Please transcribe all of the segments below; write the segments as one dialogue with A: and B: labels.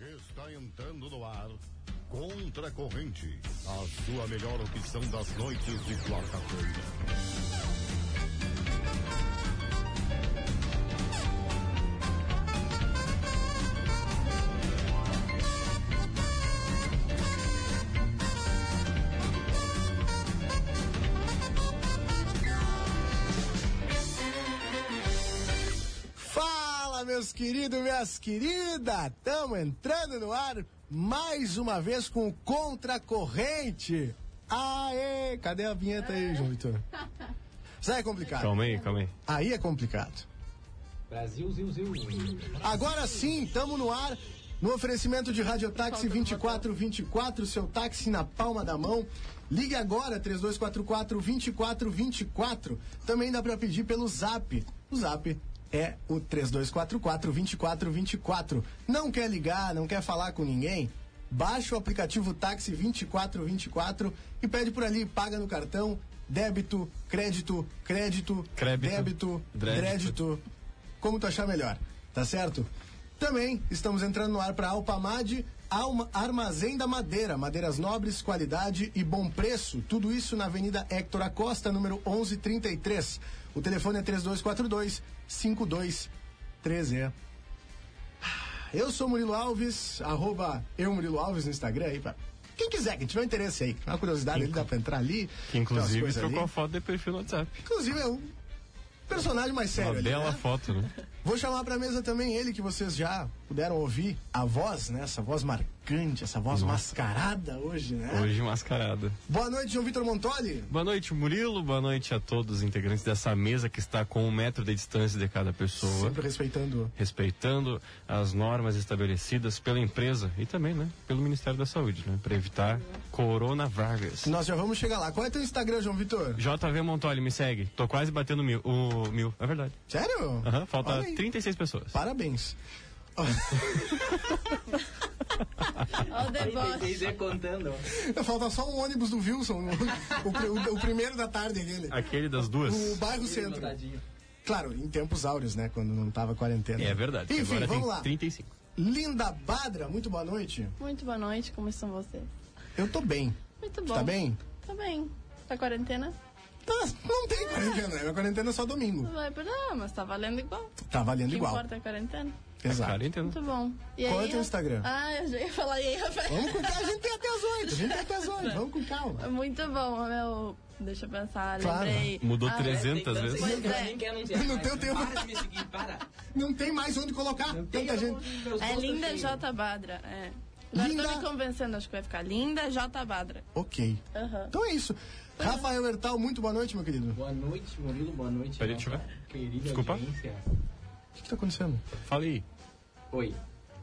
A: Está entrando no ar Contra a Corrente, a sua melhor opção das noites de quarta-feira.
B: Fala, meus queridos, minhas queridas! Estamos entrando no ar mais uma vez com o Contra Corrente. Aê! Cadê a vinheta aí, João Vitor? Isso aí é complicado.
C: Calma aí, calma aí.
B: Aí é complicado.
D: Brasil, Zil, Zil.
B: Agora sim, estamos no ar. No oferecimento de Radiotáxi 2424, seu táxi na palma da mão. Ligue agora, 3244-2424. Também dá para pedir pelo zap. O zap é o 3244-2424. Não quer ligar, não quer falar com ninguém? Baixa o aplicativo Táxi 2424 e pede por ali, paga no cartão, débito, crédito, crédito,
C: Crébito.
B: débito,
C: Drédito.
B: crédito, como tu achar melhor, tá certo? Também estamos entrando no ar para Alpamad, Alma- Armazém da Madeira, madeiras nobres, qualidade e bom preço. Tudo isso na Avenida Héctor Acosta, número 1133. O telefone é 3242 5213. Eu sou Murilo Alves, arroba eu Murilo Alves no Instagram aí, pra... Quem quiser, quem tiver interesse aí, uma curiosidade, ele dá pra entrar ali.
C: Que
B: tem umas
C: inclusive
B: coisas
C: trocou a
B: ali.
C: foto de perfil no WhatsApp.
B: Inclusive, é um personagem mais sério.
C: Uma
B: ali,
C: bela
B: né?
C: foto, né?
B: Vou chamar pra mesa também ele que vocês já puderam ouvir a voz, né? Essa voz marcante, essa voz mascarada hoje, né?
C: Hoje mascarada.
B: Boa noite, João Vitor Montoli.
C: Boa noite, Murilo. Boa noite a todos os integrantes dessa mesa que está com um metro de distância de cada pessoa.
B: Sempre respeitando.
C: Respeitando as normas estabelecidas pela empresa e também, né, pelo Ministério da Saúde, né, para evitar coronavírus.
B: Nós já vamos chegar lá. Qual é teu Instagram, João Vitor?
C: JV Montoli, me segue. Tô quase batendo mil. O mil, é verdade.
B: Sério?
C: Aham, falta
B: Olha aí.
C: 36 pessoas.
B: Parabéns.
E: Olha o deboche.
D: Vocês é contando. ó.
B: Falta só um ônibus do Wilson, o, pri- o- o primeiro da tarde dele.
C: Aquele das duas.
B: O bairro
F: é
B: centro.
D: Tadinho.
B: Claro, em tempos áureos, né? Quando não tava quarentena.
C: É verdade.
B: Enfim,
C: Agora
B: vamos
C: tem
B: lá.
C: 35.
B: Linda Badra, muito boa noite.
E: Muito boa noite, como estão vocês?
B: Eu tô bem.
E: Muito
B: Tu
E: bom.
B: Tá bem?
E: Tá bem. Tá quarentena?
B: Tá, não tem quarentena, né? Minha quarentena é só domingo.
E: Vai pra ah, mas tá valendo igual.
B: Tá valendo
E: Que
B: igual.
E: importa é a quarentena?
B: Exato.
C: Quarentena.
E: Muito bom. E
B: Qual
E: aí,
B: é teu
E: Ra-
B: Instagram?
E: Ah, eu já ia falar e aí, Rafael.
B: Vamos com calma, a gente tem até as oito. A gente tem até as oito. Vamos com calma.
E: Muito bom, meu. Deixa eu pensar,
B: Hum? Claro.
E: lembrei.
C: Mudou
E: Ah,
C: 300
D: Tantas
C: vezes.
D: vezes que eu nem quero anunciar.
B: No
D: Para
B: teu tempo.
D: de me seguir, para.
B: Não tem mais onde colocar. Tanta gente.
D: Meus
E: É
D: gostos
E: Linda
D: cheios.
E: J Badra, é. Agora
B: Linda-
E: tô me convencendo, acho que vai ficar Linda J Badra.
B: Ok.
E: Aham.
B: Então é isso. Rafael Hertal, muito boa noite, meu querido.
D: Boa noite, Murilo. Boa noite.
C: Peraí,
D: nossa
C: deixa eu ver.
D: Querida
C: Desculpa.
D: audiência.
B: O que, que tá acontecendo?
C: Fala aí.
D: Oi.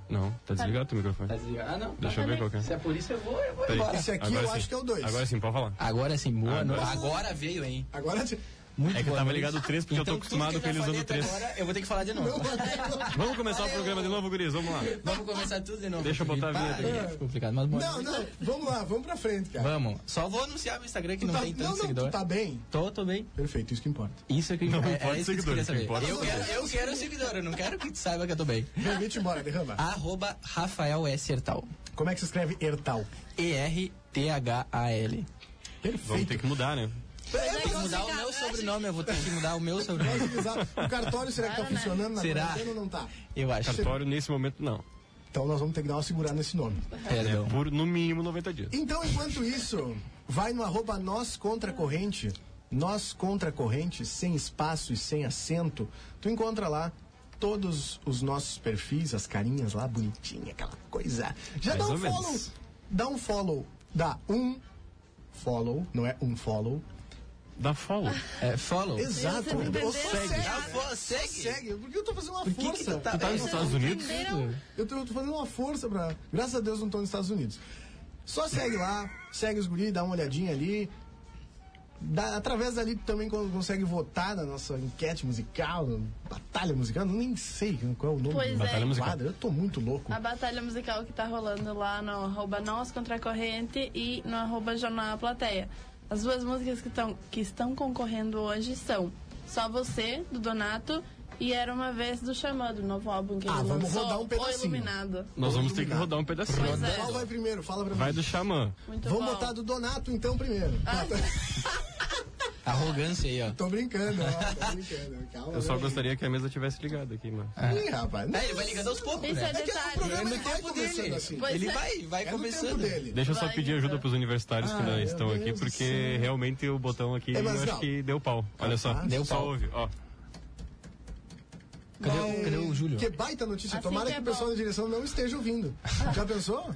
C: Não, tá desligado o teu microfone.
D: Tá desligado? Ah, não.
C: Deixa eu ver qual que é.
D: Se a polícia eu vou, eu vou
C: Peraí.
D: embora.
B: Esse aqui
C: Agora
B: eu
C: sim.
B: acho que é o dois.
C: Agora sim, pode falar.
F: Agora sim, boa
C: Agora
F: noite.
C: sim.
F: Agora veio, hein?
B: Agora. te-
F: Muito
C: É que
F: boa
C: tava
F: noite.
C: ligado o 3 porque eu tô
F: Então, tudo
C: acostumado
F: que eu
C: com eles
F: já falei
C: usando
F: até
C: 3.
F: Agora, eu vou ter que falar de novo.
C: Vamos começar o programa de novo, guris. Vamos lá.
F: Vamos começar tudo de novo.
C: Deixa eu botar a
F: Para,
C: vinheta
F: é complicado, mas boa
B: Não,
F: noite.
B: não. Vamos lá, vamos pra frente, cara.
F: Vamos. Só vou anunciar meu Instagram que
B: Tu
F: não
B: tá-
F: tem tanto
B: não, não,
F: seguidor.
B: tu tá bem.
F: Tô, tô bem.
B: Perfeito, isso que importa.
F: Isso é que
C: Não
F: é,
C: importa
F: é isso
C: seguidor,
F: que eu queria
C: o que
F: saber.
C: importa é
F: Eu
B: seguidor.
F: quero, eu quero seguidor, eu não quero que tu saiba que eu tô bem.
B: Permite embora, derrama.
F: Arroba Rafael S. Hertal.
B: Como é que se escreve Hertal?
F: E-R-T-H-A-L.
C: Vamos
B: Perfeito.
C: ter que mudar, né?
F: Eu vou mudar o meu sobrenome, eu vou ter que mudar o meu sobrenome.
B: O cartório será que tá
E: Claro, né?
B: funcionando na
F: Será?
B: quarentena ou não tá?
F: Eu acho.
C: Cartório nesse momento não. É
B: Então nós vamos ter que dar uma segurada nesse nome.
F: Perdão.
C: Por no mínimo 90 dias.
B: Então, enquanto isso, vai no arroba nós contra a corrente, nós contra a corrente, sem espaço e sem acento. Tu encontra lá todos os nossos perfis, as carinhas lá, bonitinha, aquela coisa. Já
C: Mais
B: dá um
C: ou menos.
B: follow. Dá um follow. Dá um follow, não é um follow.
C: Dá follow.
F: É, follow.
B: Exato.
E: vocês entenderam?
B: Ou segue.
F: Ah, fo- segue.
B: Segue. Por que eu tô fazendo uma
F: Por que que
B: força?
F: tu tá-
C: Tu tá nos
F: É,
C: Estados Unidos?
E: Entenderam?
B: Eu tô, eu tô fazendo uma força pra. Graças a Deus não tô nos Estados Unidos. Só segue lá, segue os guri, dá uma olhadinha ali. Dá- através dali tu também con- consegue votar na nossa enquete musical, na batalha musical, eu nem sei qual é o nome
E: Pois
B: do
E: é. Tá Batalha
C: musical.
B: quadro. Eu tô muito louco.
E: A batalha musical que tá rolando lá no arroba nós contra a corrente e no arroba jornal a plateia. As duas músicas que, tão, que estão concorrendo hoje são Só Você, do Donato, E era uma vez do Xamã, do novo álbum que
B: Ah,
E: ele
B: vamos
E: lançou,
B: rodar um pedacinho.
E: O Iluminado.
C: Nós vamos ter que rodar um pedacinho.
E: Pois é.
B: Qual vai primeiro? Fala pra mim.
C: Vai do Xamã.
E: Muito
B: Vamos
E: bom.
B: botar do Donato então primeiro. Ah, tá-
F: Arrogância aí, ó.
B: tô brincando, ó, tô brincando. Calma.
C: Eu só
B: velho.
C: gostaria que a mesa tivesse ligado aqui, mano.
B: Ih, rapaz. não-
F: É, ele vai ligando aos poucos,
E: Isso
F: né?
E: é
B: É que o
E: detalhe.
B: programa
F: É
B: ele
F: no
B: vai
F: tempo
B: começando
F: dele.
B: assim.
E: Pois
F: Ele
E: é.
F: vai, vai
B: É no tempo
F: começando.
B: dele.
C: Deixa eu só
E: Vai,
C: pedir ajuda
E: então.
C: pros universitários que
B: Ah,
C: ainda
B: meu
C: estão
B: Deus
C: aqui,
B: do
C: porque
B: céu.
C: realmente o botão aqui
B: É,
C: eu
B: mas
C: acho
B: não.
C: que deu pau. Olha só.
B: Capaz.
F: Deu
C: só
F: pau.
C: ouve, ó.
F: Cadê, o- cadê o Júlio?
B: Que baita notícia.
E: Assim
B: Tomara
E: que
B: que
E: é
B: o pessoal
E: bom.
B: da direção não esteja ouvindo. Já pensou?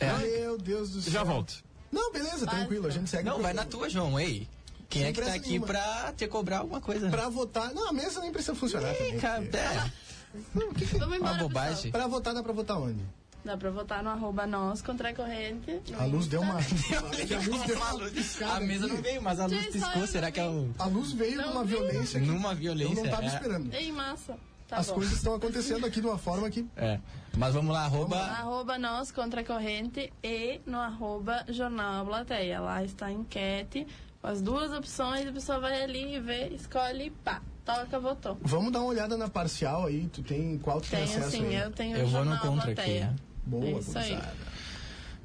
F: É.
B: Meu Deus do céu.
C: Já volto.
B: Não, beleza, tranquilo. A gente segue.
F: Não,
B: o
F: vai na
B: programa.
F: tua, João, ei. Quem é que tá
B: é pressa
F: aqui
B: nenhuma.
F: pra te cobrar alguma coisa?
B: Pra votar. Não, a mesa nem precisa funcionar. também,
F: Ih, cara,
B: porque-
F: é,
B: Não, o que que-
E: Vamos embora,
F: uma bobagem.
B: Pra votar, dá pra votar onde?
E: pessoal. Dá pra votar no arroba nós contra a corrente. no
B: A luz
E: Insta.
B: deu uma.
E: Tá.
F: Olha como a luz-
B: piscada
F: A mesa
B: aqui.
F: não veio, mas a luz
E: Gente, só
F: piscou.
E: eu
F: Será
E: não
F: que é o...
B: A luz veio
E: Não
B: numa
E: veio.
B: violência aqui.
F: numa
B: Eu
F: violência?
B: não tava
F: é.
B: esperando.
E: Ei, massa. Tá
B: As
E: bom.
B: coisas estão acontecendo aqui de uma forma que.
F: É. Mas vamos lá, arroba.
E: Arroba nós contra a corrente e no arroba jornal a plateia. Lá está a enquete com as duas opções. A pessoa vai ali e vê, escolhe e pá. Toca, votou.
B: Vamos dar uma olhada na parcial aí. Tu tem qual tu tem,
E: Tenho
B: acesso
E: sim,
B: aí?
E: assim, eu tenho
F: assim? Eu
E: o
F: vou
E: jornal
F: no contra
E: a
F: aqui.
E: plateia.
F: né?
B: Boa,
E: É isso aí.
B: gurizada.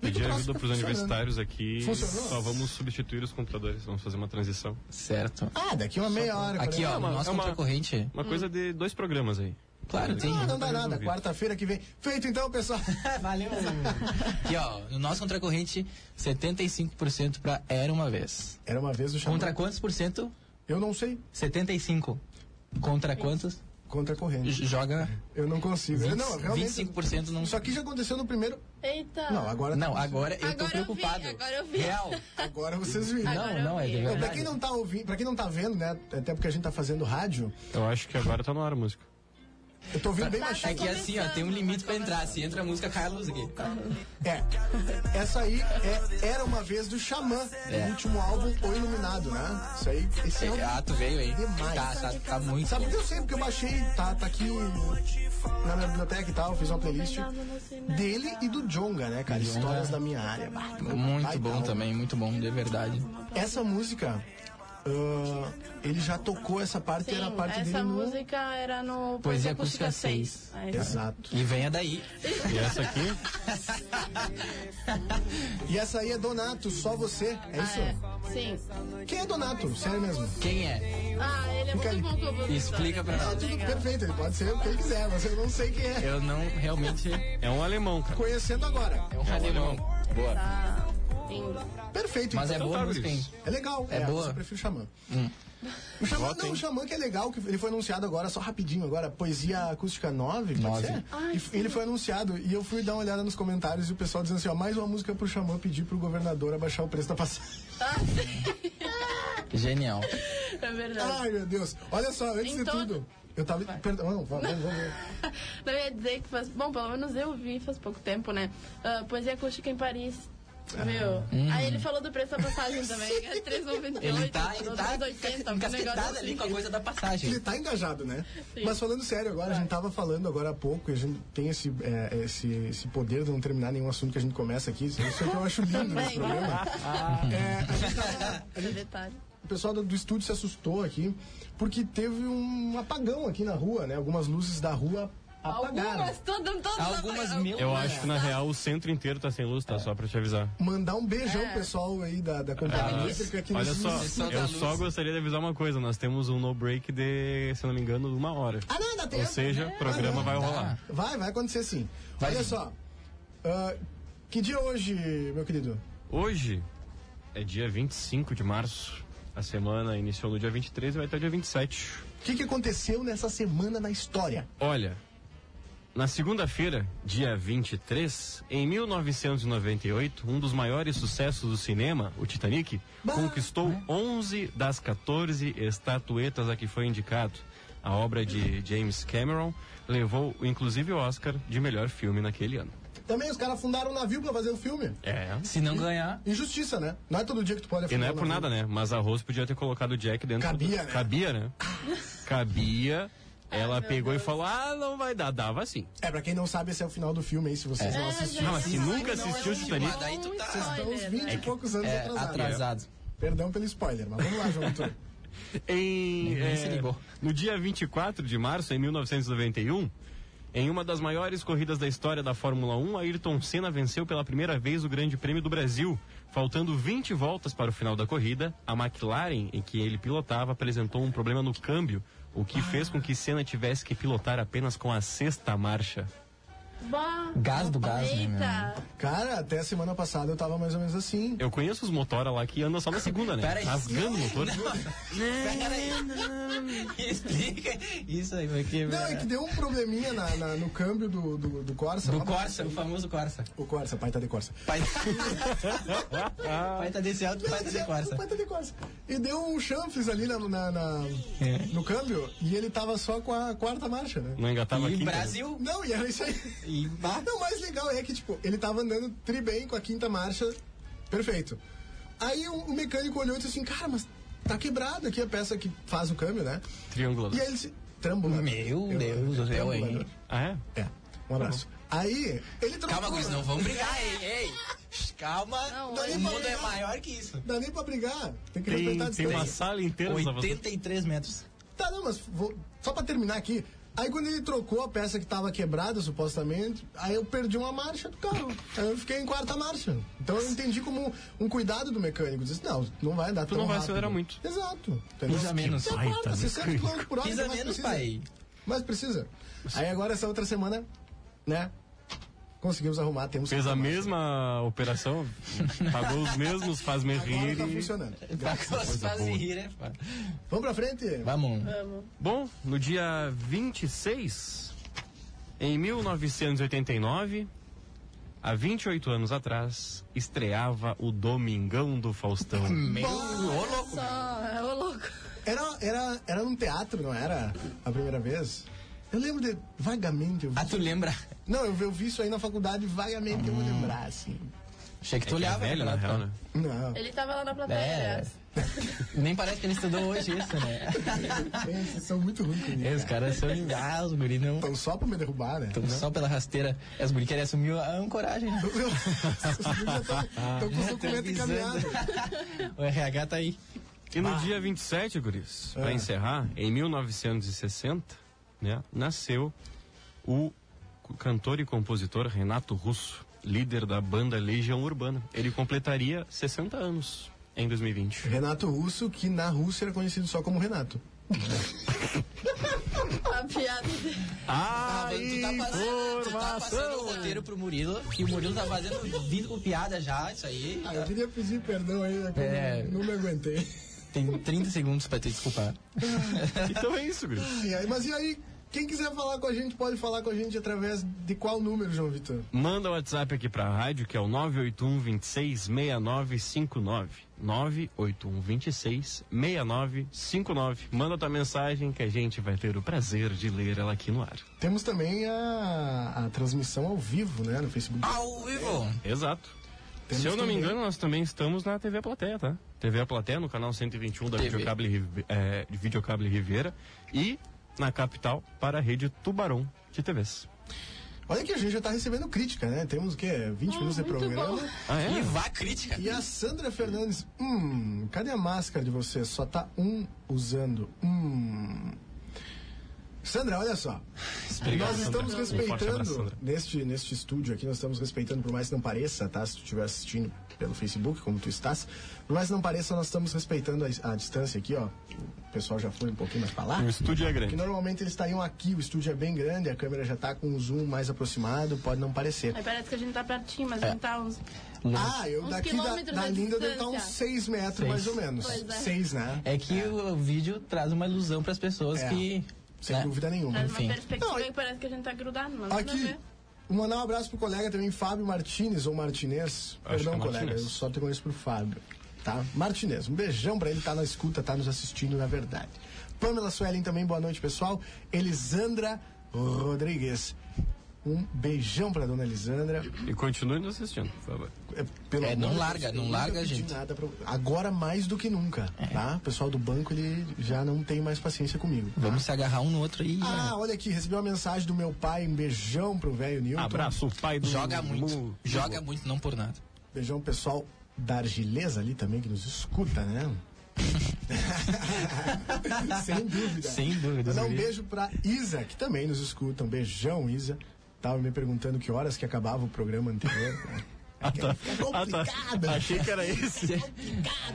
C: Pedir
B: próximo
C: ajuda
B: tá
C: pros
B: funcionando.
C: universitários aqui.
B: Funcionou?
C: Só vamos substituir os computadores, vamos fazer uma transição.
F: Certo.
B: Ah, daqui uma meia hora.
F: Aqui, ó,
B: quarenta.
F: no
C: uma-
F: nosso
C: é uma-
F: contra a corrente.
B: Hum.
C: Uma coisa de dois programas aí.
F: Claro, tem.
B: Ah, não
E: né?
B: dá
C: Tá
B: nada.
C: resolvido.
B: Quarta-feira que vem. Feito então, pessoal.
F: Valeu. Aqui, ó, no nosso contra a corrente, 75% pra Era Uma Vez.
B: Era uma vez o chamado.
F: Contra quantos por cento?
B: Eu não sei.
F: 75. Contra quantos?
B: Contra corrente.
F: J- Joga
B: Eu não consigo. Eu não, realmente.
F: 25% não...
B: Isso aqui já aconteceu no primeiro.
E: Eita.
B: Não, agora. tá
F: Não, agora eu tô
E: Agora eu vi,
F: preocupado.
E: agora eu vi.
F: Real.
B: Agora vocês viram.
E: Agora
F: Não,
E: eu
F: não, é
E: vi.
F: de
E: Então,
B: Pra
F: verdade.
B: quem não tá ouvindo, para quem não tá vendo, né? Até porque a gente tá fazendo rádio,
C: Eu acho que agora tá no ar a música.
B: eu tô ouvindo bem
E: Tá, tá
B: baixinho.
F: É que assim, ó, tem um limite pra entrar. Se entra a música, cai a luz aqui.
B: Tá É. Essa aí é Era Uma Vez do Xamã,
F: É.
B: o último álbum O Iluminado, né? Isso aí, esse é
F: Ah,
B: um...
F: tu veio aí.
B: Demais.
F: Tá, tá, tá muito.
B: Sabe o que eu sei? Porque eu baixei, tá, tá aqui na minha biblioteca e tal, fiz uma playlist dele e do Jonga, né, cara? Histórias da minha área. Bah,
F: Muito
B: baita
F: bom
B: álbum.
F: também, muito bom, de verdade.
B: Essa música, ah, ele já tocou essa parte,
E: Sim,
B: era a parte
E: essa
B: dele no-
E: música era no
F: Poesia
E: Acústica
F: Acústica
E: 6.
F: seis.
E: Ah, essa.
B: Exato.
F: E venha daí.
C: E essa aqui,
B: E essa aí é Donato, só você. É isso?
E: Ah, é. Sim.
B: Quem é Donato? Sério mesmo.
F: Quem é?
E: Ah, ele é
B: Fica
E: muito
B: aí.
E: bom com
F: Explica pra nós.
B: Tudo perfeito, ele pode ser quem quiser, mas eu não sei quem é.
F: Eu não realmente.
C: é um alemão, cara.
B: Conhecendo agora.
F: É um alemão. Boa.
E: Tá. Indo.
B: Perfeito.
F: Mas é
B: então.
C: Então
F: boa a
C: tá,
F: música, hein?
C: Luiz.
B: É legal.
F: É boa. Hum.
B: mas Eu prefiro Xamã. O Xamã, não, o Xamã que é legal, que ele foi anunciado agora, só rapidinho agora, Poesia Acústica 9, pode
F: Nove.
B: ser? E f- ele foi anunciado e eu fui dar uma olhada nos comentários e o pessoal dizendo assim, ó, mais uma música pro Xamã pedir pro governador abaixar o preço da passagem.
E: Tá, sim.
F: Genial.
E: É verdade.
B: Ai, meu Deus. Olha só, antes de
E: Então-
B: tudo, eu tava... Perdão, não, vamos, vamos, vamos.
E: Não eu ia dizer que faz. Bom, pelo menos eu vi faz pouco tempo, né? Ah, poesia acústica em Paris. Viu? Aí ele falou do preço da passagem também. É 3,98.
F: Ah. Uhum. Ele tá, ele
E: ou
F: tá
E: 3,80, um
F: encasquetado
E: negócio
F: ali com a
E: assim.
F: coisa da passagem.
B: Ele tá engajado, né?
E: Sim.
B: Mas falando sério agora, a gente tava falando agora há pouco, e a gente tem esse, é, esse, esse poder de não terminar nenhum assunto que a gente começa aqui. Isso é isso que eu acho lindo nesse
E: Também.
B: programa. É, a gente tava-
E: Esse detalhe.
B: o pessoal do, do estúdio se assustou aqui, porque teve um apagão aqui na rua, né? Algumas luzes da rua apagaram.
E: Algumas, todo, todas
F: Algumas
E: apagaram.
F: mil.
C: Eu acho que na real o centro inteiro tá sem luz, tá? Só pra te avisar.
B: Mandar um beijão,
E: É.
B: pessoal aí da, da companhia
C: Ah,
B: elétrica que tá
C: Olha
B: nos-
C: só,
F: Só da
C: eu
F: luz.
C: só gostaria de avisar uma coisa: nós temos um no break de, se não me engano, uma hora.
B: Ah, não, dá tempo.
C: Ou seja, o programa vai rolar.
B: Vai, vai acontecer sim.
F: Vai
B: Olha
F: sim.
B: só. ah, que dia é hoje, meu querido?
C: Hoje é dia 25 de março. A semana iniciou no dia 23 e vai até o dia 27.
B: O que, que aconteceu nessa semana na história?
C: Olha, na segunda-feira, dia 23, em 1998, um dos maiores sucessos do cinema, o Titanic, conquistou
E: né?
C: 11 das 14 estatuetas a que foi indicado. A obra de James Cameron levou, inclusive, o Oscar de melhor filme naquele ano.
B: Também os caras fundaram um navio pra fazer o filme.
C: É.
F: Se não ganhar,
B: Injustiça, né? Não é todo dia que tu pode
C: E não é
B: afundar um
C: por
B: navio.
C: nada, né? Mas a Rose podia ter colocado o Jack dentro
B: Cabia,
C: do...
B: né?
C: Cabia, né? Cabia. Ela
E: Ah. Ai, meu
C: pegou
E: Deus.
C: e falou, ah, não vai dar. Dava sim.
B: É, pra quem não sabe, esse é o final do filme aí, se vocês não
E: É,
B: assistiram.
E: gente,
C: Não, mas se
E: não,
C: nunca
E: não,
C: assistiu o
E: não,
C: Titanic...
E: não,
F: Daí tu
E: não,
F: tá-
E: um
F: Vocês
B: Estão uns
E: spoiler,
B: 20
E: né?
B: e poucos anos
F: é
B: atrasados.
F: atrasado.
B: Perdão pelo spoiler, mas vamos lá, João Vitor.
C: Em, é,
F: Ninguém se ligou.
C: No dia 24 de março, em 1991, em uma das maiores corridas da história da Fórmula 1, Ayrton Senna venceu pela primeira vez o Grande Prêmio do Brasil. Faltando 20 voltas para o final da corrida, a McLaren, em que ele pilotava, apresentou um problema no câmbio, o que fez com que Senna tivesse que pilotar apenas com a sexta marcha.
E: Bah.
F: Gás do gás, né, meu?
E: Eita.
B: Cara, até semana passada eu tava mais ou menos assim.
C: Eu conheço os motora lá que andam só na segunda, né?
F: Peraí.
C: Rasgando o motor.
F: Explica isso aí, porque.
B: Não, é que deu um probleminha na- na- no câmbio do, do, do Corsa.
F: é Do
B: Lá-
F: Corsa, o famoso Corsa.
B: O Corsa, pai tá de Corsa.
F: Pai, pai tá desse alto, pai tá de Corsa.
B: O pai tá de Corsa. E deu um chanfles ali na, na- na- no câmbio e ele tava só com a quarta marcha, né?
C: Não engatava
F: E
C: aqui.
F: Brasil.
B: Não, e era isso aí.
F: E bah,
B: Não, o mais legal é que, tipo, ele tava andando tri bem com a quinta marcha, perfeito. Aí o, o mecânico olhou e disse assim, cara, mas tá quebrado aqui a peça que faz o câmbio, né?
C: Triângulo.
B: E aí ele se... Trambulado.
F: Meu Deus do céu, hein?
B: Trambulado.
C: Ah, é?
B: É, um abraço. Aí, ele trocou... né?
F: calma, Cris, não vamos brigar, hein? Ei! shh, Calma,
E: Não,
F: todo
E: hoje-
F: o mundo é maior que isso.
B: Dá nem pra brigar. Tem que respeitar a
C: Tem, tem
B: distância.
C: uma sala inteira só pra você.
F: 83 metros.
B: Tá, não, mas vou- só pra terminar aqui. Aí quando ele trocou a peça que tava quebrada, supostamente, aí eu perdi uma marcha do carro. Aí eu fiquei em quarta marcha. Então eu entendi como um cuidado do mecânico. Disse, não, não vai andar
C: Tu
B: tão
C: não vai
B: rápido.
C: acelerar muito.
B: Exato.
F: Pisa menos.
B: Você
C: Baita
B: acorda, você
C: mecânico.
B: sente quilômetro por hora.
F: Pisa
B: mas
F: menos,
B: precisa.
F: pai.
B: Mas precisa. Aí agora essa outra semana, né, conseguimos arrumar, temos
C: Fez a
B: quinta marcha.
C: mesma operação, pagou os mesmos, faz me
B: Agora
C: rir.
B: tá
C: e-
B: funcionando.
F: Faz
C: boa.
F: rir, né? pá?
B: Vamos pra frente?
F: Vamos.
E: Vamos.
C: Bom, no dia 26, em 1989, há 28 anos atrás, estreava o Domingão do Faustão.
F: Meu, ô louco.
E: Só, é o louco.
B: Era, era, era um teatro, não era? A primeira vez? Eu lembro de. Vagamente. Eu vi.
F: Ah, tu lembra?
B: Não, eu, eu vi isso aí na faculdade, vagamente eu vou lembrar, assim.
F: Achei que tu
C: É
F: olhava.
C: velho, na
F: né?
C: real, né?
B: Não.
E: Ele tava lá na
F: É.
E: plateia.
F: Nem parece que ele estudou hoje isso, né?
B: Vocês são muito ruins comigo.
F: É, os caras são. Ah, os guri não.
B: Então, só pra me derrubar, né?
F: Tão só pela rasteira. As guri querem assumir a ancoragem. né?
B: Estão com os documentos encaminhados.
F: O RH tá aí.
C: E no dia 27, Guris,
F: É.
C: pra encerrar, em 1960, né, nasceu o c- cantor e compositor Renato Russo, líder da banda Legião Urbana. Ele completaria 60 anos em 2020.
B: Renato Russo, que na Rússia era conhecido só como Renato.
E: A piada dele.
C: Ah,
F: Ah, tu tá passando, tu tá passando o
C: informação!
F: roteiro pro Murilo. E o Murilo tá fazendo vindo com piada já, isso aí.
B: Ah, eu queria pedir perdão aí, né, que eu
F: É.
B: não me aguentei.
F: Tem 30 segundos pra te desculpar.
C: Então é isso, Guris.
B: E aí, mas e aí, quem quiser falar com a gente, pode falar com a gente através de qual número, João Vitor?
C: Manda o WhatsApp aqui pra rádio, que é o 981 26 6959. 981 26 6959. Manda tua mensagem que a gente vai ter o prazer de ler ela aqui no ar.
B: Temos também a, a transmissão ao vivo, né, no Facebook.
F: Ao vivo!
C: Exato.
B: Temos
C: Se eu não me
B: também.
C: engano, nós também estamos na TV Plateia, tá? TV Plateia, no canal 121 da
F: TV.
C: Videocable, Rive- eh, de Videocable Riviera e na capital para a rede Tubarão de TVs.
B: Olha que a gente já tá recebendo crítica, né? Temos o quê? 20 minutos de
E: Hum,
F: é
E: muito
B: programa.
E: bom.
C: Ah,
F: E
C: é?
F: vá crítica!
B: E a Sandra Fernandes, hum, cadê a máscara de você? Só tá um usando. Hum. Sandra, olha só.
C: Obrigado,
B: nós estamos
C: Sandra. Um forte abraço,
B: respeitando,
C: Sandra.
B: neste, neste estúdio aqui, nós estamos respeitando, por mais que não pareça, tá? Se tu estiver assistindo pelo Facebook, como tu estás, por mais que não pareça, nós estamos respeitando a, a distância aqui, ó. O pessoal já foi um pouquinho mais pra lá.
C: O estúdio é grande.
B: Que normalmente eles estariam aqui, o estúdio é bem grande, a câmera já tá com um zoom mais aproximado, pode não parecer.
E: Aí parece que a gente tá pertinho,
C: É.
E: mas a gente tá uns.
B: Ah, eu
E: Uns
B: daqui da,
E: quilômetros
B: da
E: de
B: linda deve estar uns
E: distância.
B: 6 metros, mais ou menos.
E: Pois é.
B: 6, né?
F: É que o vídeo traz uma ilusão pras pessoas
B: É.
F: que.
B: Sem
F: né?
B: dúvida nenhuma.
E: Mas
F: Enfim.
E: uma perspectiva
B: Não,
E: que parece que a gente tá grudado, mas nada a
B: Aqui,
E: ver.
B: mandar um abraço pro colega também, Fábio Martinez, ou Martinez.
C: Acho
B: Perdão,
C: que é
B: colega,
C: Martinez.
B: eu só te conheço pro Fábio. Tá? Martinez, um beijão pra ele, tá na escuta, tá nos assistindo, na verdade. Pamela Suelen também, boa noite, pessoal. Elisandra Rodrigues. Um beijão pra dona Elisandra.
C: E continue nos assistindo, por favor.
B: É, pelo
F: É, não
B: amor de
F: larga,
B: Deus,
F: não
B: eu nunca
F: larga,
B: pedi
F: gente. É.
B: nada pra- Agora mais do que nunca, tá? O pessoal do banco, ele já não tem mais paciência comigo. tá?
F: Vamos se agarrar um no outro e.
B: Ah, olha aqui, recebi uma mensagem do meu pai, um beijão pro velho Newton.
C: Abraço, pai do
F: Joga muito.
C: Mu-
F: Joga muito, não por nada.
B: Beijão pro pessoal da Argileza ali também, que nos escuta, né? Sem dúvida.
F: Sem dúvida,
B: Mandar um
F: Zuri.
B: beijo pra Isa, que também nos escuta. Um beijão, Isa. Tava me perguntando que horas que acabava o programa anterior. É
C: Ah, tá. Ah, tá.
B: Complicada.
C: Achei que era esse.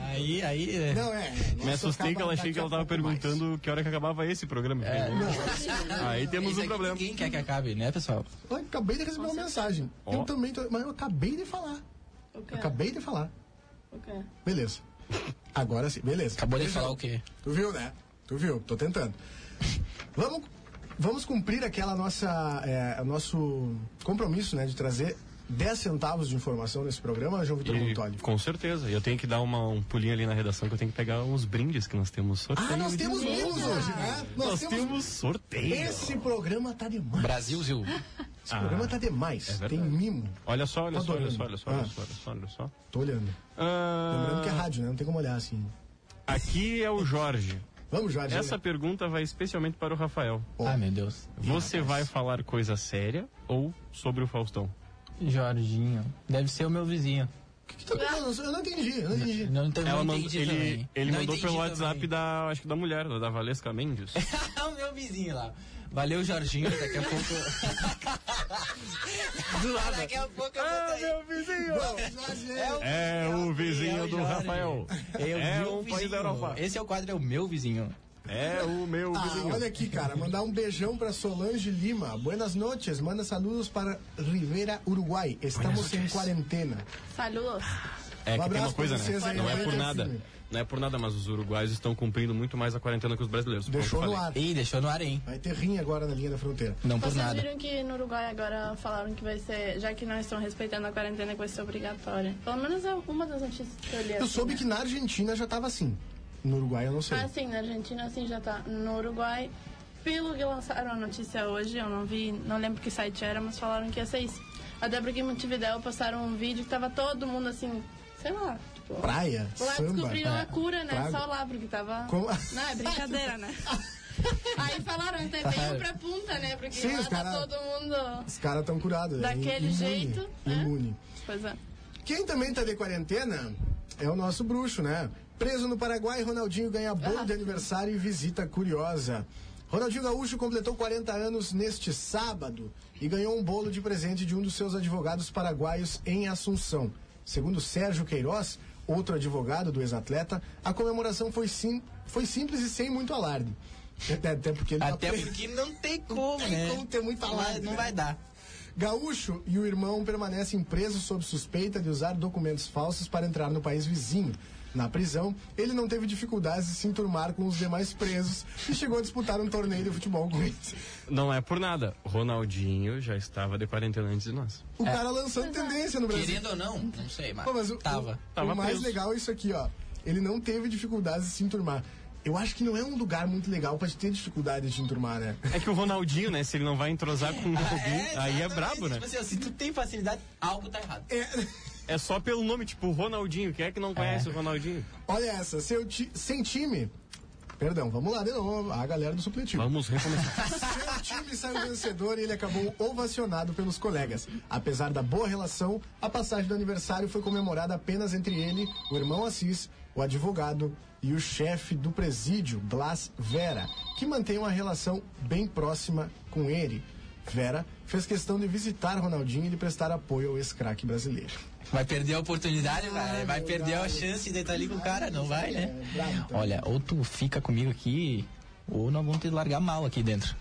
F: Aí, aí. é.
B: Não, é.
C: Me assustei que ela achei que ela tava perguntando que hora que acabava esse programa. Aí temos um
F: Isso É. aqui
C: problema.
F: Ninguém quer que acabe, né, pessoal?
B: Eu acabei de receber uma mensagem.
C: Ó.
B: Eu também tô... Mas eu acabei de falar.
E: O quê?
B: Eu acabei de falar.
E: O quê?
B: Beleza. Agora sim, beleza.
F: Acabou de
B: Beijo.
F: falar o quê?
B: Tu viu, né? Tu viu, tô tentando. Vamos, vamos cumprir aquela nossa, é, o nosso compromisso, né? De trazer 10 centavos de informação nesse programa, João Vitor
C: E,
B: Montoli.
C: com certeza. Eu tenho que dar uma, um pulinho ali na redação que eu tenho que pegar uns brindes que nós temos sorteio.
B: Ah, nós temos menos hoje, né?
C: Nós, temos... sorteio.
B: Esse programa tá demais.
F: Brasil, Zil.
B: Esse
C: Ah.
B: programa tá demais.
C: É
B: Tem mimo.
C: Olha só, olha
B: Tô
C: só, olha
B: adorando.
C: só, olha só,
B: Ah.
C: olha só, olha só, olha só.
B: Tô olhando.
C: Ah,
B: Lembrando que é rádio, né? Não tem como olhar assim.
C: aqui é o Jorge.
B: Vamos, Jorge.
C: Essa pergunta vai especialmente para o Rafael.
F: Ah, meu Deus.
C: Você vai falar coisa séria ou sobre o Faustão?
F: Jorginho. Deve ser o meu vizinho.
B: O que, que tá acontecendo? Eu não entendi, eu não entendi.
F: Não, então,
C: Ela
F: não
C: mandou-
F: entendi
C: ele
F: também.
C: ele
F: Não
C: mandou
F: entendi
C: pelo WhatsApp
F: também.
C: da, acho que da mulher, da Valesca Mendes.
F: Tá o meu vizinho lá. Valeu, Jorginho. Daqui a pouco. Do lado. Daqui a pouco eu vou
C: ah,
F: tá aí.
C: meu vizinho!
B: Jorge,
C: É o vizinho do
F: Jorge.
C: Rafael.
F: É, o
C: É
F: meu
C: um país
F: vizinho.
C: da Europa.
F: Esse é o quadro, é o meu vizinho.
C: É o meu
B: Ah,
C: vizinho.
B: olha aqui, cara. Mandar um beijão pra Solange Lima. Buenas noches. Manda saludos para Rivera, Uruguai. Estamos em quarentena.
E: Saludos.
C: É
B: Um
C: que tem
B: abraço
C: uma
B: pra
C: coisa,
B: vocês
C: né?
B: aí,
C: Não é por
B: aproveita
C: nada.
B: esse-
C: Não é por nada, mas os uruguaios estão cumprindo muito mais a quarentena que os brasileiros. Pronto,
B: Deixou no
C: falei.
B: ar.
F: Ih, deixou no ar, hein?
B: Vai ter rim agora na linha da fronteira.
F: Não por
E: Vocês
F: nada.
E: viram que no Uruguai agora falaram que vai ser, já que não estão respeitando a quarentena, que vai ser obrigatória. Pelo menos é uma das notícias que eu li.
B: Eu
E: assim,
B: soube
E: né?
B: que na Argentina já tava assim. No Uruguai eu não sei.
E: Ah, sim, na Argentina assim já tá. No Uruguai, pelo que lançaram a notícia hoje, eu não vi, não lembro que site era, mas falaram que ia ser isso. Até porque em Montevideo passaram um vídeo que tava todo mundo assim, sei lá, tipo.
B: Praia,
E: Lá
B: samba. tá. é,
E: descobriram a cura, né?
B: Praga.
E: Só lá, porque tava.
B: Como?
E: Não, é brincadeira, né? Aí falaram, até veio pra punta, né? Porque
B: Tá. Sim,
E: lá
B: os
E: tá
B: cara-
E: todo mundo.
B: Os caras estão curados. né?
E: Daquele
B: Imune,
E: jeito, né?
B: Imune.
E: Pois é.
B: Quem também tá de quarentena é o nosso bruxo, né? Preso no Paraguai, Ronaldinho ganha bolo de aniversário e visita curiosa. Ronaldinho Gaúcho completou 40 anos neste sábado e ganhou um bolo de presente de um dos seus advogados paraguaios em Assunção. Segundo Sérgio Queiroz, outro advogado do ex-atleta, a comemoração foi, sim, foi simples e sem muito alarde. Até, até porque ele tá
F: Até
B: preso.
F: porque não tem
B: Não
F: como,
B: tem
F: né?
B: como ter muita
F: Não vai-
B: live, né?
F: Não vai dar.
B: Gaúcho e o irmão permanecem presos sob suspeita de usar documentos falsos para entrar no país vizinho. Na prisão, ele não teve dificuldades de se enturmar com os demais presos e chegou a disputar um torneio de futebol com eles.
C: Não é por nada. Ronaldinho já estava de quarentena antes de nós.
B: O cara lançando tendência no Brasil.
F: É. Querendo ou não, não sei, mas,
B: Pô, mas o,
F: tava.
B: o-
C: Tava
B: o mais
C: preso.
B: legal é isso aqui, ó. Ele não teve dificuldades de se enturmar. Eu acho que não é um lugar muito legal pra te ter dificuldade de se enturmar, né?
C: É que o Ronaldinho, né? Se ele não vai entrosar com alguém, aí é
F: exatamente.
C: brabo, né?
F: Tipo assim, ó, se tu tem facilidade, algo tá errado.
C: É só pelo nome, tipo, Ronaldinho. Quem é que não conhece o Ronaldinho?
B: Olha essa, seu ti- sem time. Perdão, vamos lá de novo. A galera do supletivo.
C: Vamos recomeçar.
B: Seu time saiu vencedor e ele acabou ovacionado pelos colegas. Apesar da boa relação, a passagem do aniversário foi comemorada apenas entre ele, o irmão Assis, o advogado e o chefe do presídio, Blas Vera, que mantém uma relação bem próxima com ele. Vera fez questão de visitar Ronaldinho e de prestar apoio ao ex-craque brasileiro.
F: Vai perder a oportunidade, vai, vai
B: meu
F: perder a
B: bravo.
F: chance de estar ali com o cara, não vai, né?
B: É, bravo, então.
F: Olha, ou tu fica comigo aqui, ou nós vamos ter que largar mal aqui dentro.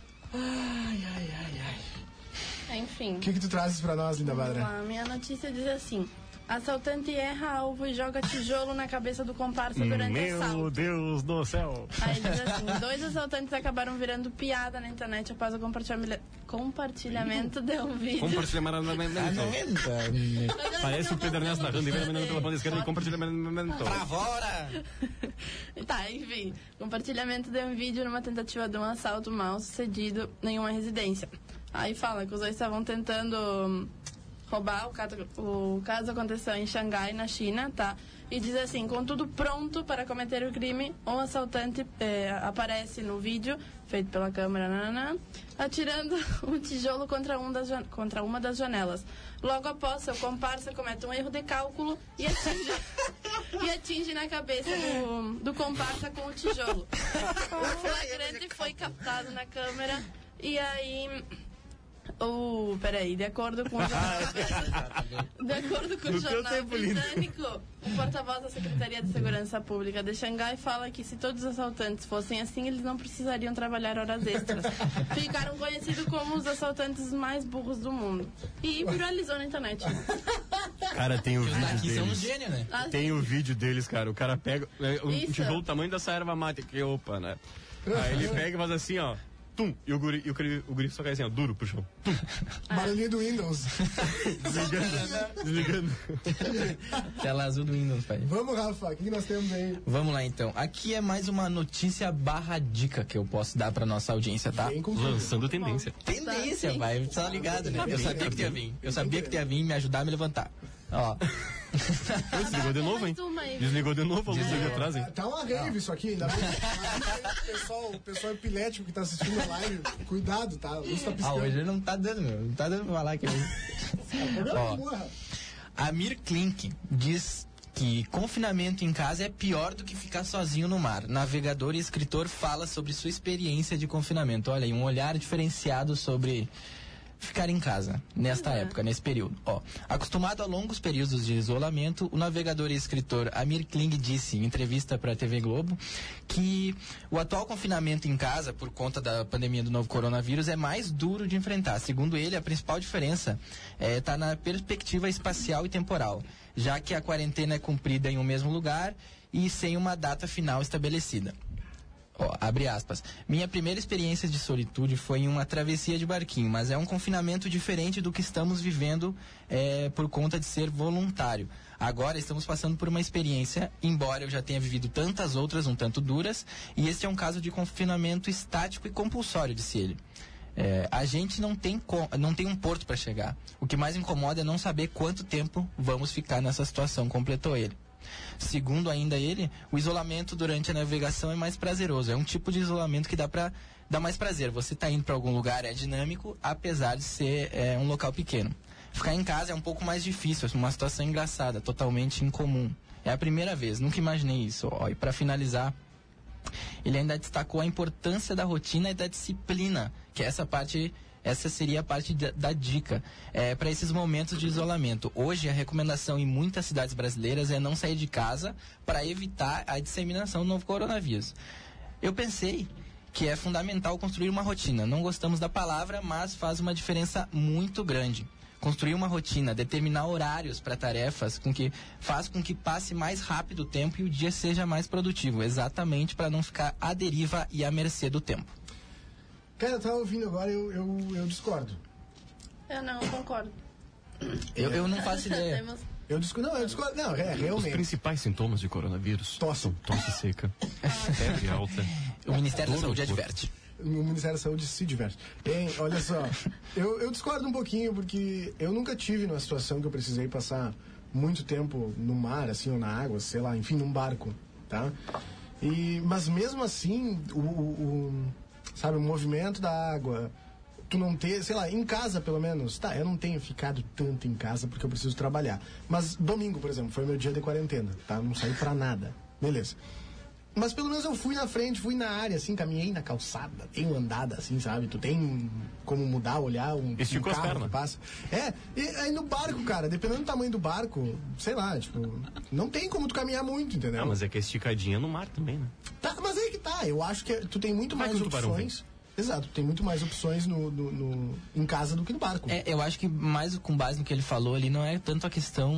E: É, Enfim.
B: O que, que tu trazes pra nós, linda
E: Vamos
B: Badra?
E: lá, minha notícia diz assim: assaltante erra alvo e joga tijolo na cabeça do comparsa
B: é
E: durante o
C: Meu
E: assalto.
C: Deus do céu.
E: Aí diz assim: dois assaltantes acabaram virando piada na internet após o compartilhamento, compartilhamento de um vídeo.
C: Compartilha
B: Ah,
F: é?
C: maravilhoso. Parece o Pedro Ernesto narrando e
B: É,
C: vem pela banda esquerda e compartilha maravilhoso.
F: Bravora!
E: Tá, enfim. Compartilhamento de um vídeo numa tentativa de um assalto mal sucedido em uma residência. Aí fala que os dois estavam tentando hum, roubar. O caso, o caso aconteceu em Xangai, na China, tá? E diz assim: com tudo pronto para cometer o crime, um assaltante eh, aparece no vídeo, feito pela câmera, nananã, atirando um tijolo contra, um das, jan- contra uma das janelas. Logo após, seu comparsa comete um erro de cálculo e atinge e atinge na cabeça do, do comparsa com o tijolo. O flagrante foi captado na câmera e aí. O. peraí, de acordo
C: Ah,
E: com o jornal.
C: é
E: De acordo com
C: tá
E: o
C: No teu
E: jornal
C: tempo livre.
E: britânico, o porta-voz da Secretaria de Segurança Pública de Xangai fala que se todos os assaltantes fossem assim, eles não precisariam trabalhar horas extras. Ficaram conhecidos como os assaltantes mais burros do mundo. E viralizou na internet.
C: Cara, tem o
F: Os
C: vídeo
F: daqui são um
C: deles.
F: gênio, né?
E: As-
C: Tem o vídeo deles, cara. O cara pega é, um
E: Isso.
C: tijolo do tamanho dessa erva mate. Que, opa, né? Aí ele pega e faz assim, ó. Tum. E o guri, e o, cri- o guri só cai assim, ó. Duro pro chão. Tum.
B: Barulhinho do Windows.
C: Desligando. desligando.
F: Tela azul do Windows, pai.
B: Vamos, Rafa, o que que nós temos aí?
F: Vamos lá então. Aqui é mais uma notícia barra dica que eu posso dar pra nossa audiência, tá?
B: Vem com tudo.
C: Lançando tendência.
F: Tendência,
E: Tá,
F: vai. Tá ligado, né? Eu sabia que tu ia vir. Eu sabia que tu ia vir me ajudar a me levantar. Ó.
C: Desligou de
E: tem
C: novo,
E: mais
C: hein?
E: uma aí. né?
C: Desligou de novo a luz ali atrás, hein?
B: Tá uma rave isso aqui, ainda bem. O pessoal, o pessoal epilético que tá assistindo a live, cuidado, tá? A luz tá
F: Ah,
B: piscando.
F: hoje não tá dando, meu. Não tá dando pra falar que eu... Ó.
B: Porra.
F: Amir Klink diz que confinamento em casa é pior do que ficar sozinho no mar. Navegador e escritor fala sobre sua experiência de confinamento. Olha aí, um olhar diferenciado sobre ficar em casa nesta época, nesse período. Ó, acostumado a longos períodos de isolamento, o navegador e escritor Amir Kling disse em entrevista para a TV Globo que o atual confinamento em casa por conta da pandemia do novo coronavírus é mais duro de enfrentar. Segundo ele, a principal diferença está na perspectiva espacial e temporal, já que a quarentena é cumprida em um mesmo lugar e sem uma data final estabelecida. Ó, abre aspas. Minha primeira experiência de solitude foi em uma travessia de barquinho, mas é um confinamento diferente do que estamos vivendo é, por conta de ser voluntário. Agora estamos passando por uma experiência, embora eu já tenha vivido tantas outras um tanto duras, e este é um caso de confinamento estático e compulsório, disse ele. É, a gente não tem, co- não tem um porto para chegar. O que mais incomoda é não saber quanto tempo vamos ficar nessa situação, completou ele. Segundo ainda ele, o isolamento durante a navegação é mais prazeroso. É um tipo de isolamento que dá pra dá mais prazer. Você tá indo para algum lugar é dinâmico, apesar de ser é, um local pequeno. Ficar em casa é um pouco mais difícil, é uma situação engraçada, totalmente incomum. É a primeira vez, nunca imaginei isso. Ó, e para finalizar, ele ainda destacou a importância da rotina e da disciplina, que é essa parte essa seria a parte da, da dica para esses momentos de isolamento. Hoje, a recomendação em muitas cidades brasileiras é não sair de casa para evitar a disseminação do novo coronavírus. Eu pensei que é fundamental construir uma rotina. Não gostamos da palavra, mas faz uma diferença muito grande. Construir uma rotina, determinar horários para tarefas, com que faz com que passe mais rápido o tempo e o dia seja mais produtivo, exatamente para não ficar à deriva e à mercê do tempo.
B: Cara, eu tava ouvindo agora, eu, eu, eu discordo.
E: Eu não concordo.
F: Eu, eu não faço ideia.
E: Temos-
B: Eu discordo, não, eu discordo, não, é,
C: Os
B: realmente.
C: principais sintomas de coronavírus.
B: Tosse.
C: Tosse seca. Febre alta.
F: O Ministério da
C: Dor no
F: Saúde
C: corpo.
F: adverte.
B: no Ministério da Saúde se diverte. Bem, olha só, eu, eu discordo um pouquinho, porque eu nunca tive numa situação que eu precisei passar muito tempo no mar, assim, ou na água, sei lá, enfim, num barco, tá? E, mas mesmo assim, o, o- o- sabe, o movimento da água, tu não ter, sei lá, em casa pelo menos, tá, eu não tenho ficado tanto em casa porque eu preciso trabalhar. Mas domingo, por exemplo, foi meu dia de quarentena, tá? Não saí pra nada. Beleza. Mas pelo menos eu fui na frente, fui na área, assim, caminhei na calçada, tenho andada, assim, sabe? Tu tem como mudar, olhar um, um
C: Esticou as
B: carro que
C: pernas.
B: passa. É, e aí no barco, cara, dependendo do tamanho do barco, sei lá, tipo, não tem como tu caminhar muito, entendeu?
C: Ah, mas é que a esticadinha é no mar também, né?
B: Tá, mas aí que tá, eu acho que tu tem muito
C: Vai que
B: mais
C: o é tubarão
B: opções. Exato, tem muito mais opções no, no- no- em casa do que no barco.
F: É, eu acho que mais com base no que ele falou ali, não é tanto a questão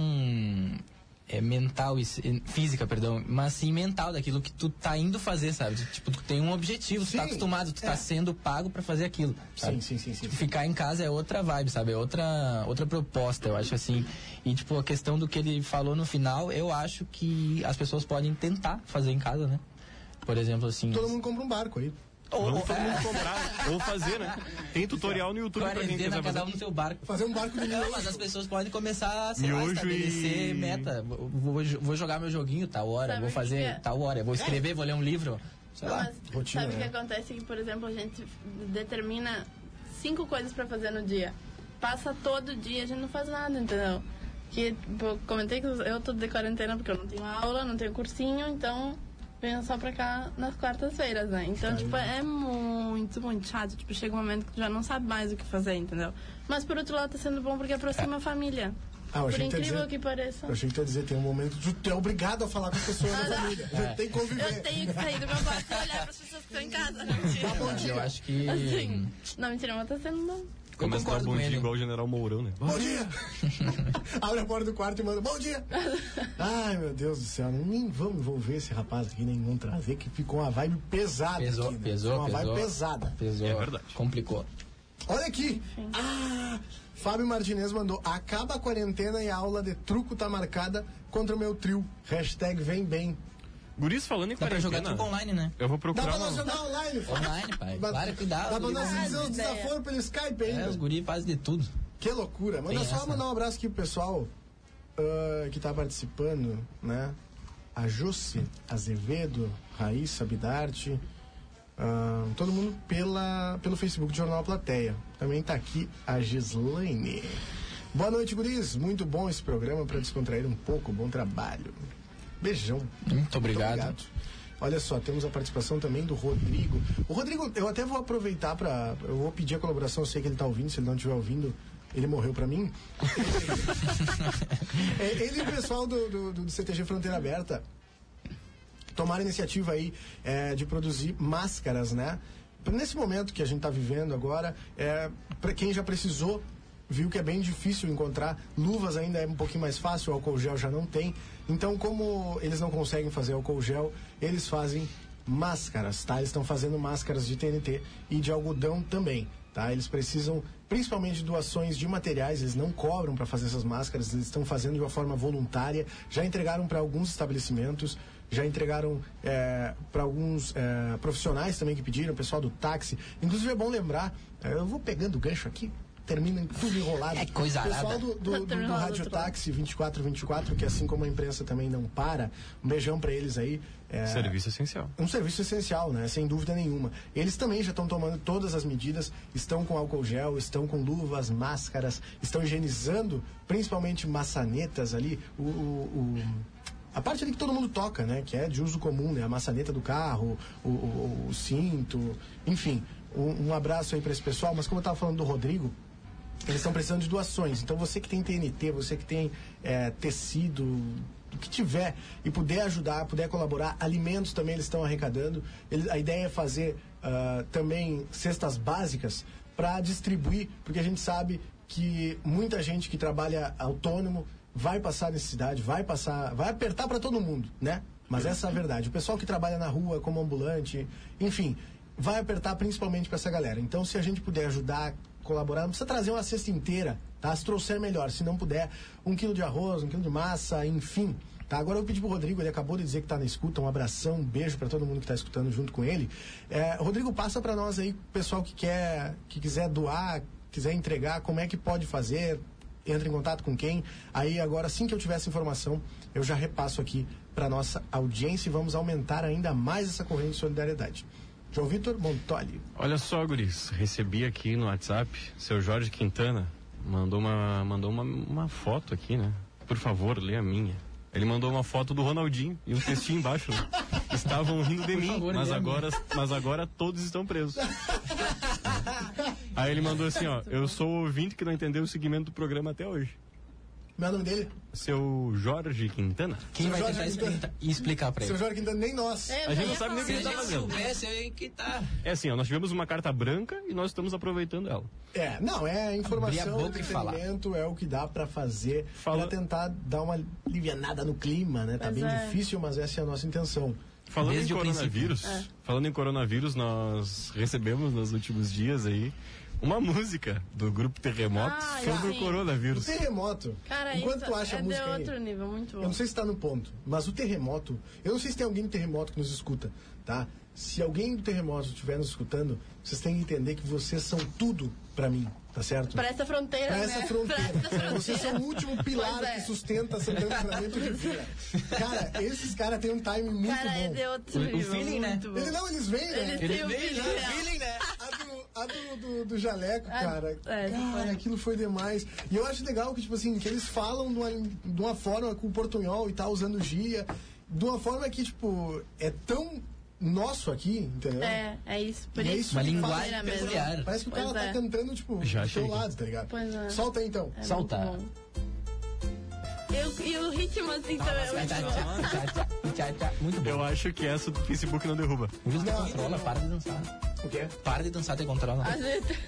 F: é, mental e s- e física, perdão, mas sim mental daquilo que tu tá indo fazer, sabe? Tipo, tu tem um objetivo, tu tá
B: Sim,
F: acostumado, tu tá
B: é.
F: sendo pago pra fazer aquilo. sabe?
B: sim, sim, sim, sim.
F: Ficar em casa é outra vibe, sabe? É outra, outra proposta, eu acho assim. E tipo, a questão do que ele falou no final, eu acho que as pessoas podem tentar fazer em casa, né? Por exemplo, assim.
B: Todo mundo compra um barco aí.
F: ou,
C: Vamos um
F: ou,
C: todo
F: é,
C: mundo comprar ou fazer, né? Tem tutorial no YouTube pra quem
F: quarentena,
C: quiser
F: cada um
C: fazer.
F: no seu barco.
B: Fazer um barco de
F: Não,
B: miojo.
F: mas as pessoas podem começar a sei lá,
C: Miojo
F: estabelecer
C: e-
F: meta. Vou, vou- vou jogar meu joguinho tal hora,
E: Sabe
F: vou
E: o que
F: fazer
E: que é?
F: tal hora, vou escrever, vou ler um livro. Sei lá.
E: Mas
B: rotina,
E: sabe o
B: né?
E: que acontece? Que, por exemplo, a gente determina cinco coisas pra fazer no dia. Passa todo dia, a gente não faz nada, entendeu? Que tipo, eu comentei que eu tô de quarentena porque eu não tenho aula, não tenho cursinho, então venho só pra cá nas quartas-feiras, né? Então, tipo, é muito, muito chato. Tipo, chega um momento que tu já não sabe mais o que fazer, entendeu? Mas por outro lado tá sendo bom porque aproxima a família.
B: Ah, eu
E: por
B: achei que tu ia
E: incrível
B: dizer-
E: que pareça.
B: Eu achei que tu ia dizer, tem um momento que tu é obrigado a falar com as pessoas da
E: não.
B: família.
C: É.
B: Não tem que conviver.
E: Eu tenho que sair do meu quarto e olhar pras pessoas que estão em casa, não mentira.
F: Eu acho que.
E: Assim, não, mentira, mas tá sendo bom.
F: Eu
C: Começa a dar
F: concordo
C: bom
F: com ele.
C: dia igual o general Mourão, né?
B: Bom dia! Abre a porta do quarto e manda bom dia! Ai, meu Deus do céu, nem vamos envolver esse rapaz aqui, nem vamos trazer, que ficou uma vibe pesada.
F: Pesou,
B: aqui, né?
F: pesou,
B: Uma vibe
F: pesou.
B: pesada.
F: Pesou.
C: É verdade.
F: Complicou.
B: Olha aqui! Ah, Fábio Martinez mandou: acaba a quarentena e a aula de truco tá marcada contra o meu trio. Hashtag vem bem.
C: Guris falando em
F: Dá pra jogar
C: quarentena.
F: tudo online, né?
C: Eu vou
B: Dá
C: procurar
B: pra
C: um uma-
B: nós jogar online, Fábio?
F: Online, pai.
B: Mas-
F: Claro que dá.
B: Dá pra
F: os
B: nós
F: guri-
B: fazer os
E: ideia.
B: desaforos pelo Skype
F: É,
B: ainda.
F: os guri fazem de tudo.
B: Que loucura. Manda
F: Tem
B: só
F: essa,
B: mandar um abraço aqui pro pessoal ah, que tá participando, né? A Jusce Azevedo, Raíssa Bidarte. ah, todo mundo pela, pelo Facebook do Jornal Plateia. Também tá aqui a Gislaine. Boa noite, guris. Muito bom esse programa para descontrair um pouco. Bom trabalho. Beijão.
F: Muito
B: Muito Olha só, temos a participação também do Rodrigo. O Rodrigo, eu até vou aproveitar para Eu vou pedir a colaboração, eu sei que ele tá ouvindo, se ele não estiver ouvindo, ele morreu para mim. É, ele e o pessoal do, do, do CTG Fronteira Aberta tomaram a iniciativa aí é, de produzir máscaras, né? Nesse momento que a gente está vivendo agora, é, para quem já precisou, viu que é bem difícil encontrar. Luvas ainda é um pouquinho mais fácil, o álcool gel já não tem. Então, como eles não conseguem fazer álcool gel, eles fazem máscaras, tá? Eles estão fazendo máscaras de TNT e de algodão também, tá? Eles precisam principalmente de doações de materiais, eles não cobram para fazer essas máscaras, eles estão fazendo de uma forma voluntária, já entregaram para alguns estabelecimentos, já entregaram para alguns é, profissionais também que pediram, pessoal do táxi. Inclusive é bom lembrar, é, eu vou pegando o gancho aqui, termina tudo enrolado.
F: É coisa
B: Pessoal
F: arada.
B: do, do, do, do
E: Terminou
B: Rádio
E: outro
B: Táxi 2424, que assim como a imprensa também não para, um beijão para eles aí. é,
C: Serviço essencial.
B: um serviço essencial, né? Sem dúvida nenhuma. Eles também já estão tomando todas as medidas, estão com álcool gel, estão com luvas, máscaras, estão higienizando, principalmente maçanetas ali, o, o- o- a parte ali que todo mundo toca, né? Que é de uso comum, né? A maçaneta do carro, o, o- o cinto, enfim. Um, um abraço aí para esse pessoal. Mas como eu tava falando do Rodrigo, eles estão precisando de doações. Então você que tem TNT, você que tem eh, tecido, o que tiver, e puder ajudar, puder colaborar, alimentos também eles estão arrecadando. Eles- a ideia é fazer ah, também cestas básicas para distribuir, porque a gente sabe que muita gente que trabalha autônomo vai passar necessidade, vai passar, vai apertar para todo mundo, né? Mas essa é a verdade. O pessoal que trabalha na rua como ambulante, enfim, vai apertar principalmente para essa galera. Então, se a gente puder ajudar, colaborar, não precisa trazer uma cesta inteira, tá? Se trouxer, melhor. Se não puder, um quilo de arroz, um quilo de massa, enfim. Tá, agora eu vou pedir pro Rodrigo, ele acabou de dizer que tá na escuta, um abração, um beijo para todo mundo que tá escutando junto com ele. É, Rodrigo, passa para nós aí, pessoal que quer, que quiser doar, quiser entregar, como é que pode fazer, entra em contato com quem. Aí agora, assim que eu tiver essa informação, eu já repasso aqui para nossa audiência e vamos aumentar ainda mais essa corrente de solidariedade. João Vitor Montoli.
C: Olha só, guris, recebi aqui no WhatsApp, seu Jorge Quintana mandou uma, mandou uma, uma foto aqui, né? Por favor, lê a minha. Ele mandou uma foto do Ronaldinho e um textinho embaixo, né? Estavam rindo de mim,
F: favor,
C: mas
F: lê a
C: agora, mas agora todos estão presos. Aí ele mandou assim, ó, eu sou o ouvinte que não entendeu o segmento do programa até hoje.
B: Meu nome dele?
C: Seu Jorge Quintana?
F: Quem
B: Seu
F: vai
B: Jorge
F: tentar
B: Quintana.
F: explicar, explicar pra
B: Seu
F: ele?
B: Jorge ainda nem nós.
E: É, eu
C: A gente
E: ia
C: não sabe nem o que
E: falar.
C: ele tá fazendo.
F: soubesse, eu ia quitar.
C: É assim, ó, nós tivemos uma carta branca e nós estamos aproveitando ela.
B: É, não, é
F: Abrir a
B: informação,
F: boca e falar.
B: entretenimento, é o que dá pra fazer
C: Fala-
B: pra tentar dar uma alivianada no clima, né? Tá
E: Pois
B: bem
E: é.
B: difícil, mas essa é a nossa intenção.
C: Falando
F: Desde
C: em
F: o princípio.
C: coronavírus,
E: É.
C: falando em coronavírus, nós recebemos nos últimos dias aí uma música do grupo Terremoto
E: Ah,
C: sobre o
E: sim.
B: O
C: coronavírus.
B: terremoto.
E: Cara,
B: enquanto
E: isso
B: tu acha
E: é
B: a música
E: de
B: aí,
E: outro nível, muito
B: Eu
E: bom.
B: não sei se tá no ponto, mas o terremoto. Eu não sei se tem alguém do terremoto que nos escuta, tá? Se alguém do terremoto estiver nos escutando, vocês têm que entender que vocês são tudo pra mim, tá certo?
E: Pra essa fronteira,
B: Pra
E: né?
B: essa fronteira.
E: Pra essa fronteira.
B: Vocês são o último pilar
E: Pois é.
B: que sustenta Santana Livramento de Vila. Cara, esses caras têm um timing muito
E: Cara, é
B: bom.
E: de outro
F: O- o
E: nível,
F: feeling, né?
E: muito bom.
B: Ele não, eles vêm, né?
E: Eles têm o feeling, né?
B: A do, A do, do, do jaleco,
E: Ah,
B: cara.
E: é, essa
B: cara,
E: foi-
B: aquilo foi demais. E eu acho legal que, tipo assim, que eles falam de uma, de uma forma com o portunhol e tal, usando gíria. De uma forma que, tipo, é tão nosso aqui, entendeu?
E: É, é isso. Por
B: E é
E: isso
B: isso
F: Uma
B: que faz-
F: linguagem
E: né, mesmo.
F: peculiar.
B: Parece que o
E: Pois
B: cara tá
E: é.
B: cantando, tipo,
C: Já
B: do seu
C: achei.
B: lado, tá ligado?
E: Pois é.
B: Solta aí, então.
E: é
F: Solta.
E: muito bom. Eu, e o ritmo, assim, também é muito
C: então.
E: bom.
F: Tchá, tchá, tchá. Muito bom.
C: Eu acho que essa do Facebook não derruba.
F: O Wilson
B: Não.
F: controla, para de dançar.
B: O quê?
F: Para de dançar, te controla.
E: A gente...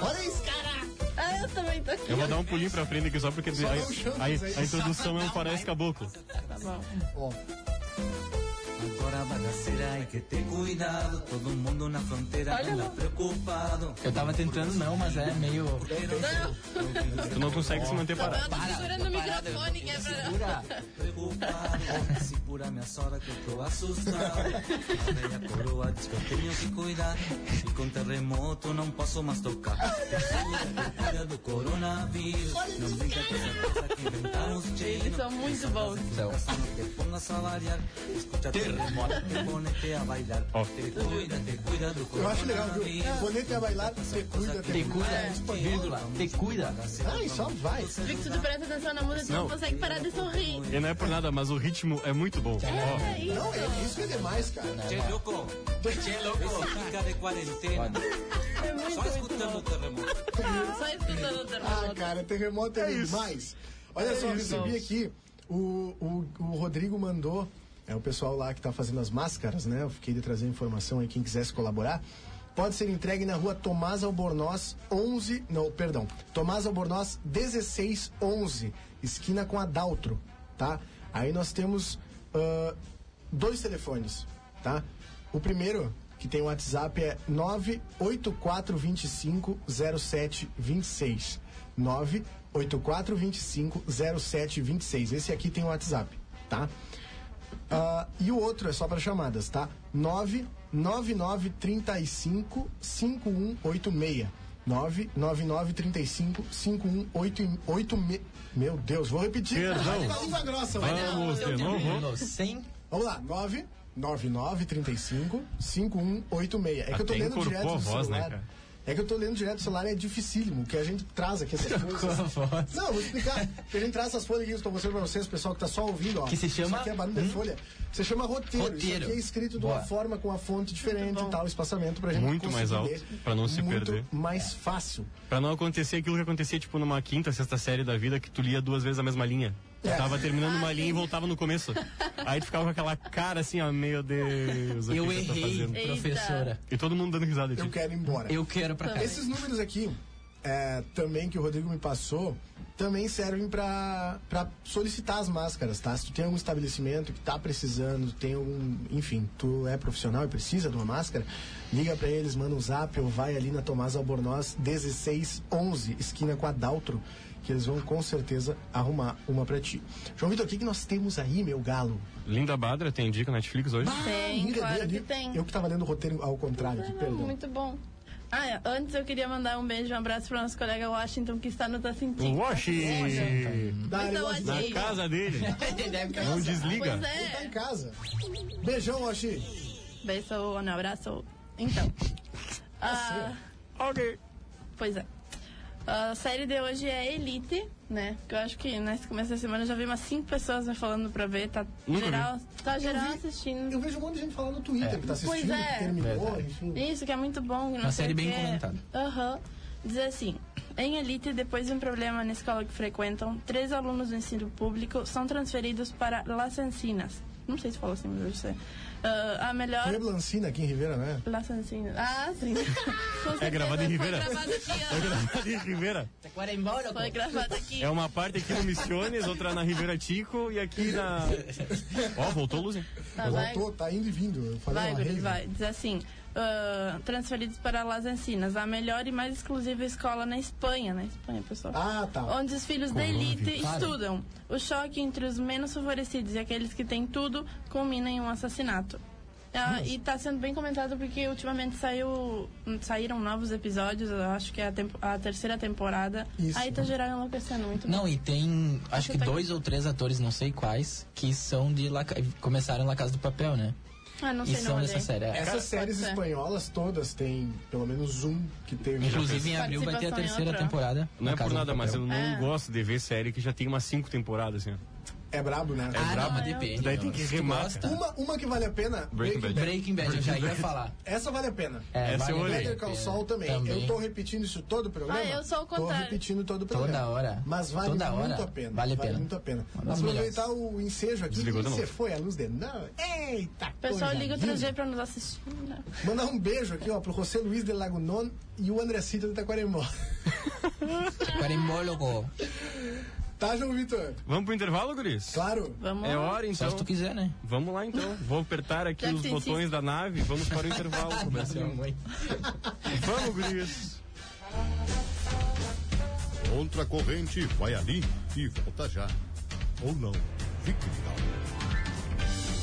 B: Olha isso, cara.
E: Ah, eu também tô aqui.
C: Eu vou dar um pulinho pra frente aqui só porque
B: Só
C: a,
B: dá um chão,
C: a-
B: isso aí.
C: a introdução é um parece caboclo.
E: Tá bom.
B: Ó,
G: Agora bagaceira hay que ter cuidado. Todo mundo na frontera
E: Olha
G: anda
E: lá.
G: preocupado.
F: Eu tava tentando não, mas é meio...
C: Tu não consegue se manter parado.
E: Eu tô segurando o microfone, que é pra...
F: Segura.
G: Preocupado. Segura minha sogra que eu tô assustado. A velha coroa diz que eu tenho que cuidar. E com terremoto não posso mais tocar. Segura que cuida do coronavírus. Não brinca com essa coisa que inventaram os
E: Eles
G: chinos.
E: são muito bons.
F: Então,
G: No te pongas a variar. Escucha terremoto, te ponete a bailar.
C: Ó.
G: Te cuida, te cuida do
B: eu acho legal,
G: coronavírus.
B: viu? Bonito é bailar, você cuida,
F: te cuida, vírgula, te cuida.
B: Ai, só vai.
E: Vic, se tu presta atenção na música, tu não
C: Não.
E: consegue parar de sorrir.
C: E não é por nada, mas o ritmo é muito bom. Ó,
E: É isso.
B: Não, é isso que é demais, cara.
G: Che loco, che loco, fica de quarentena. Só escutando o terremoto.
E: Só escutando o
B: Ah,
E: terremoto.
B: cara, terremoto é,
C: isso. É
B: demais. Olha só, eu
C: isso.
B: recebi aqui, o, o, o Rodrigo mandou, é o pessoal lá que tá fazendo as máscaras, né? Eu fiquei de trazer informação aí, quem quisesse colaborar. Pode ser entregue na rua Tomás Albornoz 11, não, perdão, Tomás Albornoz 1611, esquina com Adaltro, tá? Aí nós temos ah, dois telefones, tá? O primeiro, que tem o WhatsApp, é 984250726. 984250726. Esse aqui tem o WhatsApp, tá? Ah, e o outro é só para chamadas, tá? 999355186. 999355186. Meu Deus, vou repetir.
C: Perdão.
B: Tá língua grossa, vai. um
C: vamos de novo.
F: Sem
B: Vamos lá, 9 9935 5186. É que eu tô
C: Até
B: lendo
C: encorpou
B: direto
C: a
B: do
C: voz, né,
B: celular.
C: cara?
B: é que eu tô lendo direto do celular, é dificílimo, que a gente traz aqui essas coisas.
F: voz.
B: Não, eu vou explicar. Que a gente traz essas folhas aqui que eu estou mostrando pra vocês, pessoal que tá só ouvindo, ó.
F: Que se
B: Isso
F: chama-
B: aqui é barulho de
F: Hum?
B: folha. Se chama roteiro. Isso
F: Roteiro.
B: aqui é escrito de uma
F: Boa.
B: forma com uma fonte diferente e tal, espaçamento pra gente
C: Muito
B: conseguir
C: mais alto,
B: ler
C: pra não se
B: muito
C: perder.
B: mais fácil.
C: Pra não acontecer aquilo que acontecia, tipo, numa quinta, sexta série da vida, que tu lia duas vezes a mesma linha. Tu
B: É.
C: tava terminando
F: Ah,
C: uma linha e voltava no começo. Aí tu ficava com aquela cara assim, ó, meu Deus, o que
F: Eu
C: que tá
F: errei,
C: fazendo?
F: professora.
C: E todo mundo dando risada tipo, de
B: Eu
C: ti.
B: quero ir embora.
F: Eu quero pra cá.
B: Esses números aqui, é, também que o Rodrigo me passou, também servem pra pra solicitar as máscaras, tá? Se tu tem algum estabelecimento que tá precisando, tem algum. Enfim, tu é profissional e precisa de uma máscara, liga pra eles, manda um zap ou vai ali na Tomás Albornoz 1611, esquina com a Daltro, que eles vão com certeza arrumar uma pra ti. João Vitor, o que, que nós temos aí, meu galo?
C: Linda Badra tem dica Netflix hoje?
B: Ah,
E: Tem,
B: me
E: claro
B: levei
E: que
B: ali.
E: tem.
B: Eu que tava lendo o roteiro ao contrário aqui,
E: Não,
B: perdão.
E: muito bom. Ah, é, antes eu queria mandar um beijo, um abraço pro nosso colega Washington, que está Tá nos assistindo.
B: Dá ali,
C: Washi!
E: Então,
B: Washington.
C: Na
E: Sim.
C: casa dele.
F: tá Ele deve ter-
C: Não
E: Pois
C: desliga.
B: Ele tá em
E: é.
B: casa. Beijão, Oxi.
E: Beijo, um abraço. Então. ah,
C: Ok.
E: Pois é. A série de hoje é Elite, né? Que eu acho que nesse começo da semana eu já vi umas cinco pessoas me falando pra ver. Tá
C: Nunca
E: geral, tá geral
B: vi.
E: assistindo.
B: Eu vejo um monte de gente falando no Twitter que tá assistindo,
E: Pois é.
B: que terminou,
F: Verdade.
B: enfim.
E: Isso, que é muito bom. Não
F: Uma
E: sei
F: série
E: o
F: bem
E: quê.
F: comentada.
E: Aham. Diz assim. Em Elite, depois de um problema na escola que frequentam, três alunos do ensino público são transferidos para Las Encinas. Não sei se falou assim, mas eu sei. Ah, a melhor...
B: Reblancina aqui em Ribeira, né?
E: Las Encinas. Ah, sim. Com certeza
C: gravado em Ribeira?
E: Foi gravado aqui, ó.
F: é.
C: De Ribeira.
F: Agora é embora, pô.
E: Foi gravado aqui.
C: É uma parte aqui no Missiones, outra na Ribeira Tico e aqui na. Ó, voltou a luz, hein?
E: Tá, vai.
B: Voltou, tá indo e vindo. Eu falei né?"
E: Vai,
B: uma
E: Guri,
B: rave.
E: vai. Diz assim, ah, transferidos para Las Encinas, a melhor e mais exclusiva escola na Espanha. Na Espanha, pessoal.
B: Ah, tá.
E: Onde os filhos da elite
F: Claro.
E: estudam. O choque entre os menos favorecidos e aqueles que têm tudo culmina em um assassinato. Ah, e tá sendo bem comentado porque ultimamente saiu, saíram novos episódios, eu acho que é a, tempo- a terceira temporada.
B: Isso.
E: Aí tá geral enlouquecendo muito.
F: Não, e tem acho
E: Você
F: que
E: tá-
F: dois ou três atores, não sei quais, que são de La... Ca- começaram na Casa do Papel, né?
E: Ah, não sei,
F: e são
E: não
F: dessa
E: olhei.
F: série. é.
B: Essas séries
E: ser.
B: espanholas todas têm pelo menos um que teve.
F: Inclusive em abril vai ter a
E: Participação em
F: terceira
E: outra.
F: temporada.
C: Não
F: na
C: é por
F: Casa do
C: nada,
F: Papel. Ah.
C: mas eu não
E: É.
C: gosto de ver série que já tem umas cinco temporadas, assim. ó.
B: É brabo, né?
F: Ah, não,
E: brabo.
F: mas depende.
C: Daí tem que
F: Se tu
C: remar,
F: gosta-
B: Uma, uma que vale a pena.
C: Breaking Bad.
F: Breaking Bad, eu já ia falar.
B: Essa vale a pena.
F: É,
C: Essa eu
F: vale a
C: olhei.
B: Better
F: pena.
B: Call Saul também. Eu tô repetindo isso todo o programa.
E: Ah, eu sou o
B: Tô
E: contrário.
B: repetindo todo o
F: Toda
B: programa.
F: hora.
B: Mas vale
F: Toda
B: muito
F: hora.
B: a pena.
F: Vale a pena.
B: muito a pena.
F: Uma
B: Mas
F: das melhores.
B: aproveitar o ensejo aqui.
C: Desligou de
B: Você
C: novo.
B: foi a luz de não. Eita,
F: é,
E: Pessoal,
B: coisa
E: liga o
B: linda.
E: 3G pra nos assistir. né?
B: Mandar um beijo aqui, ó, pro José Luiz de Lagunon e o André Cito de Taquarembó.
F: Quarembólogo.
B: Tá, João Vitor?
C: Vamos pro intervalo, Guris?
B: Claro.
E: Vamos
C: É
E: lá.
C: hora,
F: Só se
C: então.
F: tu quiser, né?
C: Vamos lá, então. Vou apertar aqui
E: Já que
C: os
E: tem
C: botões
E: cisto.
C: da nave. Vamos para o intervalo comercial. Vamos, Guris.
A: Contra a corrente, vai ali e volta já. Ou não. Fique ligado.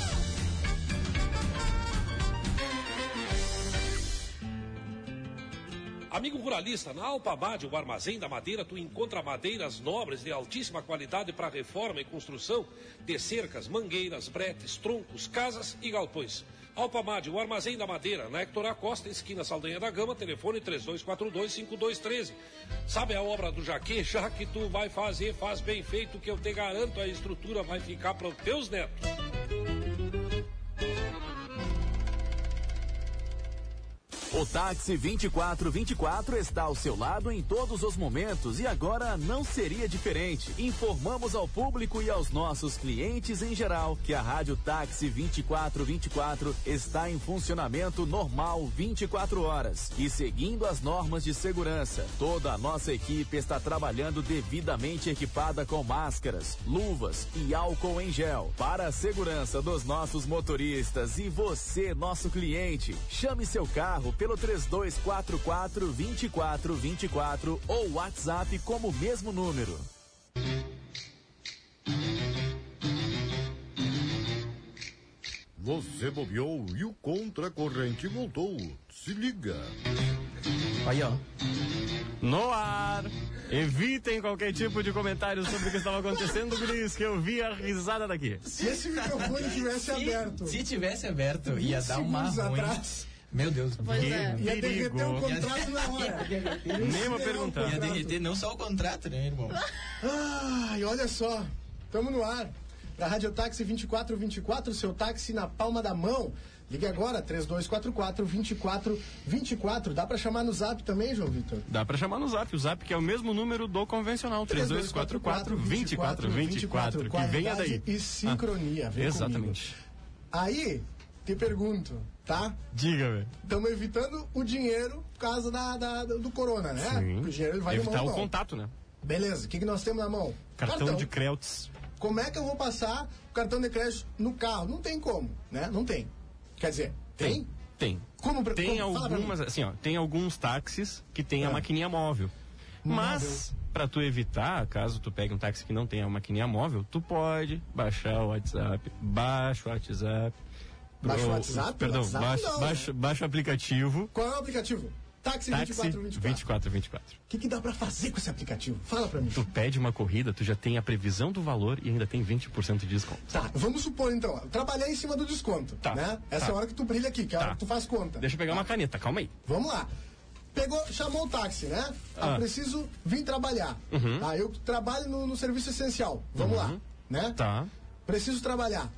H: Amigo ruralista, na Alpamad, o armazém da madeira, tu encontra madeiras nobres de altíssima qualidade para reforma e construção de cercas, mangueiras, bretes, troncos, casas e galpões. Alpamad, o armazém da madeira, na Hector Acosta, esquina Saldanha da Gama, telefone 32425213. Sabe a obra do Jaque? Já que tu vai fazer, faz bem feito, que eu te garanto, a estrutura vai ficar para os teus netos.
I: O táxi 2424 está ao seu lado em todos os momentos e agora não seria diferente. Informamos ao público e aos nossos clientes em geral que a Rádio Táxi 2424 está em funcionamento normal 24 horas e seguindo as normas de segurança. Toda a nossa equipe está trabalhando devidamente equipada com máscaras, luvas e álcool em gel para a segurança dos nossos motoristas e você, nosso cliente. Chame seu carro pelo 3244 2424 ou WhatsApp como o mesmo número.
A: Você bobeou e o contra a corrente voltou. Se liga.
F: Aí, ó.
C: No ar. Evitem qualquer tipo de comentário sobre o que estava acontecendo, Guris, que eu vi a risada daqui.
B: Se esse microfone tivesse aberto.
F: Se tivesse aberto, ia dar uma
B: segundos
F: ruim.
B: atrás.
F: Meu Deus.
E: Pois é.
B: Ia derreter o
C: Perigo.
B: contrato na hora. um
C: Nem vou perguntar.
F: Ia derreter não só o contrato, né, irmão?
B: Ai, olha só, estamos no ar. Da Rádio Táxi 2424, seu táxi na palma da mão. Ligue agora, 3244 2424. Dá pra chamar no zap também, João Vitor?
C: Dá pra chamar no zap, o zap que é o mesmo número do convencional, 3244 2424, que venha
B: Qualidade
C: daí. Ah,
B: E sincronia, vem
C: Exatamente.
B: comigo. Aí, te pergunto, tá?
C: Diga, velho.
B: Estamos evitando o dinheiro por causa da, da- do corona, né? Porque O dinheiro ele vai
C: Evitar
B: no
C: o
B: mão.
C: contato, né?
B: Beleza, o que, que nós temos na mão?
C: Cartão, de Kreltz.
B: Como é que eu vou passar o cartão de crédito no carro? Não tem como, né? Não tem. Quer dizer, tem?
C: Tem.
B: Como pra-
C: Tem
B: como- fala pra
C: algumas,
B: mim.
C: assim, ó, tem alguns táxis que tem
B: Ah.
C: a maquininha móvel. Mas, pra tu evitar, caso tu pegue um táxi que não tenha a maquininha móvel, tu pode baixar o WhatsApp, baixa o WhatsApp.
B: Baixa o
C: Pro-
B: WhatsApp?
C: Perdão,
B: WhatsApp
C: baixa,
B: não, né?
C: baixa, baixa o aplicativo.
B: Qual é o aplicativo? Táxi
C: Táxi
B: 2424.
C: 2424.
B: O que, que dá pra fazer com esse aplicativo? Fala pra mim.
C: Tu pede uma corrida, tu já tem a previsão do valor e ainda tem 20% de desconto.
B: Tá, vamos supor então, ó, trabalhar em cima do desconto,
C: Tá,
B: né? Essa é
C: tá.
B: a hora que tu brilha aqui, que é a hora que tu faz conta.
C: Deixa eu pegar uma caneta, calma aí.
B: Vamos lá. Pegou, chamou o táxi, né? Ah,
C: Ah. Uhum.
B: preciso vir trabalhar. Ah, eu trabalho no, no serviço essencial. Vamos lá, né?
C: Tá.
B: Preciso trabalhar.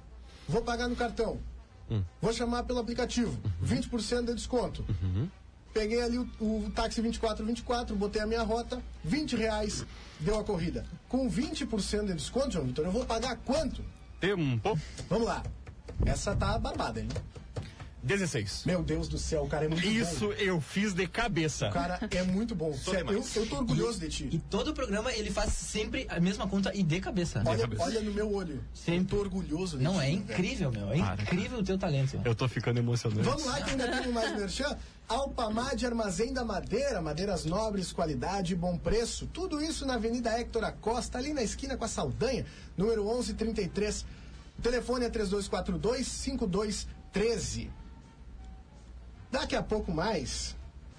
B: Vou pagar no cartão.
C: Hum.
B: Vou chamar pelo aplicativo.
C: Uhum.
B: 20% de desconto. Peguei ali o, o táxi 2424, botei a minha rota, 20 reais deu a corrida. Com 20% de desconto, João Vitor, eu vou pagar quanto?
C: Tempo.
B: Vamos lá. Essa tá barbada, hein?
C: 16.
B: Meu Deus do céu, o cara é muito bom.
C: Isso eu fiz de cabeça.
B: O cara é muito bom. Sério, eu,
C: demais.
B: eu tô orgulhoso de ti.
F: E todo o programa ele faz sempre a mesma conta e de cabeça.
B: Olha,
C: cabeça.
B: olha no meu olho. Eu
F: Sempre.
B: tô orgulhoso de
F: Não,
B: ti,
F: é
B: velho.
F: incrível, meu. É
C: Para,
F: incrível o teu talento.
C: Eu tô ficando emocionante.
B: Vamos lá que ainda tem mais merchan. Alpamad Armazém da Madeira, madeiras nobres, qualidade, bom preço. Tudo isso na Avenida Héctor Acosta, ali na esquina com a Saldanha, número 1133. O telefone é 3242-5213. Daqui a pouco mais...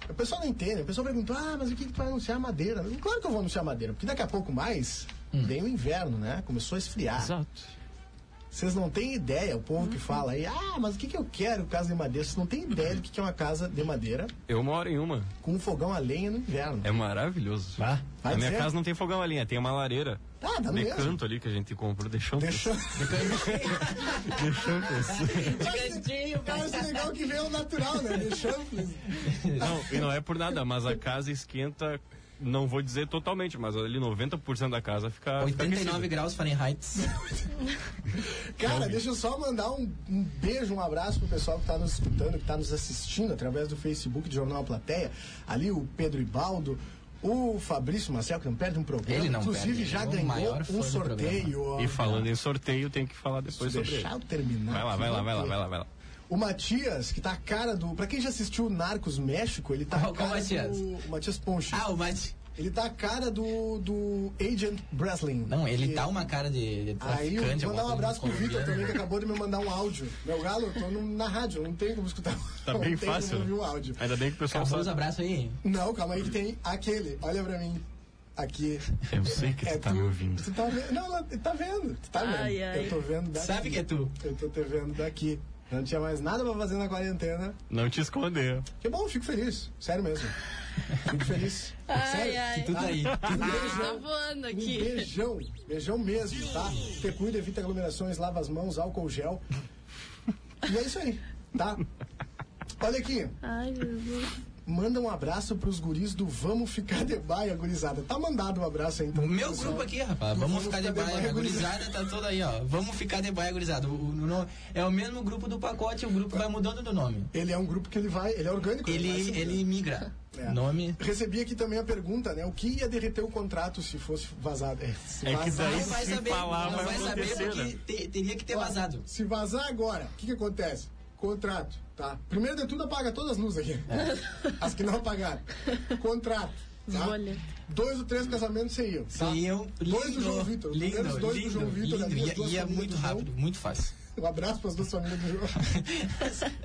B: O pessoal não entende, o pessoal pergunta, ah, mas o que, que tu vai anunciar madeira? Claro que eu vou Hum. anunciar madeira, porque daqui a pouco mais vem o inverno, né? Começou a esfriar.
C: Exato.
B: Vocês não têm ideia, o povo que fala aí, ah, mas o que, que eu quero casa de madeira? Vocês não têm ideia do que, que é uma casa de madeira
C: Eu moro em uma.
B: com um fogão a lenha no inverno.
C: É maravilhoso.
B: Ah, vai
C: Na minha
B: dizer.
C: casa não tem fogão a linha, tem uma lareira.
B: Ah,
F: É
B: dá no
C: de
B: mesmo.
C: canto ali que a gente comprou, deixou.
B: Deixa.
E: Cantinho,
B: Cara, isso é legal que vem ao natural, né? De chanfles.
C: Não, e não é por nada, mas a casa esquenta, não vou dizer totalmente, mas ali 90% da casa fica. fica
F: 89
C: aquecida.
F: graus Fahrenheit.
B: Cara, deixa eu só mandar um, um beijo, um abraço pro pessoal que tá nos escutando, que tá nos assistindo através do Facebook do Jornal A Plateia. Ali o Pedro Ibaldo, o Fabrício Marcel, que não perde um programa.
F: Ele não
B: Inclusive
F: perde,
B: já
F: ele é o
B: ganhou
F: maior fã
B: um
F: do
B: sorteio. ó.
C: E falando em sorteio, tem que falar
B: Se
C: depois sobre
B: deixar eu
C: ele.
B: terminar.
C: é. Vai lá,
B: aqui,
C: vai lá,
B: não
C: vai lá,
B: tem.
C: vai lá, vai lá.
B: O Matias, que tá a cara do. Pra quem já assistiu Narcos México, ele tá
F: Qual-
B: a
F: qual
B: cara
F: Matias?
B: do. O Matias Ponche.
F: ah, o Mate.
B: Ele tá a cara do, do Agent Breslin.
F: Não, ele
B: Que-
F: tá uma cara de, de
B: Aí,
F: traficante.
B: eu vou mandar
F: alguma
B: um
F: coisa
B: abraço pro Vitor
F: colombiana.
B: também, que acabou de me mandar um áudio. Meu galo, eu tô no- na rádio, não tem como escutar. um
C: Tá
B: não
C: bem
B: tem
C: fácil.
B: Como ouvir
C: né?
B: o áudio.
C: Ainda bem que o
B: tá
C: pessoal
F: Acabou os
C: sabe.
F: abraços aí.
B: Não, calma aí que tem aquele. Olha pra mim. Aqui. É
C: Eu sei que tu tá
B: tu-
C: me ouvindo.
B: Tu tá vendo? Não, ela tá vendo. Tu tá vendo.
E: Ai, ai.
B: Eu tô vendo daqui.
F: Sabe que é tu?
B: Eu tô te vendo daqui. Não tinha mais nada pra fazer na quarentena.
C: Não te esconder.
B: Que bom, fico feliz. Sério mesmo. Fico feliz.
E: Ai,
B: Sério.
E: ai.
F: Tudo aí. Ah,
B: Um
E: Tá
B: beijão.
E: voando
B: Um
E: aqui.
B: beijão. Beijão mesmo, tá? Te cuida, evita aglomerações, lava as mãos, álcool gel. E é isso aí, tá? Olha aqui,
E: Ai, Jesus.
B: manda um abraço pros guris do Vamos Ficar de Baia, gurizada. Tá mandado um abraço aí, então.
F: O meu
B: pessoal.
F: grupo aqui, rapaz, vamos ficar de baia. A
B: gurizada.
F: gurizada tá toda aí, ó. Vamos ficar de baia, gurizada. O, o- o nome- é o mesmo grupo do pacote, o grupo vai mudando do nome.
B: Ele é um grupo que ele vai, ele é orgânico. vai se
F: Ele,
B: mudando.
F: ele migra.
B: É.
F: Nome.
B: Recebi aqui também a pergunta, né? O que ia derreter o contrato se fosse vazado? É, se
C: É que
B: vazar-
C: daí-
F: Não vai
C: Se
F: saber,
C: falar,
F: não
C: vai
F: vai saber
C: acontecer,
F: porque
C: né?
F: te- teria que ter vazado.
B: Se vazar agora, o que, que acontece? Contrato, tá? Primeiro de tudo, apaga todas as luzes aqui.
F: É.
B: As que não apagaram. Contrato. Tá?
E: Olha.
B: Dois ou três casamentos sem eu. Tá?
F: Sim, eu. Lindo,
B: Dois do João Vitor. Os
F: Lindo,
B: primeiros dois do
F: lindo,
B: João Vitor,
F: lindo.
B: ali, as duas
F: E, e é
B: famílias
F: muito
B: do João.
F: rápido, muito fácil.
B: Um abraço para as duas famílias do João.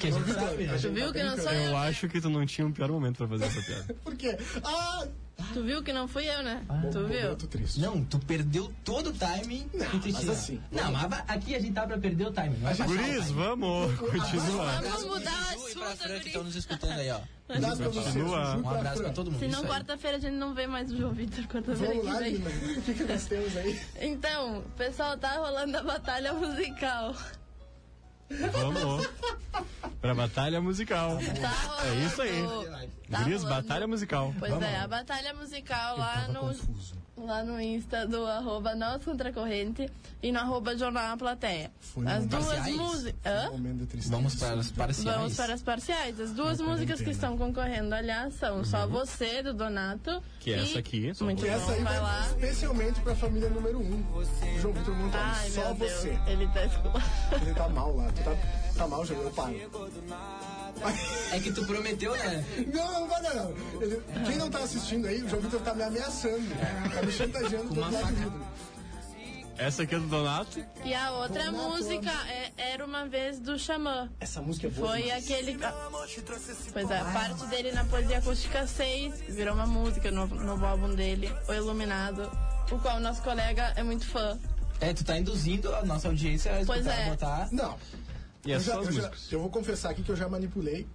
F: Que a gente sabe, né?
E: Tu viu que não sou eu?
C: Eu acho que tu não tinha um pior momento pra fazer essa piada.
B: Por quê? Ah!
E: Tu viu que não fui eu, né? Tu viu?
B: Momento triste.
F: Não, tu perdeu todo o timing. e tu
B: mas
F: tira.
B: assim- é
F: Não, mas va- aqui a gente tá pra perder o timing. Vai baixar o
C: Guris,
F: timing.
C: vamos continuar.
E: Vamos mudar o
F: Ju e pra então,
E: assunto,
F: Fran que
E: guri.
F: estão nos escutando aí, ó.
B: Abraço pra vocês.
C: Continua.
B: Ju
F: Um
B: pra
F: abraço
B: Fran.
F: pra todo mundo.
E: Se não,
F: Isso aí.
E: quarta-feira a gente não vê mais o João Vitor. Quarta-feira
B: Vamos
E: que
B: lá,
E: vem.
B: menina. O que, que nós temos aí?
E: Então, pessoal, tá rolando a batalha musical.
C: Vamos. Pra batalha musical.
E: Tá rolando.
C: É isso aí.
E: Tá
C: Guris,
E: rolando.
C: batalha musical.
E: Pois é, a batalha musical lá no, lá no Insta do arroba Nós Contra a Corrente e no arroba Jornal A Plateia.
B: Foi
E: As
B: no
E: duas
F: Parciais?
E: músicas...
B: Um momento triste.
F: Vamos para os parciais.
E: Vamos para as parciais. As duas músicas que estão concorrendo, aliás, são Só Você, do Donato.
C: Uhum. Que é essa aqui, Só
E: Muito
B: Que
E: bom,
B: essa aí
E: vai
B: vai
E: lá.
B: especialmente pra família número um. O João Vitor Montalvo.
E: Ai,
B: Só
E: meu Deus.
B: você.
E: Ele tá escutando.
B: Ele tá mal lá. Tu tá, tá mal, João. Eu paro.
F: É que tu prometeu, né?
B: Não, não vai não, não. Ele- quem não tá assistindo aí, o João Vitor tá me ameaçando. Tá me chantageando todo lado do
C: Essa aqui é do Donato.
E: E a outra
B: Donato.
E: música é Era Uma Vez, do Xamã.
B: Essa música é boa.
E: Foi
B: demais.
E: aquele. ah, Pois é, a parte dele na poesia acústica 6 virou uma música no novo álbum dele, O Iluminado, o qual o nosso colega é muito fã.
F: É, tu tá induzindo a nossa audiência a escutar,
E: Pois é.
F: botar.
B: Não.
C: E
B: eu,
C: essas
B: já,
C: são as
B: eu, já-
C: músicas.
B: eu vou confessar aqui que eu já manipulei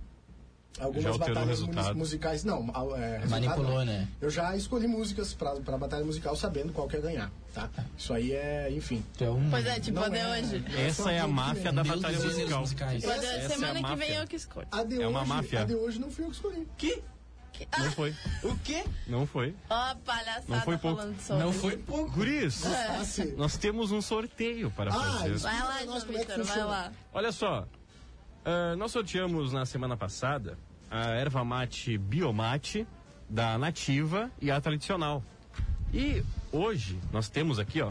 C: Já
B: algumas
C: alterou o
B: batalhas
C: resultado.
B: mus- musicais. Não, a- é, resultado
F: Manipulou,
B: não.
F: né?
B: Eu já escolhi músicas pra, pra batalha musical sabendo qual que é ganhar, tá? Isso aí é, enfim.
F: Tu é um.
E: Pois é, tipo,
B: Não
E: a de
B: é.
E: hoje.
C: Essa é a máfia da
F: Deus
C: batalha
F: dos gêneros
C: musical.
F: musicais.
E: Tipo, a de
B: Essa-
E: hoje.
C: essa é
E: semana
C: a
E: que vem
C: máfia.
E: eu que escolho.
B: A de
C: É uma
B: hoje,
C: máfia.
B: A de hoje não fui eu que escolhi.
F: Que?
C: Não foi.
F: O quê?
C: Não foi.
E: Ó, a
C: Não
E: palhaçada
C: foi pouco.
E: falando sobre.
F: Não foi pouco.
C: Guris,
B: Ah, sim.
C: nós temos um sorteio para
B: Ah,
C: fazer.
B: isso.
E: Vai lá,
B: Nossa,
E: João
B: como é que
E: Vitor, vai
B: funciona?
E: lá.
C: Olha só, ah, nós sorteamos na semana passada a erva mate biomate da nativa e a tradicional. E hoje nós temos aqui, ó,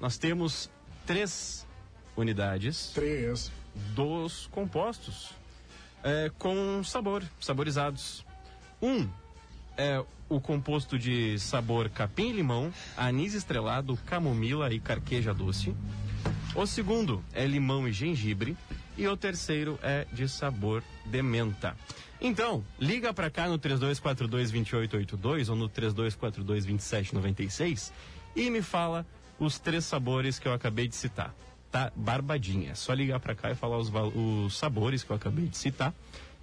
C: nós temos três unidades
B: Três.
C: dos compostos é, com sabor, saborizados. Um é o composto de sabor capim-limão, anis estrelado, camomila e carqueja doce. O segundo é limão e gengibre. E o terceiro é de sabor de menta. Então, liga pra cá no 3242-2882 ou no 3242-2796 e me fala os três sabores que eu acabei de citar. Tá barbadinha. É só ligar para cá e falar os, val- os sabores que eu acabei de citar.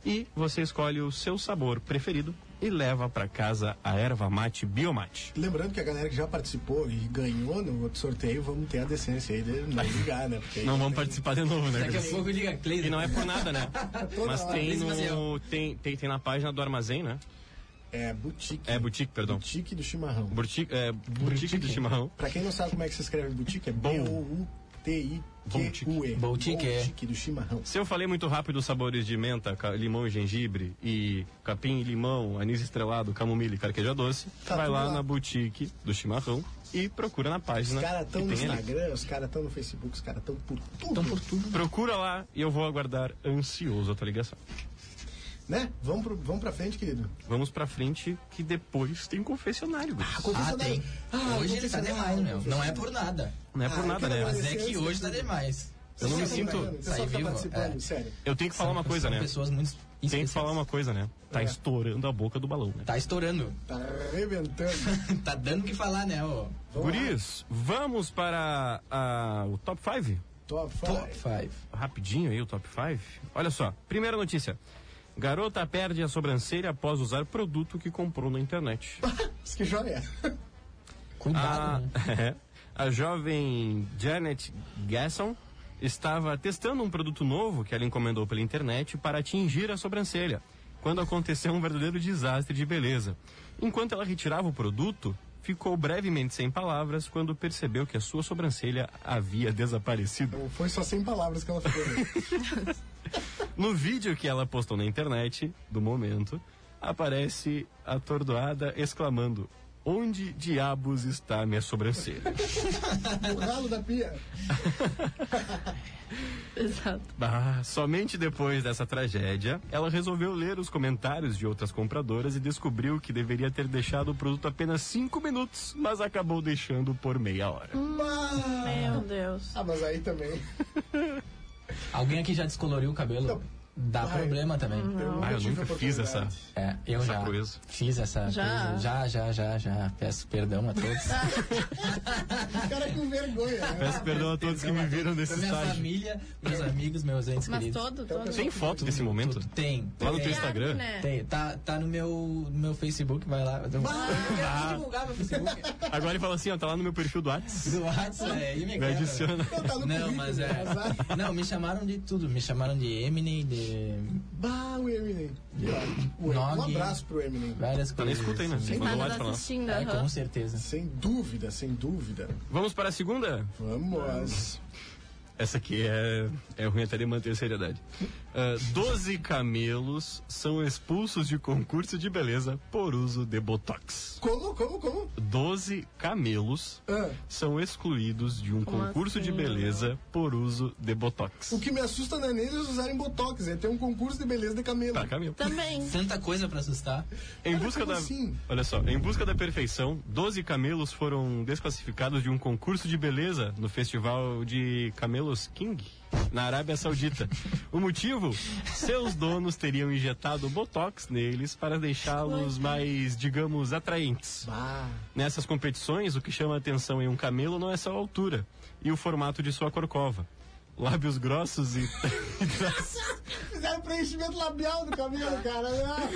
C: E você escolhe o seu sabor preferido e leva para casa a erva mate biomate.
B: Lembrando que a galera que já participou e ganhou no outro sorteio, vamos ter a decência aí de não ligar, né? Porque aí
C: Não
B: já
C: vamos
B: tem-
C: participar de novo, né?
F: Daqui a
C: Cris?
F: pouco liga a Cleide.
C: E não é por nada, né? Mas
B: hora.
C: tem,
F: Esse
C: no,
F: Maciel.
C: tem, tem, tem na página do armazém, né?
B: É boutique.
C: É boutique, perdão.
B: Boutique do chimarrão.
C: Boutique, é, boutique do chimarrão.
B: Pra quem não sabe como é que se escreve boutique, é
C: Bom.
B: B-O-U-T-I-Q-U-E.
F: Boutique, é.
B: Boutique do chimarrão.
C: Se eu falei muito rápido os sabores de menta, ca- limão e gengibre, e capim e limão, anis estrelado, camomila e carqueja doce,
B: Tá
C: vai
B: tudo
C: lá,
B: lá.
C: na boutique do chimarrão e procura na
B: Os
C: página.
B: caras
C: que
B: estão no
C: Né? tem ali.
B: Instagram, os caras estão no Facebook, os caras estão por tudo.
F: Então por tudo.
C: Procura lá e eu vou aguardar ansioso a tua ligação.
B: Né? Vamos, pro, vamos pra frente, querido.
C: Vamos pra frente, que depois tem confessionário. guris.
F: Ah,
B: Confessionário.
F: tem.
B: Ah,
F: hoje ele tá
B: confessionário,
F: demais, meu. Não é
B: confessionário.
F: por nada.
C: Não é por
B: Ah,
C: nada,
B: eu quero
C: né?
F: Mas é
B: Esse-
F: que hoje tá demais.
C: Eu não me
B: Só tá
C: sinto-
B: acompanhando,
F: Sai
B: Pessoal que tá
F: vivo,
B: participando,
F: é.
B: sério.
C: Eu tenho que falar uma coisa,
F: São
C: né?
F: pessoas muito
C: Tem que
F: especiais.
C: falar uma coisa, né? Tá
B: É.
C: estourando a boca do balão, né?
F: Tá estourando.
B: Tá arrebentando.
F: tá dando o que falar, né, ô?
B: Vamos lá.
C: Guris, vamos para a- o top 5?
B: Top
F: Top
B: 5.
F: 5.
C: Rapidinho aí o top 5. Olha só, primeira notícia. Garota perde a sobrancelha após usar produto que comprou na internet.
B: Que é. joia.
C: A, Ah.
F: Cuidado, né?
C: É. a jovem Janet Gasson estava testando um produto novo que ela encomendou pela internet para atingir a sobrancelha, quando aconteceu um verdadeiro desastre de beleza. Enquanto ela retirava o produto, ficou brevemente sem palavras quando percebeu que a sua sobrancelha havia desaparecido.
B: Então, Foi só sem palavras que ela ficou. né?
C: No vídeo que ela postou na internet, do momento, aparece atordoada exclamando: Onde diabos está minha sobrancelha?
B: O ralo da pia.
E: Exato.
C: Ah, somente depois dessa tragédia, ela resolveu ler os comentários de outras compradoras e descobriu que deveria ter deixado o produto apenas 5 minutos, mas acabou deixando por meia hora.
E: Meu Deus.
B: Ah, mas aí também.
F: Alguém aqui já descoloriu o cabelo? Dá
B: Ai.
F: problema também.
C: Ah, eu
B: tive
C: nunca fiz essa.
B: oportunidade.
F: É, eu
C: Essa
F: já
C: coisa.
F: fiz essa
E: Já?
F: coisa. Já, já, já, já. Peço perdão a todos.
B: O cara com vergonha, né?
C: Peço perdão a todos que me viram nesse
F: Pra minha
C: estágio.
F: família, meus amigos, meus entes
E: Mas
F: queridos.
E: todo, todo.
C: Tem foto desse momento?
F: Tudo. Tem.
C: Lá no
F: tem.
C: teu Instagram?
E: Né?
F: Tem, tá, tá no meu, no meu Facebook, vai lá. Eu não- eu não quero divulgar meu Facebook.
C: Agora ele fala assim, ó, tá lá no meu perfil do WhatsApp.
F: Do WhatsApp, é, aí me
C: Me
F: quebra.
C: adiciona.
B: Tá no
F: Não,
B: currículo,
F: mas
E: né?
F: é.
B: azar.
F: Não, me chamaram de tudo. Me chamaram de Eminem, de
B: Bah, o Eminem. O Eminem. Um
F: Nog.
B: abraço pro Eminem.
F: várias
C: Tá na
F: coisas.
C: escuta aí, né?
E: Tá
C: Mandou
E: nos
C: WhatsApp pra lá.
E: assistindo,
F: É,
E: aham.
F: com certeza.
B: Sem dúvida, sem dúvida.
C: Vamos para a segunda?
B: Vamos.
C: Essa aqui é, é ruim até de manter a seriedade. Ah, Doze camelos são expulsos de concurso de beleza por uso de Botox.
B: Como, como, como?
C: Doze camelos
B: Ah,
C: são excluídos de um
E: Como
C: concurso de
E: assim?
C: beleza por uso de Botox.
B: o que me assusta não é nem eles usarem Botox, é ter um concurso de beleza de camelo.
C: Tá, camelo.
E: Também.
F: Tanta coisa pra assustar.
C: Em busca
B: como
C: da.
B: assim?
C: Olha só, em busca da perfeição, 12 camelos foram desclassificados de um concurso de beleza no festival de Camelos King, na Arábia Saudita. O motivo? Seus donos teriam injetado botox neles para deixá-los mais, digamos, atraentes.
B: Ah,
C: Nessas competições, o que chama a atenção em um camelo não é só a altura e o formato de sua corcova. Lábios grossos e, e traços
B: fizeram um preenchimento labial do camelo, cara.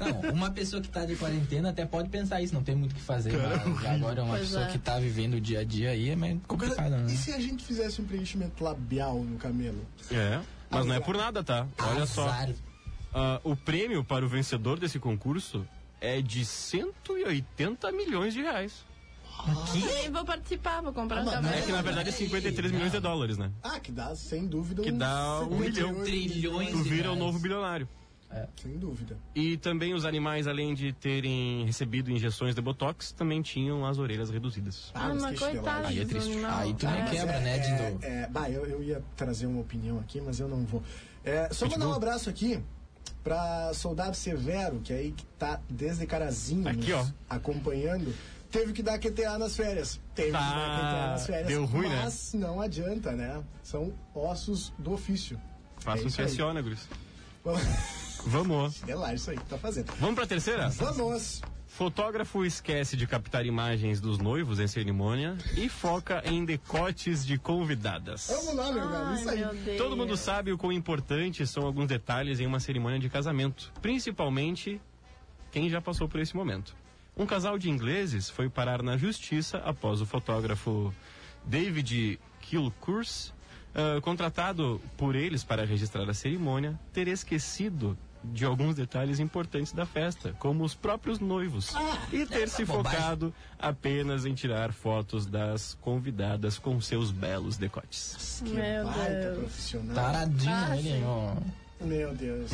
B: Ah,
F: Não, uma pessoa que tá de quarentena até pode pensar isso, não tem muito o que fazer. Mas agora uma
E: Pois
F: pessoa
E: é.
F: que tá vivendo o dia a dia aí é meio complicado,
B: Cara,
F: né?
B: e se a gente fizesse um preenchimento labial no camelo?
C: É, mas não é por nada, tá? Olha só.
F: Azar.
C: Ah, o prêmio para o vencedor desse concurso é de 180 milhões de reais.
E: Também vou participar, vou comprar um
C: É que
E: cabelo.
C: na verdade é 53 milhões de dólares, né?
B: Ah, que dá, sem dúvida,
C: Que
B: uns
C: dá um
B: 58
C: milhão.
F: Trilhões.
C: Tu vira o novo bilionário.
B: Sem dúvida.
C: E também os animais, além de terem recebido injeções de botox, também tinham as orelhas reduzidas.
E: Ah,
B: mas que
E: mas
B: chinelagem.
E: coitado.
C: Aí é triste.
F: Aí tu me
B: Mas
F: quebra,
B: é,
F: né, de
B: é,
F: novo.
B: é, bah, eu, eu ia trazer uma opinião aqui, mas eu não vou. É, só mandar um abraço aqui pra Soldado Severo, que aí que tá desde Carazinho
C: Aqui, ó.
B: acompanhando. Teve que dar QTA nas férias. Teve que dar
C: Tá,
B: QTA nas férias.
C: deu ruim, né?
B: mas não adianta, né? São ossos do ofício.
C: Faça
B: É
C: um
B: isso aí.
C: CSO, né, Guris?
B: Vamos-
C: Vamos.
B: É lá, isso aí que tá fazendo.
C: Vamos pra terceira?
B: Vamos!
C: Fotógrafo esquece de captar imagens dos noivos em cerimônia e foca em decotes de convidadas.
B: Vamos lá, meu velho. Isso aí.
E: Ai, meu Deus.
C: Todo mundo sabe o quão importantes são alguns detalhes em uma cerimônia de casamento, principalmente quem já passou por esse momento. Um casal de ingleses foi parar na justiça após o fotógrafo David Kilcourse, ah, contratado por eles para registrar a cerimônia, ter esquecido de alguns detalhes importantes da festa, como os próprios noivos, e ter se
F: bobagem.
C: focado apenas em tirar fotos das convidadas com seus belos decotes.
E: Meu
C: tá
B: Baita
E: Deus.
B: profissional.
F: Taradinho
E: Ah,
F: ele, hein, ó.
B: Meu Deus.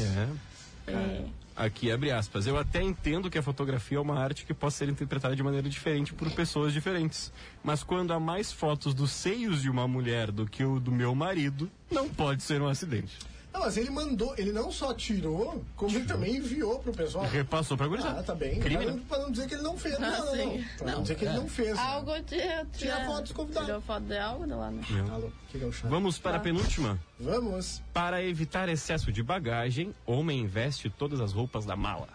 C: É. Aqui abre aspas. Eu até entendo que a fotografia é uma arte que possa ser interpretada de maneira diferente por pessoas diferentes. Mas quando há mais fotos dos seios de uma mulher do que o do meu marido, não pode ser um acidente.
B: Não, mas ele mandou, ele não só tirou, como ele também enviou pro pessoal.
C: Repassou pra gurizada.
B: Ah, tá bem.
C: Crime,
B: Pra
C: né?
B: não, pra não dizer que ele não fez. Não,
E: Ah,
B: não, não.
E: sim. é.
B: Pra não, dizer que ele não fez.
E: Algo de.
B: Tira foto dos convidados.
E: Tirou foto de algo de lá, né?
B: Alô, que que é o chato?
C: Vamos para a penúltima.
B: Vamos.
C: Para evitar excesso de bagagem, homem veste todas as roupas da mala.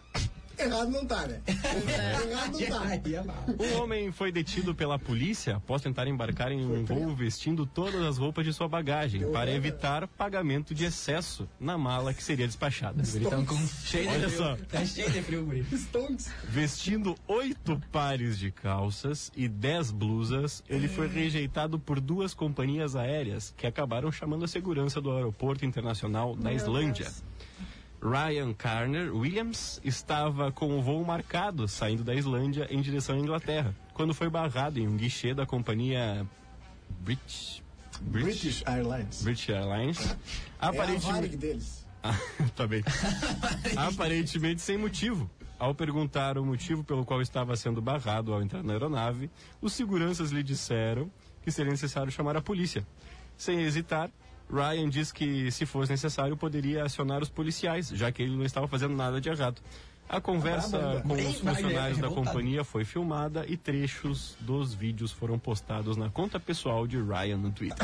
B: Errado não tá, né? Errado não tá.
C: Um homem foi detido pela polícia após tentar embarcar em um voo vestindo todas as roupas de sua bagagem para evitar pagamento de excesso na mala que seria despachada.
F: Então, com cheio de
C: Olha
F: frio.
C: só.
F: Tá cheio de frio, guri.
B: Stonks.
C: Vestindo oito pares de calças e dez blusas, ele foi rejeitado por duas companhias aéreas que acabaram chamando a segurança do aeroporto internacional da Islândia. Ryan Carner Williams estava com o voo marcado saindo da Islândia em direção à Inglaterra, quando foi barrado em um guichê da companhia British
B: British Airlines.
C: British
F: É
C: Airlines.
B: É a
C: Aparentemente,
B: Varig deles.
C: ah, tá bem. Aparentemente sem motivo. Ao perguntar o motivo pelo qual estava sendo barrado ao entrar na aeronave, os seguranças lhe disseram que seria necessário chamar a polícia. Sem hesitar, Ryan diz que, se fosse necessário, poderia acionar os policiais, já que ele não estava fazendo nada de errado. A conversa
B: Braba,
C: com
F: Bem,
C: os funcionários
F: Wagner,
C: da
F: revoltado.
C: companhia foi filmada e trechos dos vídeos foram postados na conta pessoal de Ryan no Twitter.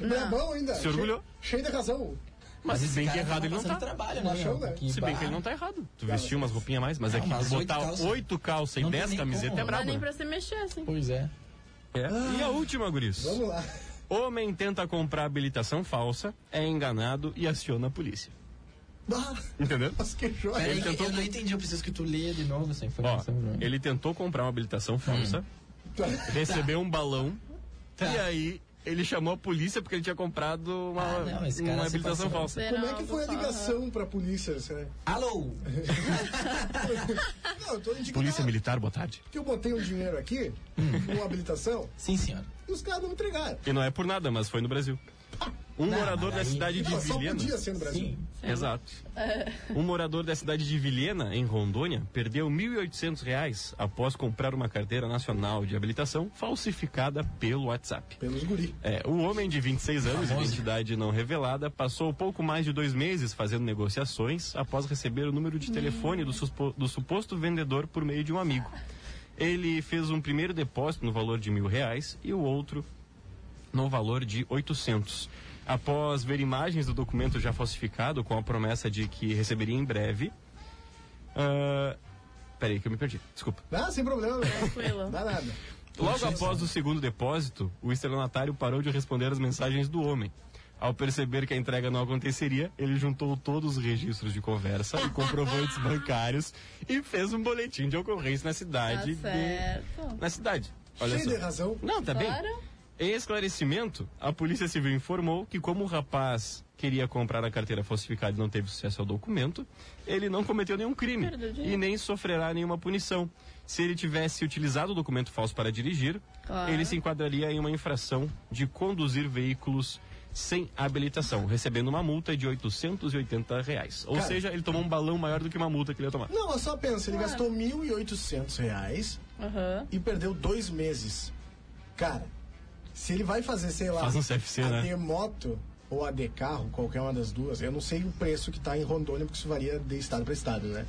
B: Não. é bom ainda.
C: Se orgulhou?
B: Cheio, cheio da razão.
C: Mas,
F: esse
C: bem que
F: cara
C: errado
F: tava
C: ele não
F: passando
C: tá.
F: trabalho,
B: Não
F: né?
B: achou,
F: meu?
B: né?
F: Que
C: Se bem que ele
F: barra.
C: não tá errado. Tu vestiu umas roupinhas a mais, mas é que
F: mas
C: tu
F: oito
C: botar
F: calça-
C: oito calças e
F: Não tem
C: dez
F: nem
C: camisetas
F: como.
C: é
E: Não dá
C: brabo.
E: nem
C: né?
E: pra se mexer assim.
F: Pois é.
C: É. E
F: Ah.
C: a última, guris.
B: Vamos lá.
C: Homem tenta comprar habilitação falsa, é enganado e aciona a polícia.
B: Ah,
C: Entendeu?
F: Tá.
B: Nossa, que joia.
F: Peraí, que
C: tentou-
F: eu não entendi, eu preciso que tu leia de novo essa
C: Ó,
F: informação. João.
C: ele tentou comprar uma habilitação falsa,
B: Tá. é
C: recebeu um balão
F: Hum. Tá.
C: e aí ele chamou a polícia porque ele tinha comprado uma,
F: Ah, não, esse cara
C: uma
F: se
C: habilitação
F: passou.
C: falsa.
B: Como é que foi a
E: Serão do
B: ligação pra polícia? Né?
F: Alô!
B: Não, eu tô indignado.
C: Polícia Hum. militar, boa tarde.
B: Que eu botei um dinheiro aqui, uma habilitação,
F: Sim, senhora.
B: e os caras não entregaram.
C: E não é por nada, mas foi no Brasil. Um
F: Não, um
C: morador da
F: aí-
C: cidade de
B: Não, só
C: Vilhena.
B: podia ser no Brasil.
F: Sim.
C: Exato. Um morador da cidade de Vilhena, em Rondônia, perdeu R$ 1.800 reais após comprar uma carteira nacional de habilitação falsificada pelo WhatsApp.
B: Pelos guri.
C: É, o homem de 26 anos, de identidade não revelada, passou pouco mais de dois meses fazendo negociações após receber o número de telefone do, suspo- do suposto vendedor por meio de um amigo. Ele fez um primeiro depósito no valor de mil reais e o outro no valor de 800. Após ver imagens do documento já falsificado com a promessa de que receberia em breve. ah, peraí, que eu me perdi. Desculpa.
B: Ah, sem problema.
E: Tranquilo.
B: Dá nada.
C: Logo após o segundo depósito, o estelionatário parou de responder as mensagens do homem. Ao perceber que a entrega não aconteceria, ele juntou todos os registros de conversa e comprovantes bancários e fez um boletim de ocorrência na
E: Tá
C: cidade. de-
E: certo.
C: Na cidade. Olha
B: Cheio
C: só.
B: de razão.
C: Não, tá bem.
E: Claro.
C: Em esclarecimento, a Polícia Civil informou que, como o rapaz queria comprar a carteira falsificada e não teve sucesso ao documento, ele não cometeu nenhum crime
E: Perdeu dinheiro.
C: e nem sofrerá nenhuma punição. Se ele tivesse utilizado o documento falso para dirigir,
E: Claro.
C: ele se enquadraria em uma infração de conduzir veículos sem habilitação, recebendo uma multa de 880 reais. Ou
B: Cara.
C: seja, ele tomou um balão maior do que uma multa que ele ia tomar.
B: Não, mas só pensa, ele gastou R$ 1.800 reais
E: Aham.
B: e perdeu dois meses. Cara, se ele vai fazer, sei lá,
C: Faz um CFC,
B: a
C: né?
B: de moto ou a de carro, qualquer uma das duas, eu não sei o preço que tá em Rondônia, porque isso varia de estado para estado, né?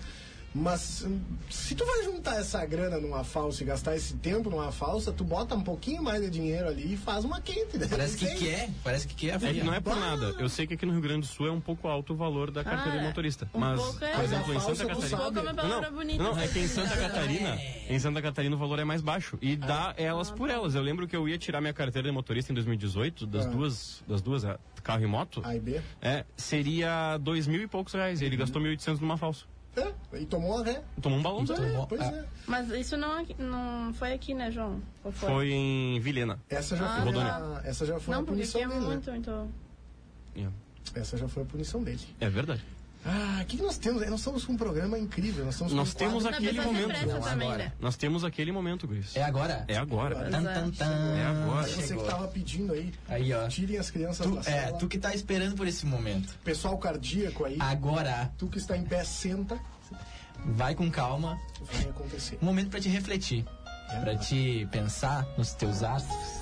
B: Mas hum, se tu vai juntar essa grana numa falsa e gastar esse tempo numa falsa, tu bota um pouquinho mais de dinheiro ali e faz uma quente. né?
F: Parece que
B: Sei.
F: quer, parece que quer.
C: É que
F: filha.
C: não é por nada. Eu sei que aqui no Rio Grande do Sul é um pouco alto o valor da carteira
E: Ah,
C: de motorista.
E: um
C: mas,
E: pouco é-
C: por exemplo, em
B: Mas a
C: Santa
B: falsa
C: Catarina.
B: não
E: Vou
B: sabe.
E: comer palavra
C: não,
E: bonita. né?
C: não, é que em Santa Catarina, em Santa Catarina o valor é mais baixo e dá elas por elas. Eu lembro que eu ia tirar minha carteira de motorista em 2018, das
B: Ah.
C: duas, das duas, é, carro e moto,
B: A e B.
C: é, seria dois mil e poucos reais.
B: Uhum.
C: Ele gastou 1.800 numa falsa.
B: É, e tomou uma ré.
C: Tomou um balãozinho.
F: Tomou.
B: Pois
F: Ah.
B: é.
E: Mas isso não, aqui- não foi aqui, né, João? Ou foi?
C: Foi em Vilhena.
B: Essa já
E: Ah,
B: foi,
E: tá.
B: a, essa já foi
E: Não,
B: a
E: porque aqui
B: punição
E: é
B: dele. né?
E: muito, muito.
C: É.
B: Essa já foi a punição dele.
C: É verdade.
B: Ah, o que, que nós temos? É, Nós estamos com um programa incrível. Nós, estamos com
C: Nós
B: um quadro-
C: temos
E: Na
C: aquele
E: pessoa sem
C: momento.
E: pressa também,
F: agora.
E: né?
C: Nós temos aquele momento, Gris.
F: É agora?
C: É agora.
F: Tan, tan, tan.
C: É agora.
B: Você que tava pedindo aí.
F: Aí, ó.
B: Tirem as crianças
F: Tu,
B: da
F: é,
B: sala.
F: tu Ah. que tá esperando por esse momento.
B: Pessoal cardíaco aí.
F: Agora,
B: Tu que está em pé, senta.
F: vai com calma.
B: Vai acontecer.
F: Um momento pra te refletir. Pra te pensar nos teus astros.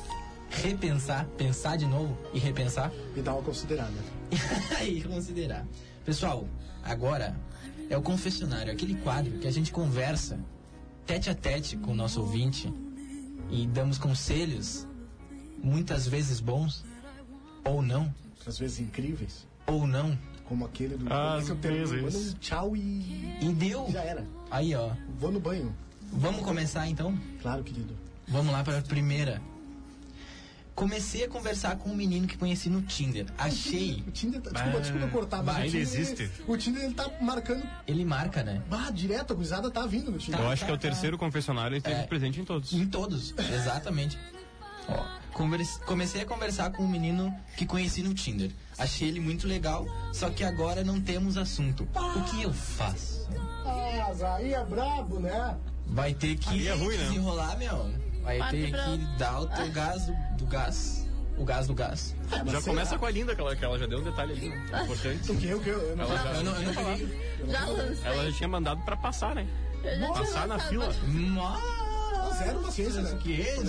F: Repensar, pensar de novo e repensar.
B: E dá uma considerada.
F: e considerar. Pessoal, agora é o confessionário, aquele quadro que a gente conversa tete a tete com o nosso ouvinte e damos conselhos, muitas vezes bons, ou não,
B: Às vezes incríveis.
F: ou não.
B: Como aquele do.
C: Às
B: como é que eu termino?
C: vezes.
B: Manda um tchau e.
F: E deu.
B: Já era.
F: Aí, ó.
B: Vou no banho.
F: Vamos começar então?
B: Claro, querido.
F: Vamos lá para a primeira. Comecei a conversar com um menino que conheci no Tinder. Achei.
B: O Tinder tá. Desculpa, desculpa cortar, mas.
C: bah,
B: o
C: ele
B: Tinder,
C: existe?
B: o Tinder ele tá marcando.
F: Ele marca, né?
B: Bah, direto, a gurizada tá vindo no Tinder.
C: Eu acho que é o terceiro confessionário, ele esteve
F: É.
C: presente em todos.
F: Em todos, exatamente. Ó, convers- Comecei a conversar com um menino que conheci no Tinder. Achei ele muito legal, só que agora não temos assunto. O que eu faço?
B: Ah, Zaí é brabo, né?
F: Vai ter que
C: Aí é ruim, né?
F: desenrolar, meu. Vai
E: Parte
F: ter
E: pra-
F: que dar o teu gás do, do gás. O gás do gás.
B: É, mas
C: Já
B: sei
C: começa
B: lá.
C: com a linda, que ela, que ela já deu um detalhe ali, né? importante.
B: O que eu, o que eu. eu não-
C: Ela já,
F: Eu não, eu não peguei.
E: Já lancei.
C: ela já tinha mandado pra passar, né?
E: Eu já tinha
C: Passar na
B: tá
E: lançado,
C: fila.
E: mas-
F: Nossa,
B: Zero paciência, né?
F: que isso?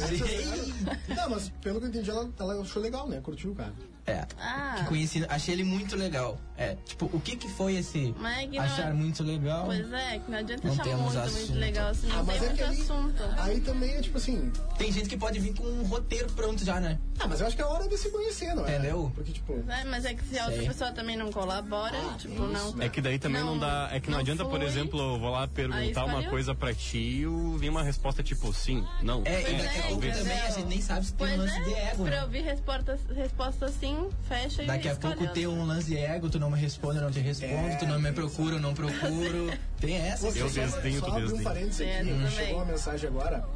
B: Não, mas pelo que eu entendi, ela, ela achou legal, né? Curtiu o cara.
F: É.
E: Ah,
F: Que conheci, achei ele muito legal. É, tipo, o que que foi esse
E: Mas é que não-
F: achar muito legal?
E: pois é, que não adianta
F: Não
E: achar
F: temos
E: muito,
F: assunto.
E: muito legal, assim, não
B: Ah,
E: tem
B: mas é
E: muito
B: que aí,
E: assunto.
B: aí também é tipo assim.
F: Tem gente que pode vir com um roteiro pronto já, né?
B: Ah, mas eu acho que é hora de se conhecer, não é?
F: Entendeu?
B: Porque, tipo,
E: É, mas é que se a outra
F: Sei.
E: pessoa também não colabora,
F: Ah,
E: tipo, não.
F: né?
C: É que daí também não,
E: Não,
C: dá. É que não,
E: não
C: adianta, por
E: fui.
C: exemplo, eu vou lá perguntar uma
E: espalhou.
C: coisa pra ti e eu vir uma resposta tipo sim, não.
F: É, e
E: Pois
F: daqui a
E: é,
F: pouco
E: entendeu?
F: também a gente nem sabe se tem
E: Pois
F: um lance de
E: é,
F: ego.
E: pra
F: Né?
E: ouvir resposta, resposta assim, fecha e
F: Daqui a
E: escolhe
F: pouco tem
E: outra.
F: um lance de ego, tu não me responde, eu não te respondo, tu não me procura, eu não procuro. Tem essa.
B: É, você
C: Eu
B: só-
C: desdenho
B: só
C: do
B: abrir um
C: desdenho.
B: parênteses
E: É,
B: aqui,
E: também.
B: chegou uma mensagem agora.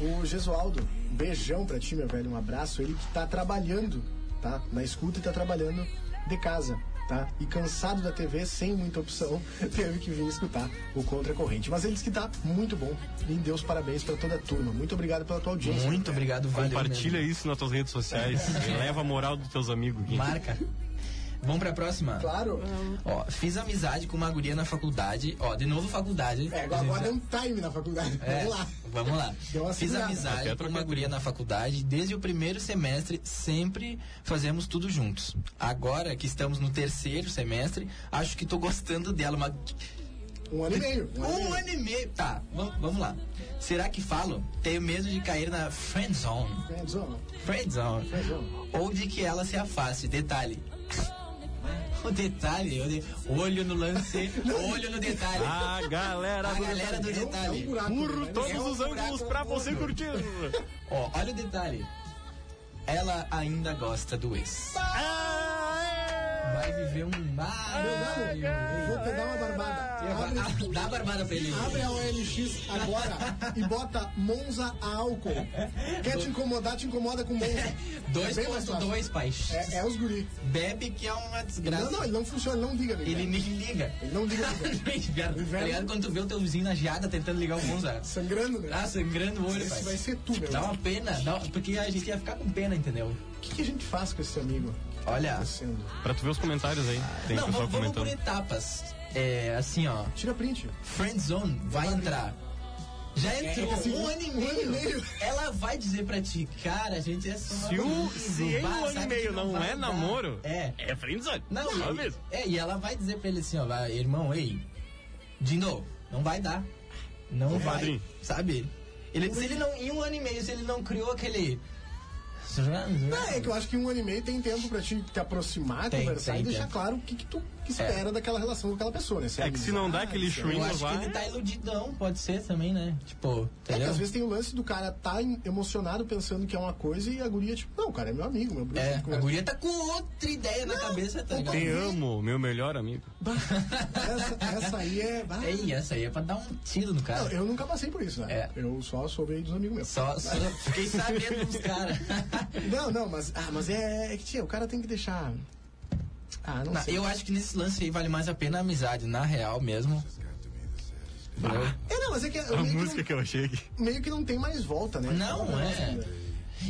B: O Gesualdo, beijão pra ti, meu velho, um abraço. Ele que tá trabalhando, tá? Na escuta e tá trabalhando de casa, tá? E cansado da TV, sem muita opção, teve que vir escutar o Contra a Corrente. Mas ele disse que tá muito bom. E Deus parabéns pra toda a turma. Muito obrigado pela tua audiência.
F: Muito obrigado, valeu.
C: Compartilha
F: mesmo. É.
C: isso nas tuas redes sociais. Leva a moral dos teus amigos. Gui.
F: Marca. Vamos pra próxima?
B: Claro.
F: Ó, fiz amizade com uma guria na faculdade. Ó, de novo faculdade.
B: É, agora, agora é um time na faculdade.
F: É,
B: Vamos lá.
F: Vamos lá.
B: Deu uma
F: Fiz
B: segurada.
F: amizade com uma guria na faculdade. Desde o primeiro semestre, sempre fazemos tudo juntos. Agora que estamos no terceiro semestre, acho que tô gostando dela. Uma...
B: Um ano e meio. Um ano e
F: Um
B: meio.
F: ano e meio. Tá, vam- vamos lá. Será que falo? Tenho medo de cair na friend zone.
B: Friendzone.
F: Friend zone.
B: Friendzone.
F: Ou de que ela se afaste. Detalhe. O detalhe, o de- olho no lance, olho no detalhe.
C: A Ah, galera
F: A
C: do
F: galera do
B: um né?
F: detalhe.
C: Por
F: É
C: todos
F: um
C: os
F: buraco
C: ângulos pra você curtir.
F: Ó, olha o detalhe. Ela ainda gosta do ex. Vai viver um mar.
B: Vou pegar uma barbada. Ah, Abre,
F: ah, Dá a barbada pra ele.
B: abre a OLX agora e bota Monza a álcool. Quer te incomodar, te incomoda com Monza. É bem mais fácil.
F: 2.2, pai.
B: É, é os guri.
F: Bebe que é uma
B: Não,
F: desgraça.
B: não, ele não funciona, ele não liga.
F: Ele
B: liga.
F: nem liga.
B: Ele não liga. liga.
F: Inverno. Tá ligado quando tu vê o teu vizinho na geada tentando ligar o Monza?
B: Sangrando, né?
F: Ah, sangrando o olho,
B: Esse
F: pai. Tipo,
B: vai ser né? tu, meu.
F: Dá
B: O
F: uma pena, dá uma- porque a gente ia ficar com pena, entendeu?
B: que, que a gente faz com esse amigo?
F: Olha.
B: Sendo.
C: Pra tu ver os comentários aí. Tem
F: não,
C: pessoal
F: vamos, vamos por
C: comentando.
F: etapas. É, assim, ó.
B: Tira print.
F: Friendzone vai entrar. Já entrou
B: assim,
F: um ano e meio.
B: ano e meio.
F: Ela vai dizer pra ti, cara, a gente é só
C: Se, o,
F: amigo,
C: se em
F: bah,
C: um ano
F: sabe
C: e
F: que
C: meio não,
F: vai
C: é
F: dar.
C: namoro,
F: É.
C: é friendzone.
F: Não,
C: Só
F: e-
C: mesmo.
F: é, e ela vai dizer pra ele assim, ó, vai, irmão, ei, de novo, Não vai dar. Não vai.
C: padrinho.
F: Sabe? Ele, se ele não, em um ano e meio, se ele não criou aquele.
B: Não, é que eu acho que um ano e meio tem tempo pra te, te aproximar,
F: Tem,
B: conversar
F: tem
B: e deixar
F: tempo. É.
B: claro o que, que tu espera daquela relação com aquela pessoa, né?
C: É que se não dá aquele
B: chuí.
F: Eu
C: chuinho
F: acho que ele
C: vai.
F: tá iludidão, pode ser também, né? Tipo,
B: É que
F: entendeu?
B: às vezes tem o lance do cara tá em- emocionado pensando que é uma coisa e a guria, tipo, não, o cara é meu amigo, meu bruxo.
F: É,
B: a gente
F: a
B: conversa.
F: guria tá com outra ideia na cabeça, tá ligado?
C: Te amo, meu melhor amigo.
B: Essa, essa aí é. Ah,
F: Ei, essa aí é pra dar um tiro no cara.
B: não, eu nunca passei por isso, né?
F: É.
B: Eu só soube aí dos amigos meus.
F: Só, só fiquei sabendo dos caras.
B: Não, não, mas, ah, mas é, é que, tia, o cara tem que deixar. Ah, não,
F: Não,
B: sei.
F: eu acho que nesse lance aí vale mais a pena a amizade, na real mesmo.
B: É, não, mas é que. eu
C: A
B: meio,
C: música
B: que
C: que eu achei aqui.
B: não, meio que não tem mais volta, né?
F: Não,
B: Nossa,
F: é.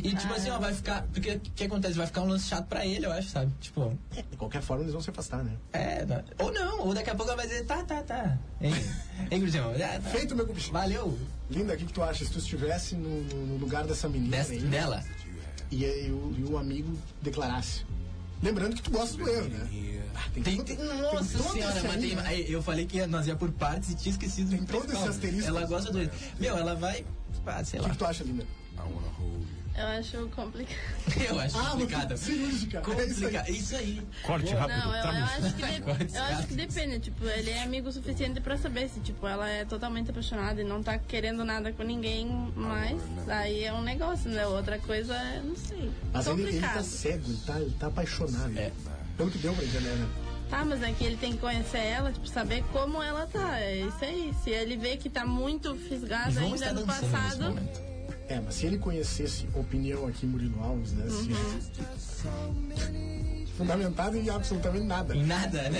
F: E tipo assim, ó, vai ficar. Porque o que acontece? Vai ficar um lance chato pra ele, eu acho, sabe? Tipo,
B: é, De qualquer forma, eles vão se afastar, né?
F: é. não- Ou não, ou daqui a pouco ela vai dizer, tá, tá, tá. Hein, hein Grisão? Ah, tá.
B: Feito, meu cubichinho.
F: Valeu.
B: Linda, o que, que tu acha? Se tu estivesse no, no- no lugar dessa menina
F: Dessa,
B: aí,
F: dela.
B: e, aí o, e o amigo declarasse. Lembrando que tu gosta do erro, né? Ah, tem,
F: Tem,
B: todo-
F: tem- nossa
B: todo
F: senhora,
B: esse
F: mas
B: aí,
F: tem,
B: né?
F: aí eu falei que nós ia por partes e tinha esquecido do
B: todo
F: principal.
B: esse asterisco.
F: Ela gosta do. Meu, ela vai. Ah, sei
B: O que,
F: lá.
B: que tu acha, Linda?
E: Eu acho complicado.
F: Eu acho
B: Ah,
F: complicado.
B: muito cirúrgica. É isso aí.
F: Complicado. Isso aí.
C: Corte rápido. tá
E: Não, eu, eu
C: Vamos.
E: acho que de- eu acho que
F: tá Quase.
E: depende, tipo, ele é amigo o suficiente pra saber se, tipo, ela é totalmente apaixonada e não tá querendo nada com ninguém, mas
F: né?
E: aí é um negócio, né? Outra coisa, é, não sei,
B: Mas ele, ele tá
E: complicado.
B: cego, ele tá, ele tá apaixonado.
F: É.
B: Pelo que deu pra entender, né?
E: Tá, mas é que ele tem que conhecer ela, tipo, saber como ela tá, é isso aí. Se ele vê que tá muito
F: Eles
E: fisgado
F: vão
E: ainda
F: estar
E: do
F: dançando nesse
E: passado,
F: momento.
B: É, mas se ele conhecesse opinião aqui em Murilo Alves, né? se-
E: Uhum.
B: Fundamentado em absolutamente nada.
F: Em nada, né?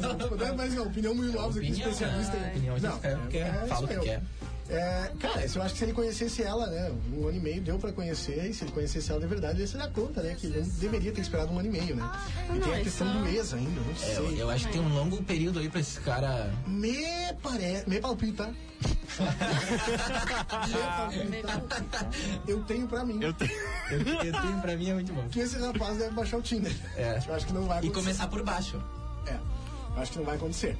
B: Não, mas não, opinião Murilo Alves aqui,
F: Opinião,
B: especialista
F: né?
B: em. é
F: Opinião, a gente escreve o que quer, fala o que
B: isso
F: quer.
B: mesmo. É, cara, isso eu acho que se ele conhecesse ela, né? Um ano e meio deu pra conhecer, e se ele conhecesse ela de verdade, ele ia se dar conta, né? Que ele não deveria ter esperado um ano e meio, né? E
E: Ah, não,
B: tem a questão
E: isso- é
B: do mês ainda, não sei.
F: É, Eu, eu acho que tem um longo período aí pra esse cara.
B: Me parece. Me palpita. Me palpita. Eu tenho pra mim
C: Eu tenho.
F: Eu, eu tenho pra mim é muito bom.
B: que esse rapaz deve baixar o Tinder.
F: É.
B: Eu acho que não vai
F: E
B: acontecer.
F: começar por baixo.
B: É. Eu acho que não vai acontecer.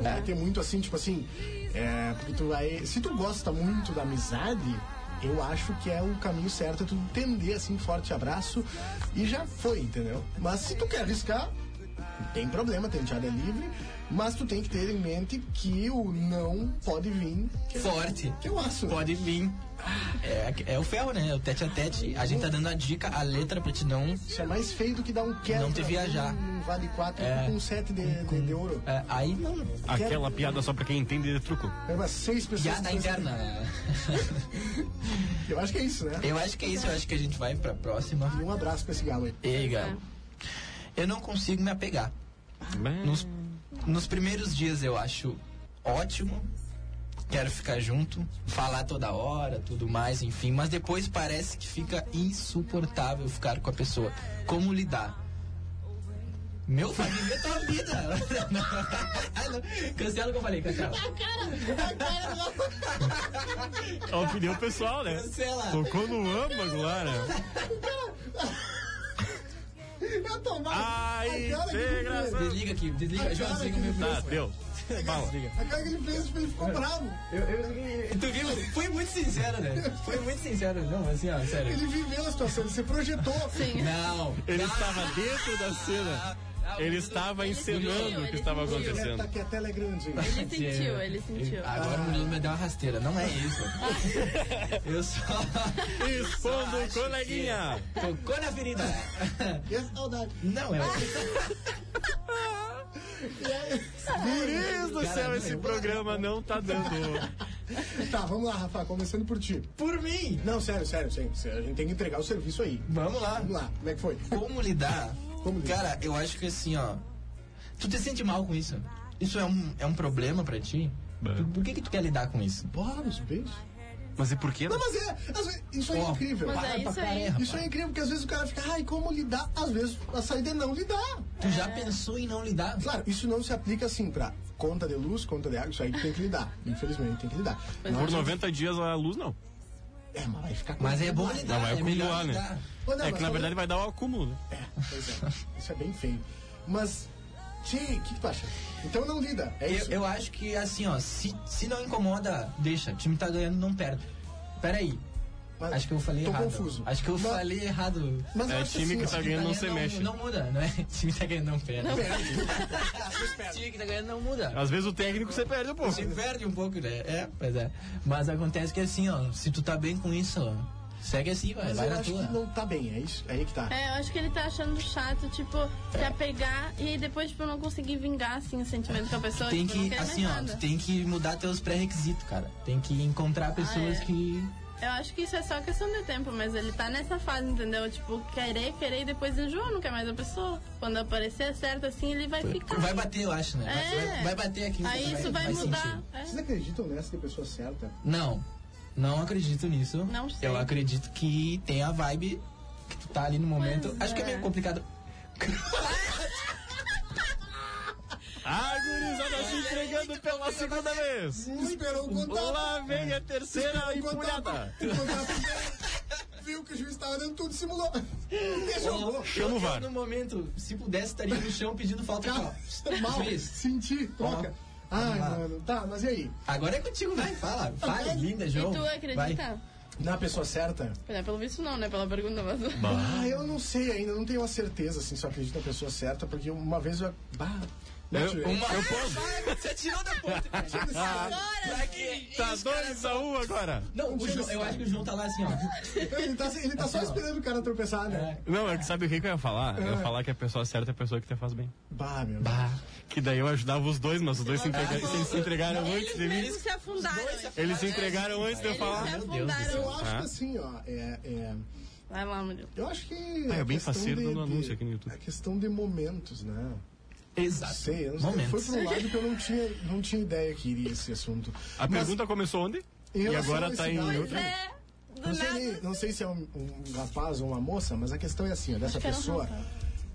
B: Vai
F: é.
B: ter muito assim, tipo assim. É, porque tu vai. Se tu gosta muito da amizade. Eu acho que é o caminho certo é tu entender assim, forte abraço e já foi, entendeu? Mas se tu quer arriscar, não tem problema, tenteada é livre, mas tu tem que ter em mente que o não pode vir
F: Forte.
B: que é eu acho.
F: Pode vir. É, é o ferro, né? O tete a tete. A gente tá dando a dica, a letra pra te um. não.
B: Isso é mais feio do que dar um quebra.
F: Não te viajar.
B: Um vale 4
F: É.
B: com 7 de, de, de ouro.
F: é, aí não.
C: Aquela piada só pra quem entende de truco.
B: É umas 6 pessoas.
F: Piada
B: que pensam-
F: tá interna.
B: Eu acho que é isso, né?
F: Eu acho que é isso, eu acho que a gente vai pra próxima.
B: E um abraço pra esse galo aí.
F: Ei, Gal. Eu não consigo me apegar. Nos, nos primeiros dias eu acho ótimo. Quero ficar junto, falar toda hora, tudo mais, enfim. Mas depois parece que fica insuportável ficar com a pessoa. Como lidar? Meu, vai viver tua vida. Ah, não. cancela o que eu falei, cancela.
C: A É opinião pessoal, né?
F: Cancela.
C: Tocou no âmago né? agora.
B: Eu tô mal.
C: Ai,
B: a cara que ele
C: integração.
B: fez.
F: Desliga aqui, desliga. João, desliga o meu
C: Tá, deu. Bala.
B: A cara que ele fez, tipo, ele
E: É.
B: ficou bravo.
F: Tu viu? Foi muito sincero, né? Foi muito sincero. Não, assim, ó, sério.
B: Ele viveu a situação, ele se projetou.
E: sim.
F: Não.
C: Ele estava dentro da cena. Ele estava encenando o que estava
B: Tá
C: acontecendo.
B: aqui a tela é grande.
E: Ele sentiu, ele sentiu.
F: Agora o menino vai dar uma rasteira. Não é isso. Eu só.
C: Expondo o coleguinha.
F: Cocô na ferida.
B: Que saudade.
F: Não, é.
C: Guriz do céu, esse programa não tá dando.
B: Tá, vamos lá, Rafa, começando por ti.
F: Por mim.
B: Não, sério, sério, sério. sério, A gente tem que entregar o serviço aí.
F: Vamos lá.
B: Vamos lá, como é que foi?
F: Como lidar?
B: Como lidar?
F: Cara, eu acho que assim, ó. Tu te sente mal com isso? Isso é um, é um problema pra ti? Tu- por que, que tu quer lidar com isso?
B: Bora, os beijos.
C: Mas e por que?
B: Não, mas é, às vezes, isso aí é
F: Ó,
B: incrível.
E: Mas
F: Para
E: é
F: pra
E: isso aí.
F: caramba.
B: Isso é incrível, porque às vezes o cara fica, ai, como lidar? Às vezes a saída é não lidar.
F: Tu já pensou em não lidar?
B: Claro, isso não se aplica assim pra conta de luz, conta de água, isso aí tem que lidar. Infelizmente tem que lidar. Não
C: Por
B: adianta-
C: 90 dias a luz, não.
B: É, mas vai ficar com
F: Mas é bom lidar,
C: vai
F: é melhor
C: acumular, né?
F: lidar.
B: Ou não,
C: É
B: mas É,
C: que na
B: só-
C: É verdade vai dar o acúmulo. né?
B: É, pois é. Isso é bem feio. Mas Ti, o que tu acha? Então não lida. É
F: Eu,
B: isso.
F: eu acho que assim, ó, se, se não incomoda, deixa. O time tá ganhando, não perde. Pera aí.
B: Mas
F: Acho que eu falei
B: tô
F: errado.
B: confuso.
F: Acho que eu
B: Mas-
F: falei errado.
B: Mas eu
C: É
B: acho
C: time
B: assim,
C: que
B: ó,
C: tá ganhando, não se
F: Não,
C: mexe.
F: não muda, não é? Time que tá ganhando, não perde. time que tá ganhando, não muda.
C: Às vezes o técnico você perde um pouco.
F: Se perde um pouco, né? É, pois é. Mas acontece que assim, ó, se tu tá bem com isso, ó, segue assim, vai,
B: Mas
F: vai
B: eu
F: na
B: acho
F: tua.
B: que não tá bem, é isso. É aí que tá.
E: É, eu acho que ele tá achando chato, tipo, se apegar e aí depois, tipo, não conseguir vingar, assim, o sentimento com a pessoa.
F: Tem
E: tipo, não
F: que,
E: querer mais
F: assim, ó,
E: nada.
F: tu tem que mudar teus pré-requisitos, cara. Tem que encontrar pessoas
E: é.
F: que.
E: Eu acho que isso é só questão de tempo, mas ele tá nessa fase, entendeu? Tipo, querer, querer e depois enjoa, não quer mais a pessoa. Quando aparecer certo, assim, ele vai ficar.
F: Vai bater, eu acho, né?
E: É.
F: Vai, vai bater aqui.
E: Aí isso vai mudar.
F: sentir.
E: É.
B: Vocês acreditam nessa que é a pessoa certa?
F: Não, não acredito nisso.
E: Não sei.
F: Eu acredito que tem a vibe que tu tá ali no momento.
E: Pois
F: Acho que é
E: é.
F: meio complicado.
C: A gurizada se entregando pela segunda vez.
B: Esperou o contato.
C: Lá vem a terceira
B: Enquanto
C: empolhada.
B: a- enquanto a primeira Viu que o juiz tava dando tudo, simulou. E jogou.
C: Chama o
F: Eu,
C: VAR.
F: No momento, se pudesse, estaria no chão pedindo falta.
B: Cara, é
F: ó.
B: Tá mal.
F: Juiz,
B: Senti, troca.
F: Ó,
B: Ai,
F: vamos lá.
B: mano. Tá, mas e aí?
F: Agora é contigo, vai, fala. Vai, linda,
E: E
F: João.
E: tu
F: Vai.
E: acredita?
B: Na pessoa certa?
E: Pois é, Pelo visto não, né? Pela pergunta, mas...
B: Ah, eu não sei ainda, não tenho uma certeza assim, se eu acredito na pessoa certa, porque uma vez eu. Bah,
C: Eu,
B: Nath,
C: uma- eu posso.
F: Vai, Você tirou da ponta. cara.
C: Ah.
F: Pra quê?
C: Tá 2 a 1 um agora.
F: Não, o João, eu acho que o João tá lá assim, ó.
B: Ele tá, ele tá só esperando o cara tropeçar, né?
C: Não, Assim, é que sabe o que, que eu ia falar? Eu ia falar que a pessoa certa é a pessoa que te faz bem.
B: Bah, meu.
C: Que daí eu ajudava os dois, mas os dois se, entrega- se- se entregaram antes
E: Eles
C: de mim.
E: mesmos se afundaram.
C: Eles se entregaram antes de eu
E: Eles se
C: falar.
B: Eu
E: afundaram.
B: acho
C: Ah.
B: que assim, ó. É, é,
E: Vai lá, Murilo.
B: eu acho que.
C: Ah, é
B: a
C: bem
B: questão
C: faceiro
B: de-
C: dando
B: de-
C: anúncio aqui no YouTube.
B: É questão de momentos, né?
F: Exato.
B: Sei, eu não sei.
F: Momentos.
B: Foi pra um lado que eu não tinha, não tinha ideia que iria esse assunto.
C: A
B: Mas
C: pergunta começou onde?
B: em
C: E
B: relação a
C: agora
B: esse
C: tá em
B: cara,
C: outra.
E: É, do
B: Não
E: nada. assim.
B: sei, nem- não sei se é um, um rapaz ou uma moça, mas a questão é assim, ó, dessa
E: que era um
B: pessoa.
E: rapaz.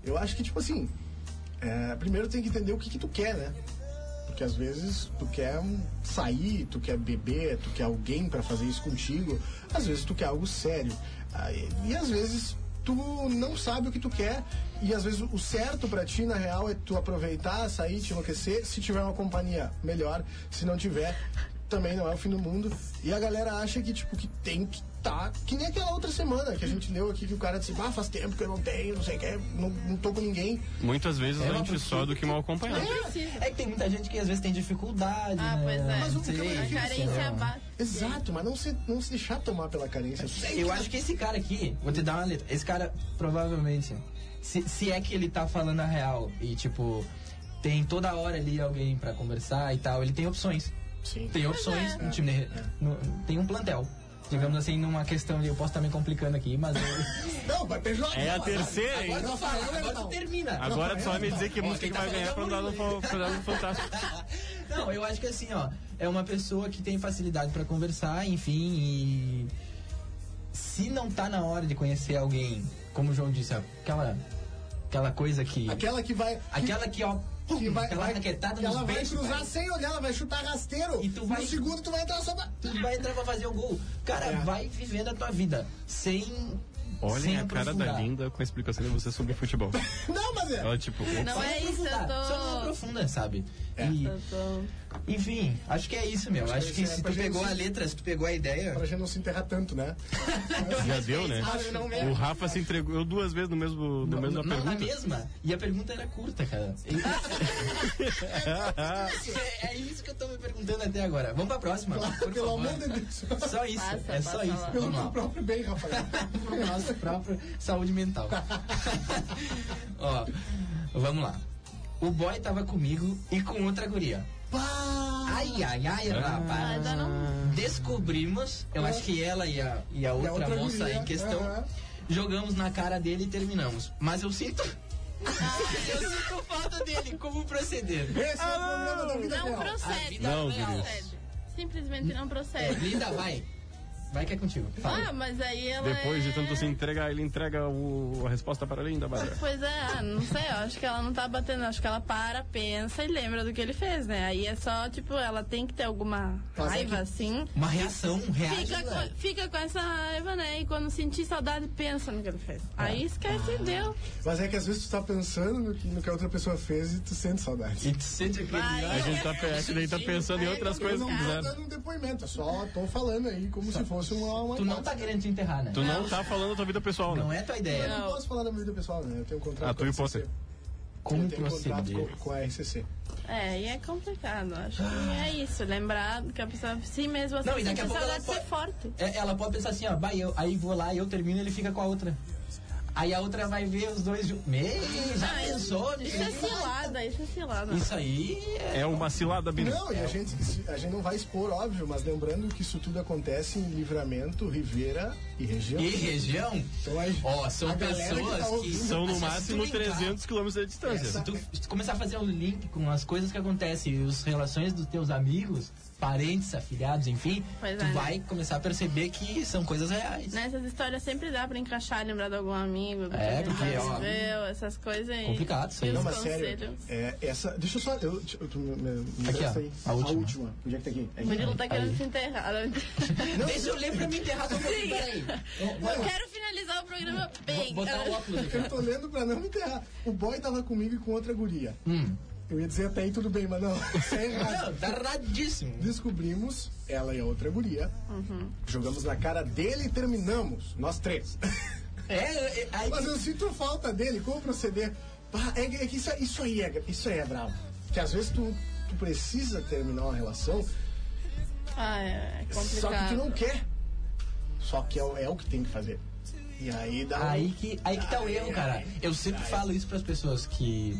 B: Eu acho que, tipo assim, é, primeiro tem que entender o que, que tu quer, né? Porque às vezes tu quer um- sair, tu quer beber, tu quer alguém pra fazer isso contigo. Às vezes tu quer algo sério. Ah, e- e às vezes tu não sabe o que tu quer. E às vezes o certo pra ti, na real, é tu aproveitar, sair, te enlouquecer. Se tiver uma companhia, melhor. Se não tiver, também não é o fim do mundo. E a galera acha que, tipo, que tem que tá que nem aquela outra semana que a gente leu aqui que o cara disse, ah, faz tempo que eu não tenho, não sei o que, não, não tô com ninguém.
C: Muitas vezes
F: uma
C: antes só do que mal acompanhado.
E: Não precisa.
F: É que tem muita gente que às vezes tem dificuldade.
E: Ah,
F: né?
E: pois é.
B: Mas o que eu
F: Sei.
E: A
B: prefiro,
E: carência
F: então.
E: abate.
B: Exato, mas não se, não se deixar tomar pela carência.
F: Eu acho que esse cara aqui, vou te dar uma letra. Esse cara, provavelmente, se, se é que ele tá falando a real e, tipo, tem toda hora ali alguém pra conversar e tal, ele tem opções.
B: Sim.
F: Tem opções no time. de- no- tem um plantel. Digamos assim, numa questão de. Eu posso estar me complicando aqui, mas. Eu,
B: Não, vai PJ.
C: É a terceira, hein?
F: agora tu fala, agora tu termina.
C: Agora tu só vai me dizer que
F: Ó,
C: música
F: quem
C: que
F: tá
C: vai
F: falando
C: ganhar
F: é o
C: pra andar no
F: Murilo,
C: fa- pra andar no Fantástico.
F: Não, eu acho que assim, ó, é uma pessoa que tem facilidade pra conversar, enfim, e se não tá na hora de conhecer alguém, como o João disse, aquela aquela coisa que
B: Aquela que vai.
F: aquela que ó, pum,
B: que vai,
F: aquela
B: vai,
F: raquetada
B: que ela
F: nos
B: vai
F: beijos,
B: cruzar
F: vai.
B: sem olhar, ela vai chutar rasteiro.
F: E tu vai-
B: No segundo tu vai entrar só pra...
F: tu vai entrar pra fazer o gol. Cara,
B: É.
F: vai vivendo a tua vida sem sem
C: Olhem a cara da
F: aprofundar.
C: linda com a explicação de você sobre futebol.
B: Não, mas é.
C: Ela tipo.
E: Não é isso, eu
F: Aprofundar, Só não
E: tô...
F: aprofunda, sabe? E,
E: Eu tô...
F: enfim, acho que é isso, meu. Acho,
B: É. que
F: que,
B: isso é
F: se
B: pra
F: tu
B: gente-
F: pegou a letra, se tu pegou a ideia,
B: Pra gente não se enterrar tanto, né? Ah,
C: Já deu, né?
F: acho não
C: O Rafa se entregou duas vezes no mesmo, no mesmo
F: não, na
C: pergunta.
F: mesma. E a pergunta era curta, cara. é, é isso que eu tô me perguntando até agora. Vamos pra próxima. por
B: Pelo
F: favor.
B: amor de Deus.
F: Só isso.
E: Passa,
F: é só
E: passa
F: isso.
E: lá.
B: Pelo
F: Vamos lá.
B: teu próprio bem, Rafael.
F: Pro nosso próprio saúde mental. Ó, vamos lá. O boy tava comigo e com outra guria. Ai, ai, ai, rapaz.
E: Ainda não...
F: Descobrimos, eu acho que ela e a, e a outra,
B: outra
F: moça
B: guria,
F: em questão,
B: aham.
F: jogamos na cara dele e terminamos. Mas eu sinto.
E: Ah,
F: eu sinto falta dele. Como proceder?
B: Esse é o problema da vida
E: Não
B: real.
E: procede.
C: Não,
E: Não procede. Simplesmente não procede.
F: É, Linda, vai. Vai que é contigo.
E: Ah, mas aí ela
C: Depois de
E: é-
C: tanto se
F: assim-
C: entregar, ele entrega o- a resposta para a linda Bárbara.
E: Pois é, ah, não sei, eu acho que ela não tá batendo, acho que ela para, pensa e lembra do que ele fez, né? Aí é só, tipo, ela tem que ter alguma
F: Mas é
E: raiva,
F: que-
E: assim.
F: Uma reação, reage.
E: Fica
F: né?
E: com, fica com essa raiva, né? E quando sentir saudade, pensa no que ele fez.
F: É.
E: Aí esquece e deu.
B: Mas é que às vezes tu tá pensando no que, no que a outra pessoa fez e tu sente saudade.
F: E tu sente aquele...
E: Vai,
C: A gente tá, a gente daí tá pensando em
E: Aí
C: outras
E: é
C: coisas
B: não
C: que
B: tô
C: fizeram.
B: dando um depoimento, eu só tô falando aí como se fosse uma... uma
F: Tá. Tu não tá querendo te enterrar, né?
C: Tu não tá falando da tua vida pessoal,
F: Não
C: né?
F: é tua
B: Eu
F: ideia.
B: não posso falar da minha vida pessoal, né? Eu tenho um contrato
C: Ah, tu
B: com a
C: e você.
B: RCC.
F: Como
B: Eu tenho um contrato
F: proceder?
B: com, com a RCC.
E: É, e é complicado. Acho que é isso. Lembrar que a pessoa, si mesmo, assim,
F: Não, e daqui a
E: sente
F: pouco ela
E: saudade de ser forte.
F: É, Ela pode pensar assim, ó, bah, eu- aí vou lá, eu termino ele fica com a outra. Aí a outra vai ver os dois juntos. Meu, já
E: Ah,
F: pensou nisso?
E: Isso é
F: aí?
E: cilada, isso é cilada.
F: Isso aí é.
C: É uma cilada, Bino.
B: Não, e a gente, a gente não vai expor, óbvio, mas lembrando que isso tudo acontece em Livramento, Ribeira e região.
F: E região?
B: Então, aí-
F: Ó,
B: a
F: são
B: galera que tá
F: pessoas que.
B: ouvindo-
C: São no
F: Mas se tu
C: máximo
F: linkar-
C: 300 km de
F: É, se
C: distância.
F: tu, se tu começar a fazer um link com as coisas que acontecem e as relações dos teus amigos, parentes, afilhados, enfim,
E: Pois
F: tu
E: é, né?
F: vai começar a perceber que são coisas reais.
E: Nessas Né, histórias sempre dá pra encaixar, lembrar de algum amigo, do que
F: É,
E: ele
F: porque,
E: já
F: ó,
E: viveu, essas coisas aí.
F: complicado isso aí.
E: E os
B: Não, mas sério,
E: conselhos.
B: é, essa. Deixa eu só. Eu, eu, tu me- me-
F: Aqui, ó,
B: essa aí.
F: a última.
B: Onde é que tá aqui? É
E: O
B: aqui?
E: Murilo tá querendo
F: Aí.
E: se enterrar.
F: Deixa eu ler pra me enterrar só um pouquinho, peraí. Vou-
E: Eu quero finalizar o programa bem.
F: Vou botar o óculos aqui.
B: Eu tô lendo pra não me enterrar. O boy tava comigo e com outra guria. Eu ia dizer até aí tudo bem, mas não. Isso é errado.
F: Hum. Não, tá erradíssimo.
B: Descobrimos ela e a outra guria. Jogamos na cara dele e terminamos. Nós três.
F: É, é, é, aí
B: Mas eu sinto falta dele, como proceder? Pá, É, que- é que isso, isso aí é, isso aí é bravo. Que às vezes tu, tu precisa terminar uma relação,
E: Ah, é, é complicado.
B: só que tu não quer. Só que é, o- é o que tem que fazer. E aí dá um-
F: Aí que, aí que tá o erro, cara. Eu sempre falo isso pras pessoas que.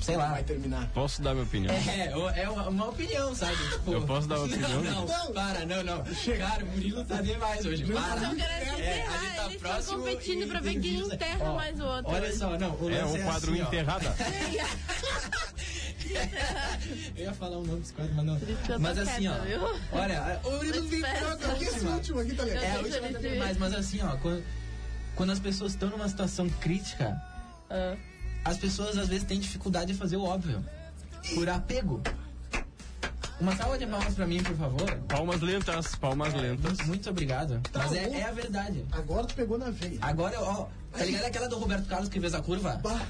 F: Sei lá.
B: um, vai terminar.
C: Posso dar minha opinião?
F: É, o- é uma, uma opinião, sabe? Tipo,
C: Eu posso dar uma opinião?
F: Não, não, para, não, não. Cara, o Murilo tá demais hoje. Para.
E: Não quero
F: É,
E: se
F: a
E: enterrar,
F: gente tá
E: eles estão
F: próximo e-
E: competindo pra ver quem
F: e-
E: enterra
F: Ó,
E: mais o outro.
F: Olha só, não. O
C: É
F: lance
C: um quadro
F: assim, ó.
C: enterrada.
F: Eu ia falar o nome desse quadro, mas
E: que eu
F: não.
E: tô
F: Mas assim,
E: quieta, viu?
F: ó. Olha, o Murilo vem
E: Espera.
F: pra
B: Aqui esse último aqui tá legal.
F: É, a
E: Eu
F: última
E: tô
F: não
E: feliz.
F: tem mais, mas assim, ó, quando, quando as pessoas estão numa situação crítica,
E: Ah.
F: as pessoas às vezes têm dificuldade de fazer o óbvio. Por apego. Uma salva de palmas pra mim, por favor.
C: Palmas lentas, palmas lentas.
F: Muito, muito obrigado. Mas é,
B: bom.
F: é a verdade.
B: Agora tu pegou na veia.
F: Agora, ó, tá ligado aquela do Roberto Carlos que fez a curva?
B: Bah,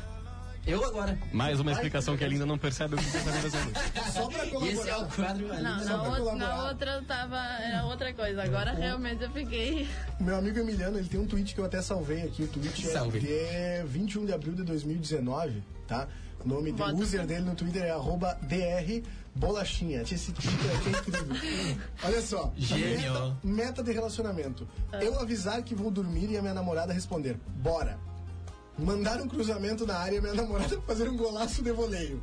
F: Eu agora.
C: Mais uma explicação que a Linda não percebe o que você tá fazendo.
B: só pra
F: E esse é
B: colaborar.
F: o quadro ali.
E: Não,
B: Só pra
E: na, outra, na
B: colaborar.
E: outra eu tava. Era outra coisa.
F: Tá
E: Agora realmente eu fiquei.
B: Meu amigo Emiliano, ele tem um tweet que eu até salvei aqui. O tweet
F: Salve.
B: é de 21 de abril de 2019, tá? O nome do
E: Bota.
B: user dele no Twitter é arroba DR Bolachinha. Esse Twitter aqui é incrível. Olha só.
F: Gênio.
B: Meta, meta de relacionamento. Eu avisar que vou dormir e a minha namorada responder, bora. Mandar um cruzamento na área e minha namorada fazer um golaço de voleio.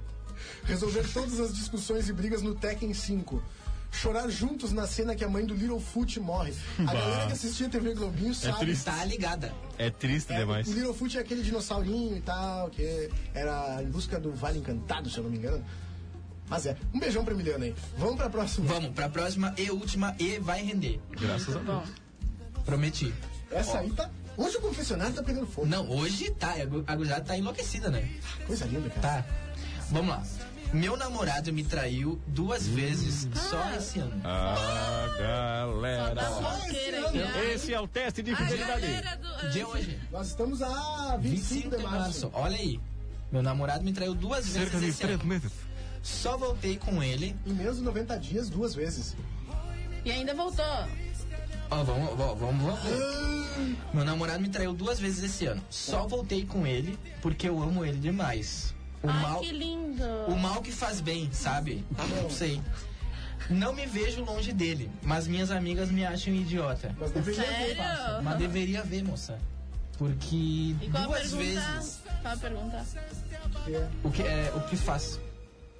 B: Resolver todas as discussões e brigas no Tekken 5. Chorar juntos na cena que a mãe do Little Foot morre. A galera que assistia TV Globinho sabe.
C: triste.
F: Tá ligada.
C: É triste
B: É,
C: demais.
B: o Little Foot é aquele dinossaurinho e tal, que era em busca do Vale Encantado, se eu não me engano. Mas é. Um beijão pra Emiliano aí. Vamos pra próxima.
F: Vamos, pra próxima e última e vai render.
C: Graças a Deus.
E: Bom,
F: Prometi.
B: Essa aí tá. Hoje o confessionário tá pegando fogo.
F: Não, hoje tá. A gu- a gurizada tá enlouquecida, né?
B: Coisa linda, cara.
F: Tá. Vamos lá. Meu namorado me traiu duas vezes só esse ano.
C: Hum. Ah,
E: só tá
F: um-
C: galera.
E: solteira aqui. né?
C: Esse é o teste de
E: A
F: tá
C: fidelidade.
E: galera do.
F: De hoje.
B: Nós estamos a 25, de março.
F: Olha aí. Meu namorado me traiu duas
C: Cerca de
F: vezes esse
C: três
F: ano.
C: meses.
F: Só voltei com ele.
B: Em menos de 90 dias, duas vezes.
E: E ainda voltou.
F: Ó, vamos, vamos, vamos, vamos. Meu namorado me traiu duas vezes esse ano. Só voltei com ele porque eu amo ele demais. O
E: Ai,
F: mal,
E: que lindo.
F: o mal que faz bem, sabe? Não sei. Não me vejo longe dele, mas minhas amigas me acham idiota.
B: Mas deveria ter.
E: Sério?
F: Mas deveria ver, moça. Porque
E: E qual a
F: duas
E: pergunta?
F: vezes
E: Qual a pergunta?
F: o que é o que faz?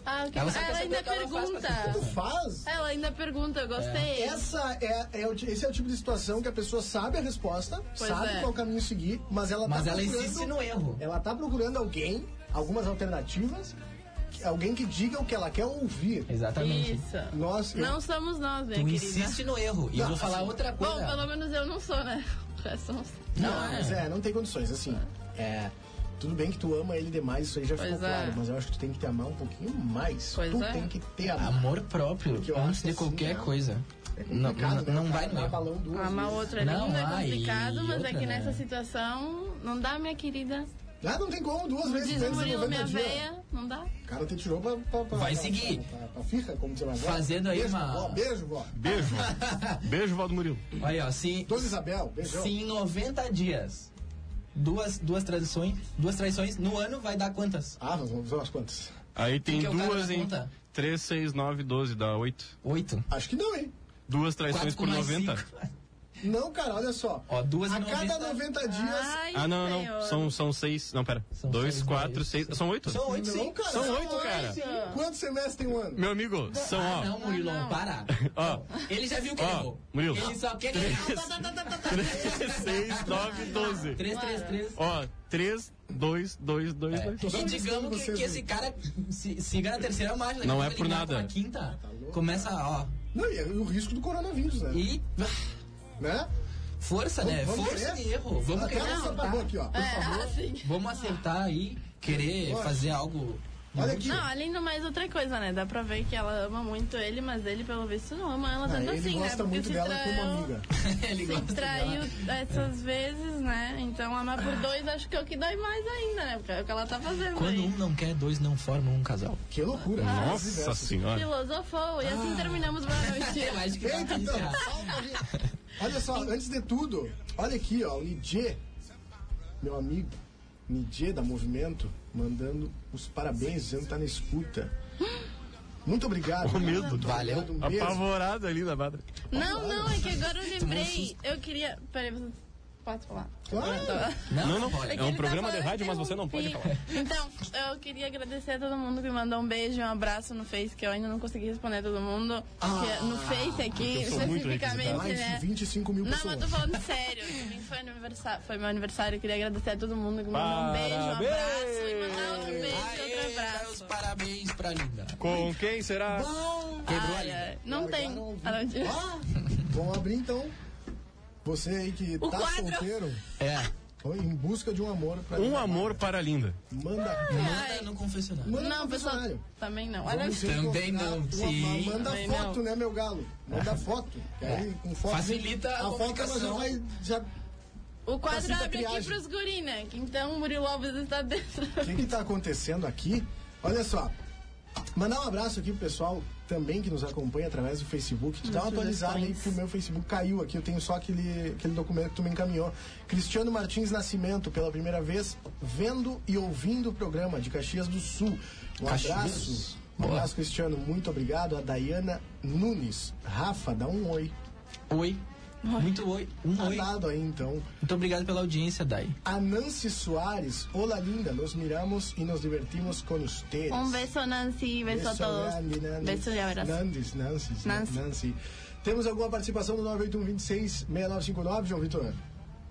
E: Ah, o que
F: Ela
E: ela,
F: só quer saber
E: ainda
F: o que ela faz pra
E: pergunta.
B: Tu faz?
E: Ela ainda pergunta, eu gostei.
B: Essa é, é o ti- esse é o tipo de situação que a pessoa sabe a resposta,
E: Pois
B: sabe
E: é.
B: qual caminho seguir, mas ela
F: Mas
B: tá
F: ela
B: procurando-
F: insiste no erro.
B: Ela tá procurando alguém, algumas alternativas, alguém que diga o que ela quer ouvir.
F: Exatamente.
E: Isso.
B: Nós, eu-
E: Não somos nós, minha
F: Tu
E: querida.
F: insiste no erro. E eu vou falar outra coisa.
E: Bom, pelo menos eu não sou, né? O resto Somos...
B: Não, mas é, não tem condições, assim. É. Tudo bem que tu ama ele demais, isso aí já
E: Pois
B: ficou claro,
E: é.
B: mas eu acho que tu tem que te amar um pouquinho mais.
E: Pois
B: tu
E: é.
B: tem que ter amor.
F: Amor próprio,
B: Porque eu
F: antes
B: acho que
F: de
B: assim,
F: qualquer
B: né?
F: coisa. não
B: Complicado,
F: não,
B: né?
F: não
B: O cara
F: vai no
B: dá
F: erro.
B: balão duas
E: Amar o
B: vezes.
E: outro é
F: Não,
E: lindo, é
F: ah, e
E: complicado, mas é
F: outra, né?
E: que nessa situação não dá, minha querida.
B: Ah, não tem como, duas
E: Não
B: vezes.
E: diz o Murilo,
B: 290
E: minha
B: dias.
E: veia, não dá?
B: O cara te tirou pra... pra, pra
F: Vai
B: pra-
F: seguir.
B: Pra, pra, pra firra, como você vai agora.
F: Fazendo aí
B: beijo,
F: uma-
B: Vó, beijo, vó.
C: Beijo. Beijo, Valdo Murilo.
F: Olha, ó, se,
B: Dona Isabel, beijão.
F: se em 90 dias, duas, duas tradições, duas traições, no ano vai dar quantas?
B: Ah, mas vamos ver umas quantas.
C: Aí tem
F: que é o cara
C: duas
F: da
C: em
F: conta?
C: 3, 6, 9, 12, dá 8.
F: Oito.
B: Acho que não, hein?
C: Duas
F: Quatro
C: traições
F: com
C: por
F: mais
C: 90.
F: cinco.
B: Não, cara, olha só.
F: Ó, duas
B: a
F: em
B: cada
F: 90
B: 90 dias...
E: Ai,
C: Ah, não, não,
E: senhor.
C: não. São, são seis. Não, pera.
F: São
C: dois,
F: seis,
C: quatro,
F: dois,
C: seis. São oito?
F: São oito, sim.
B: Não, cara,
C: São oito, cara.
B: Quantos semestres tem um ano?
C: Meu amigo, são,
F: Ah,
C: Então, ó.
F: não, Murilo, para.
C: Ó,
F: Ele já viu que
C: Ó,
F: ele errou.
C: Murilo.
F: Ele só quer que ele... Tá, tá, tá, tá, tá.
C: 6, 9, 12.
F: Três, três, três. É.
C: Ó, 3, 2, 2, 2, 2.
B: Tô só
F: E
B: testando
F: digamos que,
B: vocês,
F: que esse
B: hein?
F: cara se- siga na terceira margem. né?
C: Não
F: Quando
C: é
F: ele
C: por
F: vai
C: nada.
F: pra quinta,
B: Tá
F: começa, ó.
B: Não, e é o risco do coronavírus, né?
F: E.
B: Né?
F: Força, né?
B: Vamos
F: Força
B: ver?
F: de erro. Vamos Ah, tá.
B: Até
F: querer
B: ela se
F: acertar.
B: apagou aqui, ó. Por
E: É,
B: favor.
E: assim.
F: Vamos acertar aí, querer
B: Bora.
F: fazer algo.
B: Olha aqui.
E: Não, além do mais, outra coisa, né? Dá pra ver que ela ama muito ele, mas ele, pelo visto, não ama ela
B: Ah,
E: tanto
B: ele
E: assim, né?
B: gosta
E: Porque
B: muito
E: se
B: dela
E: traiu,
B: como amiga.
F: Ele
E: se
F: gosta
E: traiu
F: dela.
E: essas vezes, né? Então, amar
C: Ah.
E: por dois, acho que é o que dói mais ainda, né? Porque é o que ela tá fazendo
F: Quando
E: aí.
F: um não quer, dois não formam um casal.
B: Que loucura. né?
C: Nossa senhora.
E: Filosofou, e
C: Ah.
E: assim terminamos boa noite.
F: Eu acho que dá
B: Eita,
F: pra
B: então.
F: encerrar.
B: Olha só, antes de tudo, olha aqui, ó, o Nidje, meu amigo, Nidje da Movimento, mandando os parabéns, dizendo que tá na escuta. Muito obrigado.
C: Com medo.
B: Muito
F: Valeu.
B: obrigado mesmo.
C: Apavorada ali na bada.
E: Não, não, é que agora eu lembrei. Eu queria. Peraí, você. Pode falar.
B: Claro.
C: Não, não.
F: olha.
E: que
C: É um
E: ele tá
C: programa de
E: falando
C: rádio, mas você não pode
E: interrompi.
C: falar.
E: Então, eu queria agradecer a todo mundo que me mandou um beijo e um abraço no Face, que eu ainda não consegui responder todo mundo. que no Face aqui,
C: Ah, eu sou muito
E: especificamente,
B: Mais de
E: né?
B: 25 mil
E: Não, mas
B: pessoas.
E: tô falando sério. Ontem Foi, aniversário, foi meu aniversário. Eu queria agradecer a todo mundo que me mandou um beijo, um
C: Parabéns!
E: abraço e mandar outro beijo e outro
F: Aê, dá os
E: abraço.
F: parabéns pra linda.
C: Com quem será?
F: Quebrou a
E: Ai,
F: linda.
E: ai, não tem. Ah, não tinha.
B: Ah, vamos abrir então. Você aí que
E: O
B: tá
E: quadro.
B: solteiro,
F: É,
B: foi em busca de um amor. Pra
C: Um amor para a linda.
B: Manda.
F: manda no confessionário.
B: Manda
E: Não,
B: pro
E: pessoal,
B: funcionário.
E: também não. Olha,
B: Vamos
F: Também
B: encontrar
F: não,
B: uma-
F: sim. É.
B: Manda
E: Também
B: foto,
E: não.
B: né, meu galo? Manda foto. que Aí, com foto
F: Facilita a
B: a foto ela já
F: comunicação.
B: vai. Já...
E: o quadro
B: Facilita a
E: abre aqui
B: triagem.
E: pros guri, né? Então o Murilo Alves está dentro.
B: O que, que tá acontecendo aqui? Olha só. Mandar um abraço aqui pro pessoal também que nos acompanha através do Facebook. Tu dá uma atualizada aí, porque o meu Facebook caiu aqui. Eu tenho só aquele, aquele documento que tu me encaminhou. Cristiano Martins Nascimento, pela primeira vez, vendo e ouvindo o programa de Caxias do Sul. Um abraço. Um abraço, Cristiano. Muito obrigado. A Dayana Nunes. Rafa, dá um oi.
F: Oi. Muito oi. Um oi.
B: Mandado aí, então.
F: Muito obrigado pela audiência, Dai.
B: A Nancy Soares. Olá, linda. Nos miramos e nos divertimos com ustedes.
E: Um beijo, Nancy. Beijo
B: é
E: a todos.
B: grande, Nancy.
E: Beijo e abraço.
B: Nandes, né? Nancy, Nancy.
E: Nancy.
B: Temos alguma participação no 981266959, João Vitor?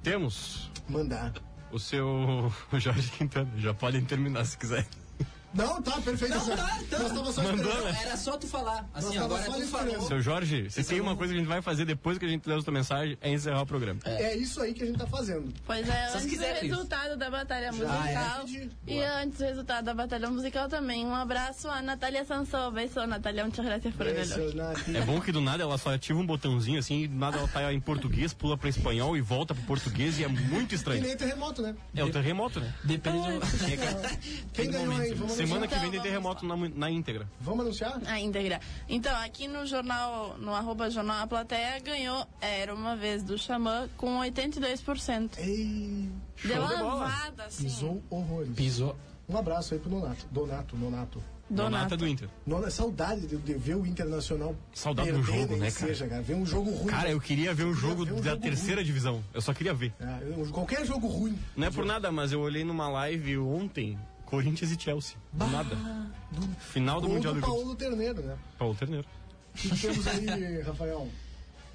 C: Temos
B: Mandar.
C: o seu o Jorge Quintana. Já podem terminar se quiser.
B: Não, tá, perfeito. Não,
F: tá, tá.
B: Nós estamos só
C: né?
B: esperando.
F: Era só tu falar. Assim,
B: é. tava
F: agora
B: só
F: tu
B: esperando.
F: falou.
C: Seu Jorge, se
F: é
C: tem uma coisa que a gente vai fazer depois que a gente ler a sua mensagem, é encerrar o programa.
B: É isso aí que a gente tá fazendo.
E: Pois é,
F: Só se
E: antes
F: quiser,
E: do
F: Cris.
E: resultado da batalha musical.
B: é.
E: E antes do resultado da batalha musical também. Um abraço a Natália Sansou. Beijo, Natália. Muchas gracias por el reloj.
B: Impressionante.
C: É bom que do nada ela só ativa um botãozinho assim, e do nada ela tá em português, pula pra espanhol e volta pro português e é muito
B: Que
C: estranho.
B: nem terremoto, né?
C: É o terremoto, né?
F: Depende do.
B: Quem ganhou aí?
C: Momento.
B: Vamos
C: né? Semana
B: anunciar?
C: que vem tem
E: Então,
C: terremoto na, na íntegra.
B: Vamos anunciar?
E: A íntegra. Então, aqui no jornal, no arroba jornal A Plateia, ganhou Era Uma Vez do Xamã com 82%.
B: Ei,
E: Deu
C: de
E: uma
C: bola.
E: lavada, assim.
B: pisou horrores.
F: Pisou.
B: Um abraço aí pro Nonato. Donato, Nonato.
C: Donata do Inter.
B: Nona, é saudade de, de ver o Internacional.
C: Saudade do
B: perder,
C: jogo,
B: nem
C: né,
B: que
C: cara?
B: Seja, cara? Ver um jogo ruim.
C: Cara, eu queria ver um jogo
B: ver um
C: da
B: jogo
C: terceira divisão. Eu só queria ver.
B: É, eu- qualquer jogo ruim.
C: Não é por nada, mas eu olhei numa live ontem, Corinthians e Chelsea. Do nada. Final do
B: Ou
C: Mundial
B: do
C: do Grupo.
B: Paulo Terneiro, né?
C: Paulo Terneiro.
B: O que temos aí, Rafael?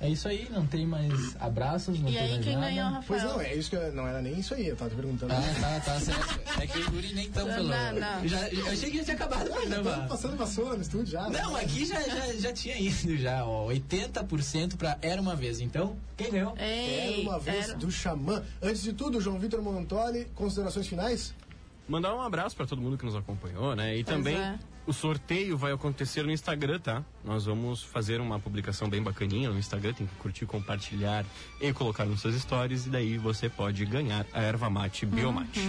F: É isso aí, não tem mais abraços, não
E: E
F: tem
E: aí
F: mais
E: quem
F: nada.
E: ganhou,
B: Pois
E: Rafael?
B: não, é isso que eu, não era nem isso aí, eu tava te perguntando.
F: Ah, tá, tá certo. É que o Yuri nem tão
E: Não,
F: falou.
E: não, não.
F: Já, já- eu achei que já tinha acabado o
B: Tava
F: programa.
B: passando vassoura no estúdio já. né?
F: Não, aqui já, já, já tinha ido já, ó. 80% pra Era Uma Vez. Então, quem ganhou?
E: Ei,
B: Era uma vez
E: era-
B: do Xamã. Antes de tudo, João Vitor Montoli, considerações finais?
C: Mandar um abraço pra todo mundo que nos acompanhou, né? E também
E: é.
C: o sorteio vai acontecer no Instagram, tá? Nós vamos fazer uma publicação bem bacaninha no Instagram, tem que curtir, compartilhar e colocar nos seus stories e daí você pode ganhar a erva mate biomate.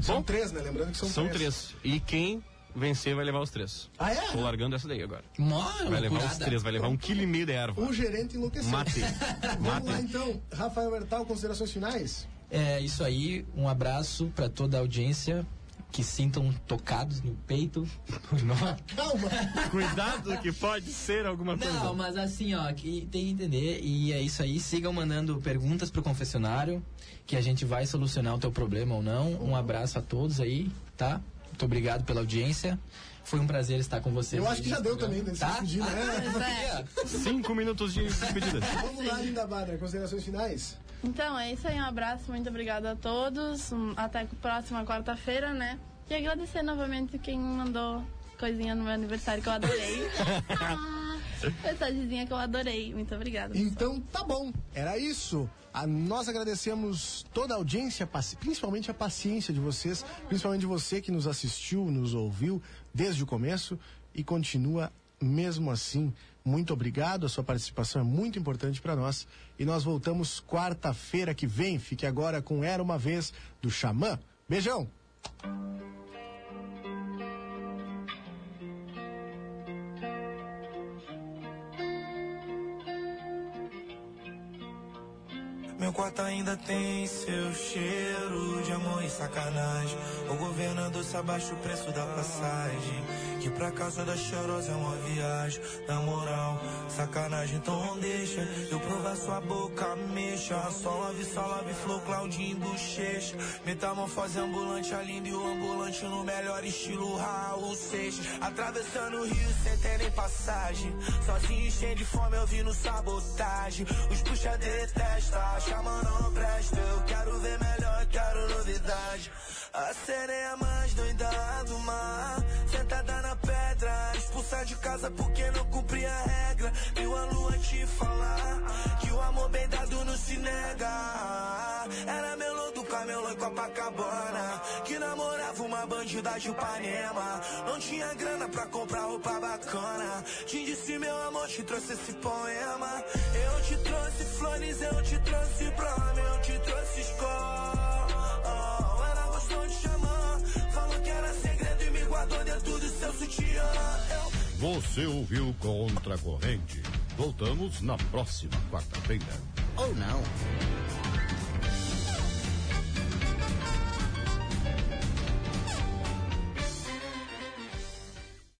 B: São
C: Bom,
B: três, né? Lembrando que são,
C: São três. E quem vencer vai levar os três.
B: Ah, é?
C: Tô largando essa daí agora.
F: Mó
C: Vai levar os
F: loucurada.
C: três, vai levar um quilo e meio de erva.
B: O gerente enlouqueceu.
C: Mate.
B: Vamos lá
C: Mate.
B: então, Rafael Bertal, considerações finais?
F: É isso aí, um abraço pra toda a audiência. Que sintam tocados no peito por nós.
B: Calma!
C: Cuidado que pode ser alguma coisa.
F: Não, mas assim, ó, que tem que entender. E é isso aí. Sigam mandando perguntas pro confessionário, que a gente vai solucionar o teu problema ou não. Um abraço a todos aí, tá? Muito obrigado pela audiência. Foi um prazer estar com vocês.
B: Eu
F: aí
B: acho que já
F: nesse
B: deu
F: programa.
B: também, né? Se
F: Tá?
B: despedir, né?
F: Ah, não,
C: Cinco minutos de despedida.
B: Vamos lá, Linda Badra, considerações finais?
E: Então é isso aí, um abraço, muito obrigada a todos. um, Até a próxima quarta-feira, né? E agradecer novamente quem mandou coisinha no meu aniversário que eu adorei. Ah, Mensagenzinha que eu adorei. Muito obrigada. pessoal.
B: Então tá bom, era isso. A- nós agradecemos toda a audiência, paci- principalmente a paciência de vocês, principalmente de você que nos assistiu, nos ouviu desde o começo e continua mesmo assim. Muito obrigado, a sua participação é muito importante para nós e nós voltamos quarta-feira que vem. Fique agora com Era uma Vez do Xamã. Beijão!
J: Meu quarto ainda tem seu cheiro de amor e sacanagem. O governador se abaixa o preço da passagem. Que pra casa da cheirosa é uma viagem. Na moral, sacanagem, então deixa eu provar sua boca, mexa. Só lave, só lave, flor, Claudinho, bochecha. Metamorfose ambulante, a linda e o ambulante no melhor estilo Raul Seixas. Atravessando o rio sem ter nem passagem. Sozinho, cheio de fome, eu vi no sabotagem. Os puxa detesta, chama não presta. Eu quero ver melhor, quero novidade. A sereia mais doida do mar, sentada na pedra, expulsa de casa porque não cumpria a regra. Viu a lua te falar que o amor bem dado não se nega. Era melô do camelô e Copacabana, que namorava uma bandida de Ipanema. Não tinha grana pra comprar roupa bacana. Te disse meu amor, te trouxe esse poema. Eu te trouxe flores, eu te trouxe brama, eu te trouxe escola. Ela gostou de chamar, falou que era segredo e me guardou dentro do seu sutiã. Eu
A: Você ouviu Contra a Corrente. Voltamos na próxima quarta-feira.
F: Ou não.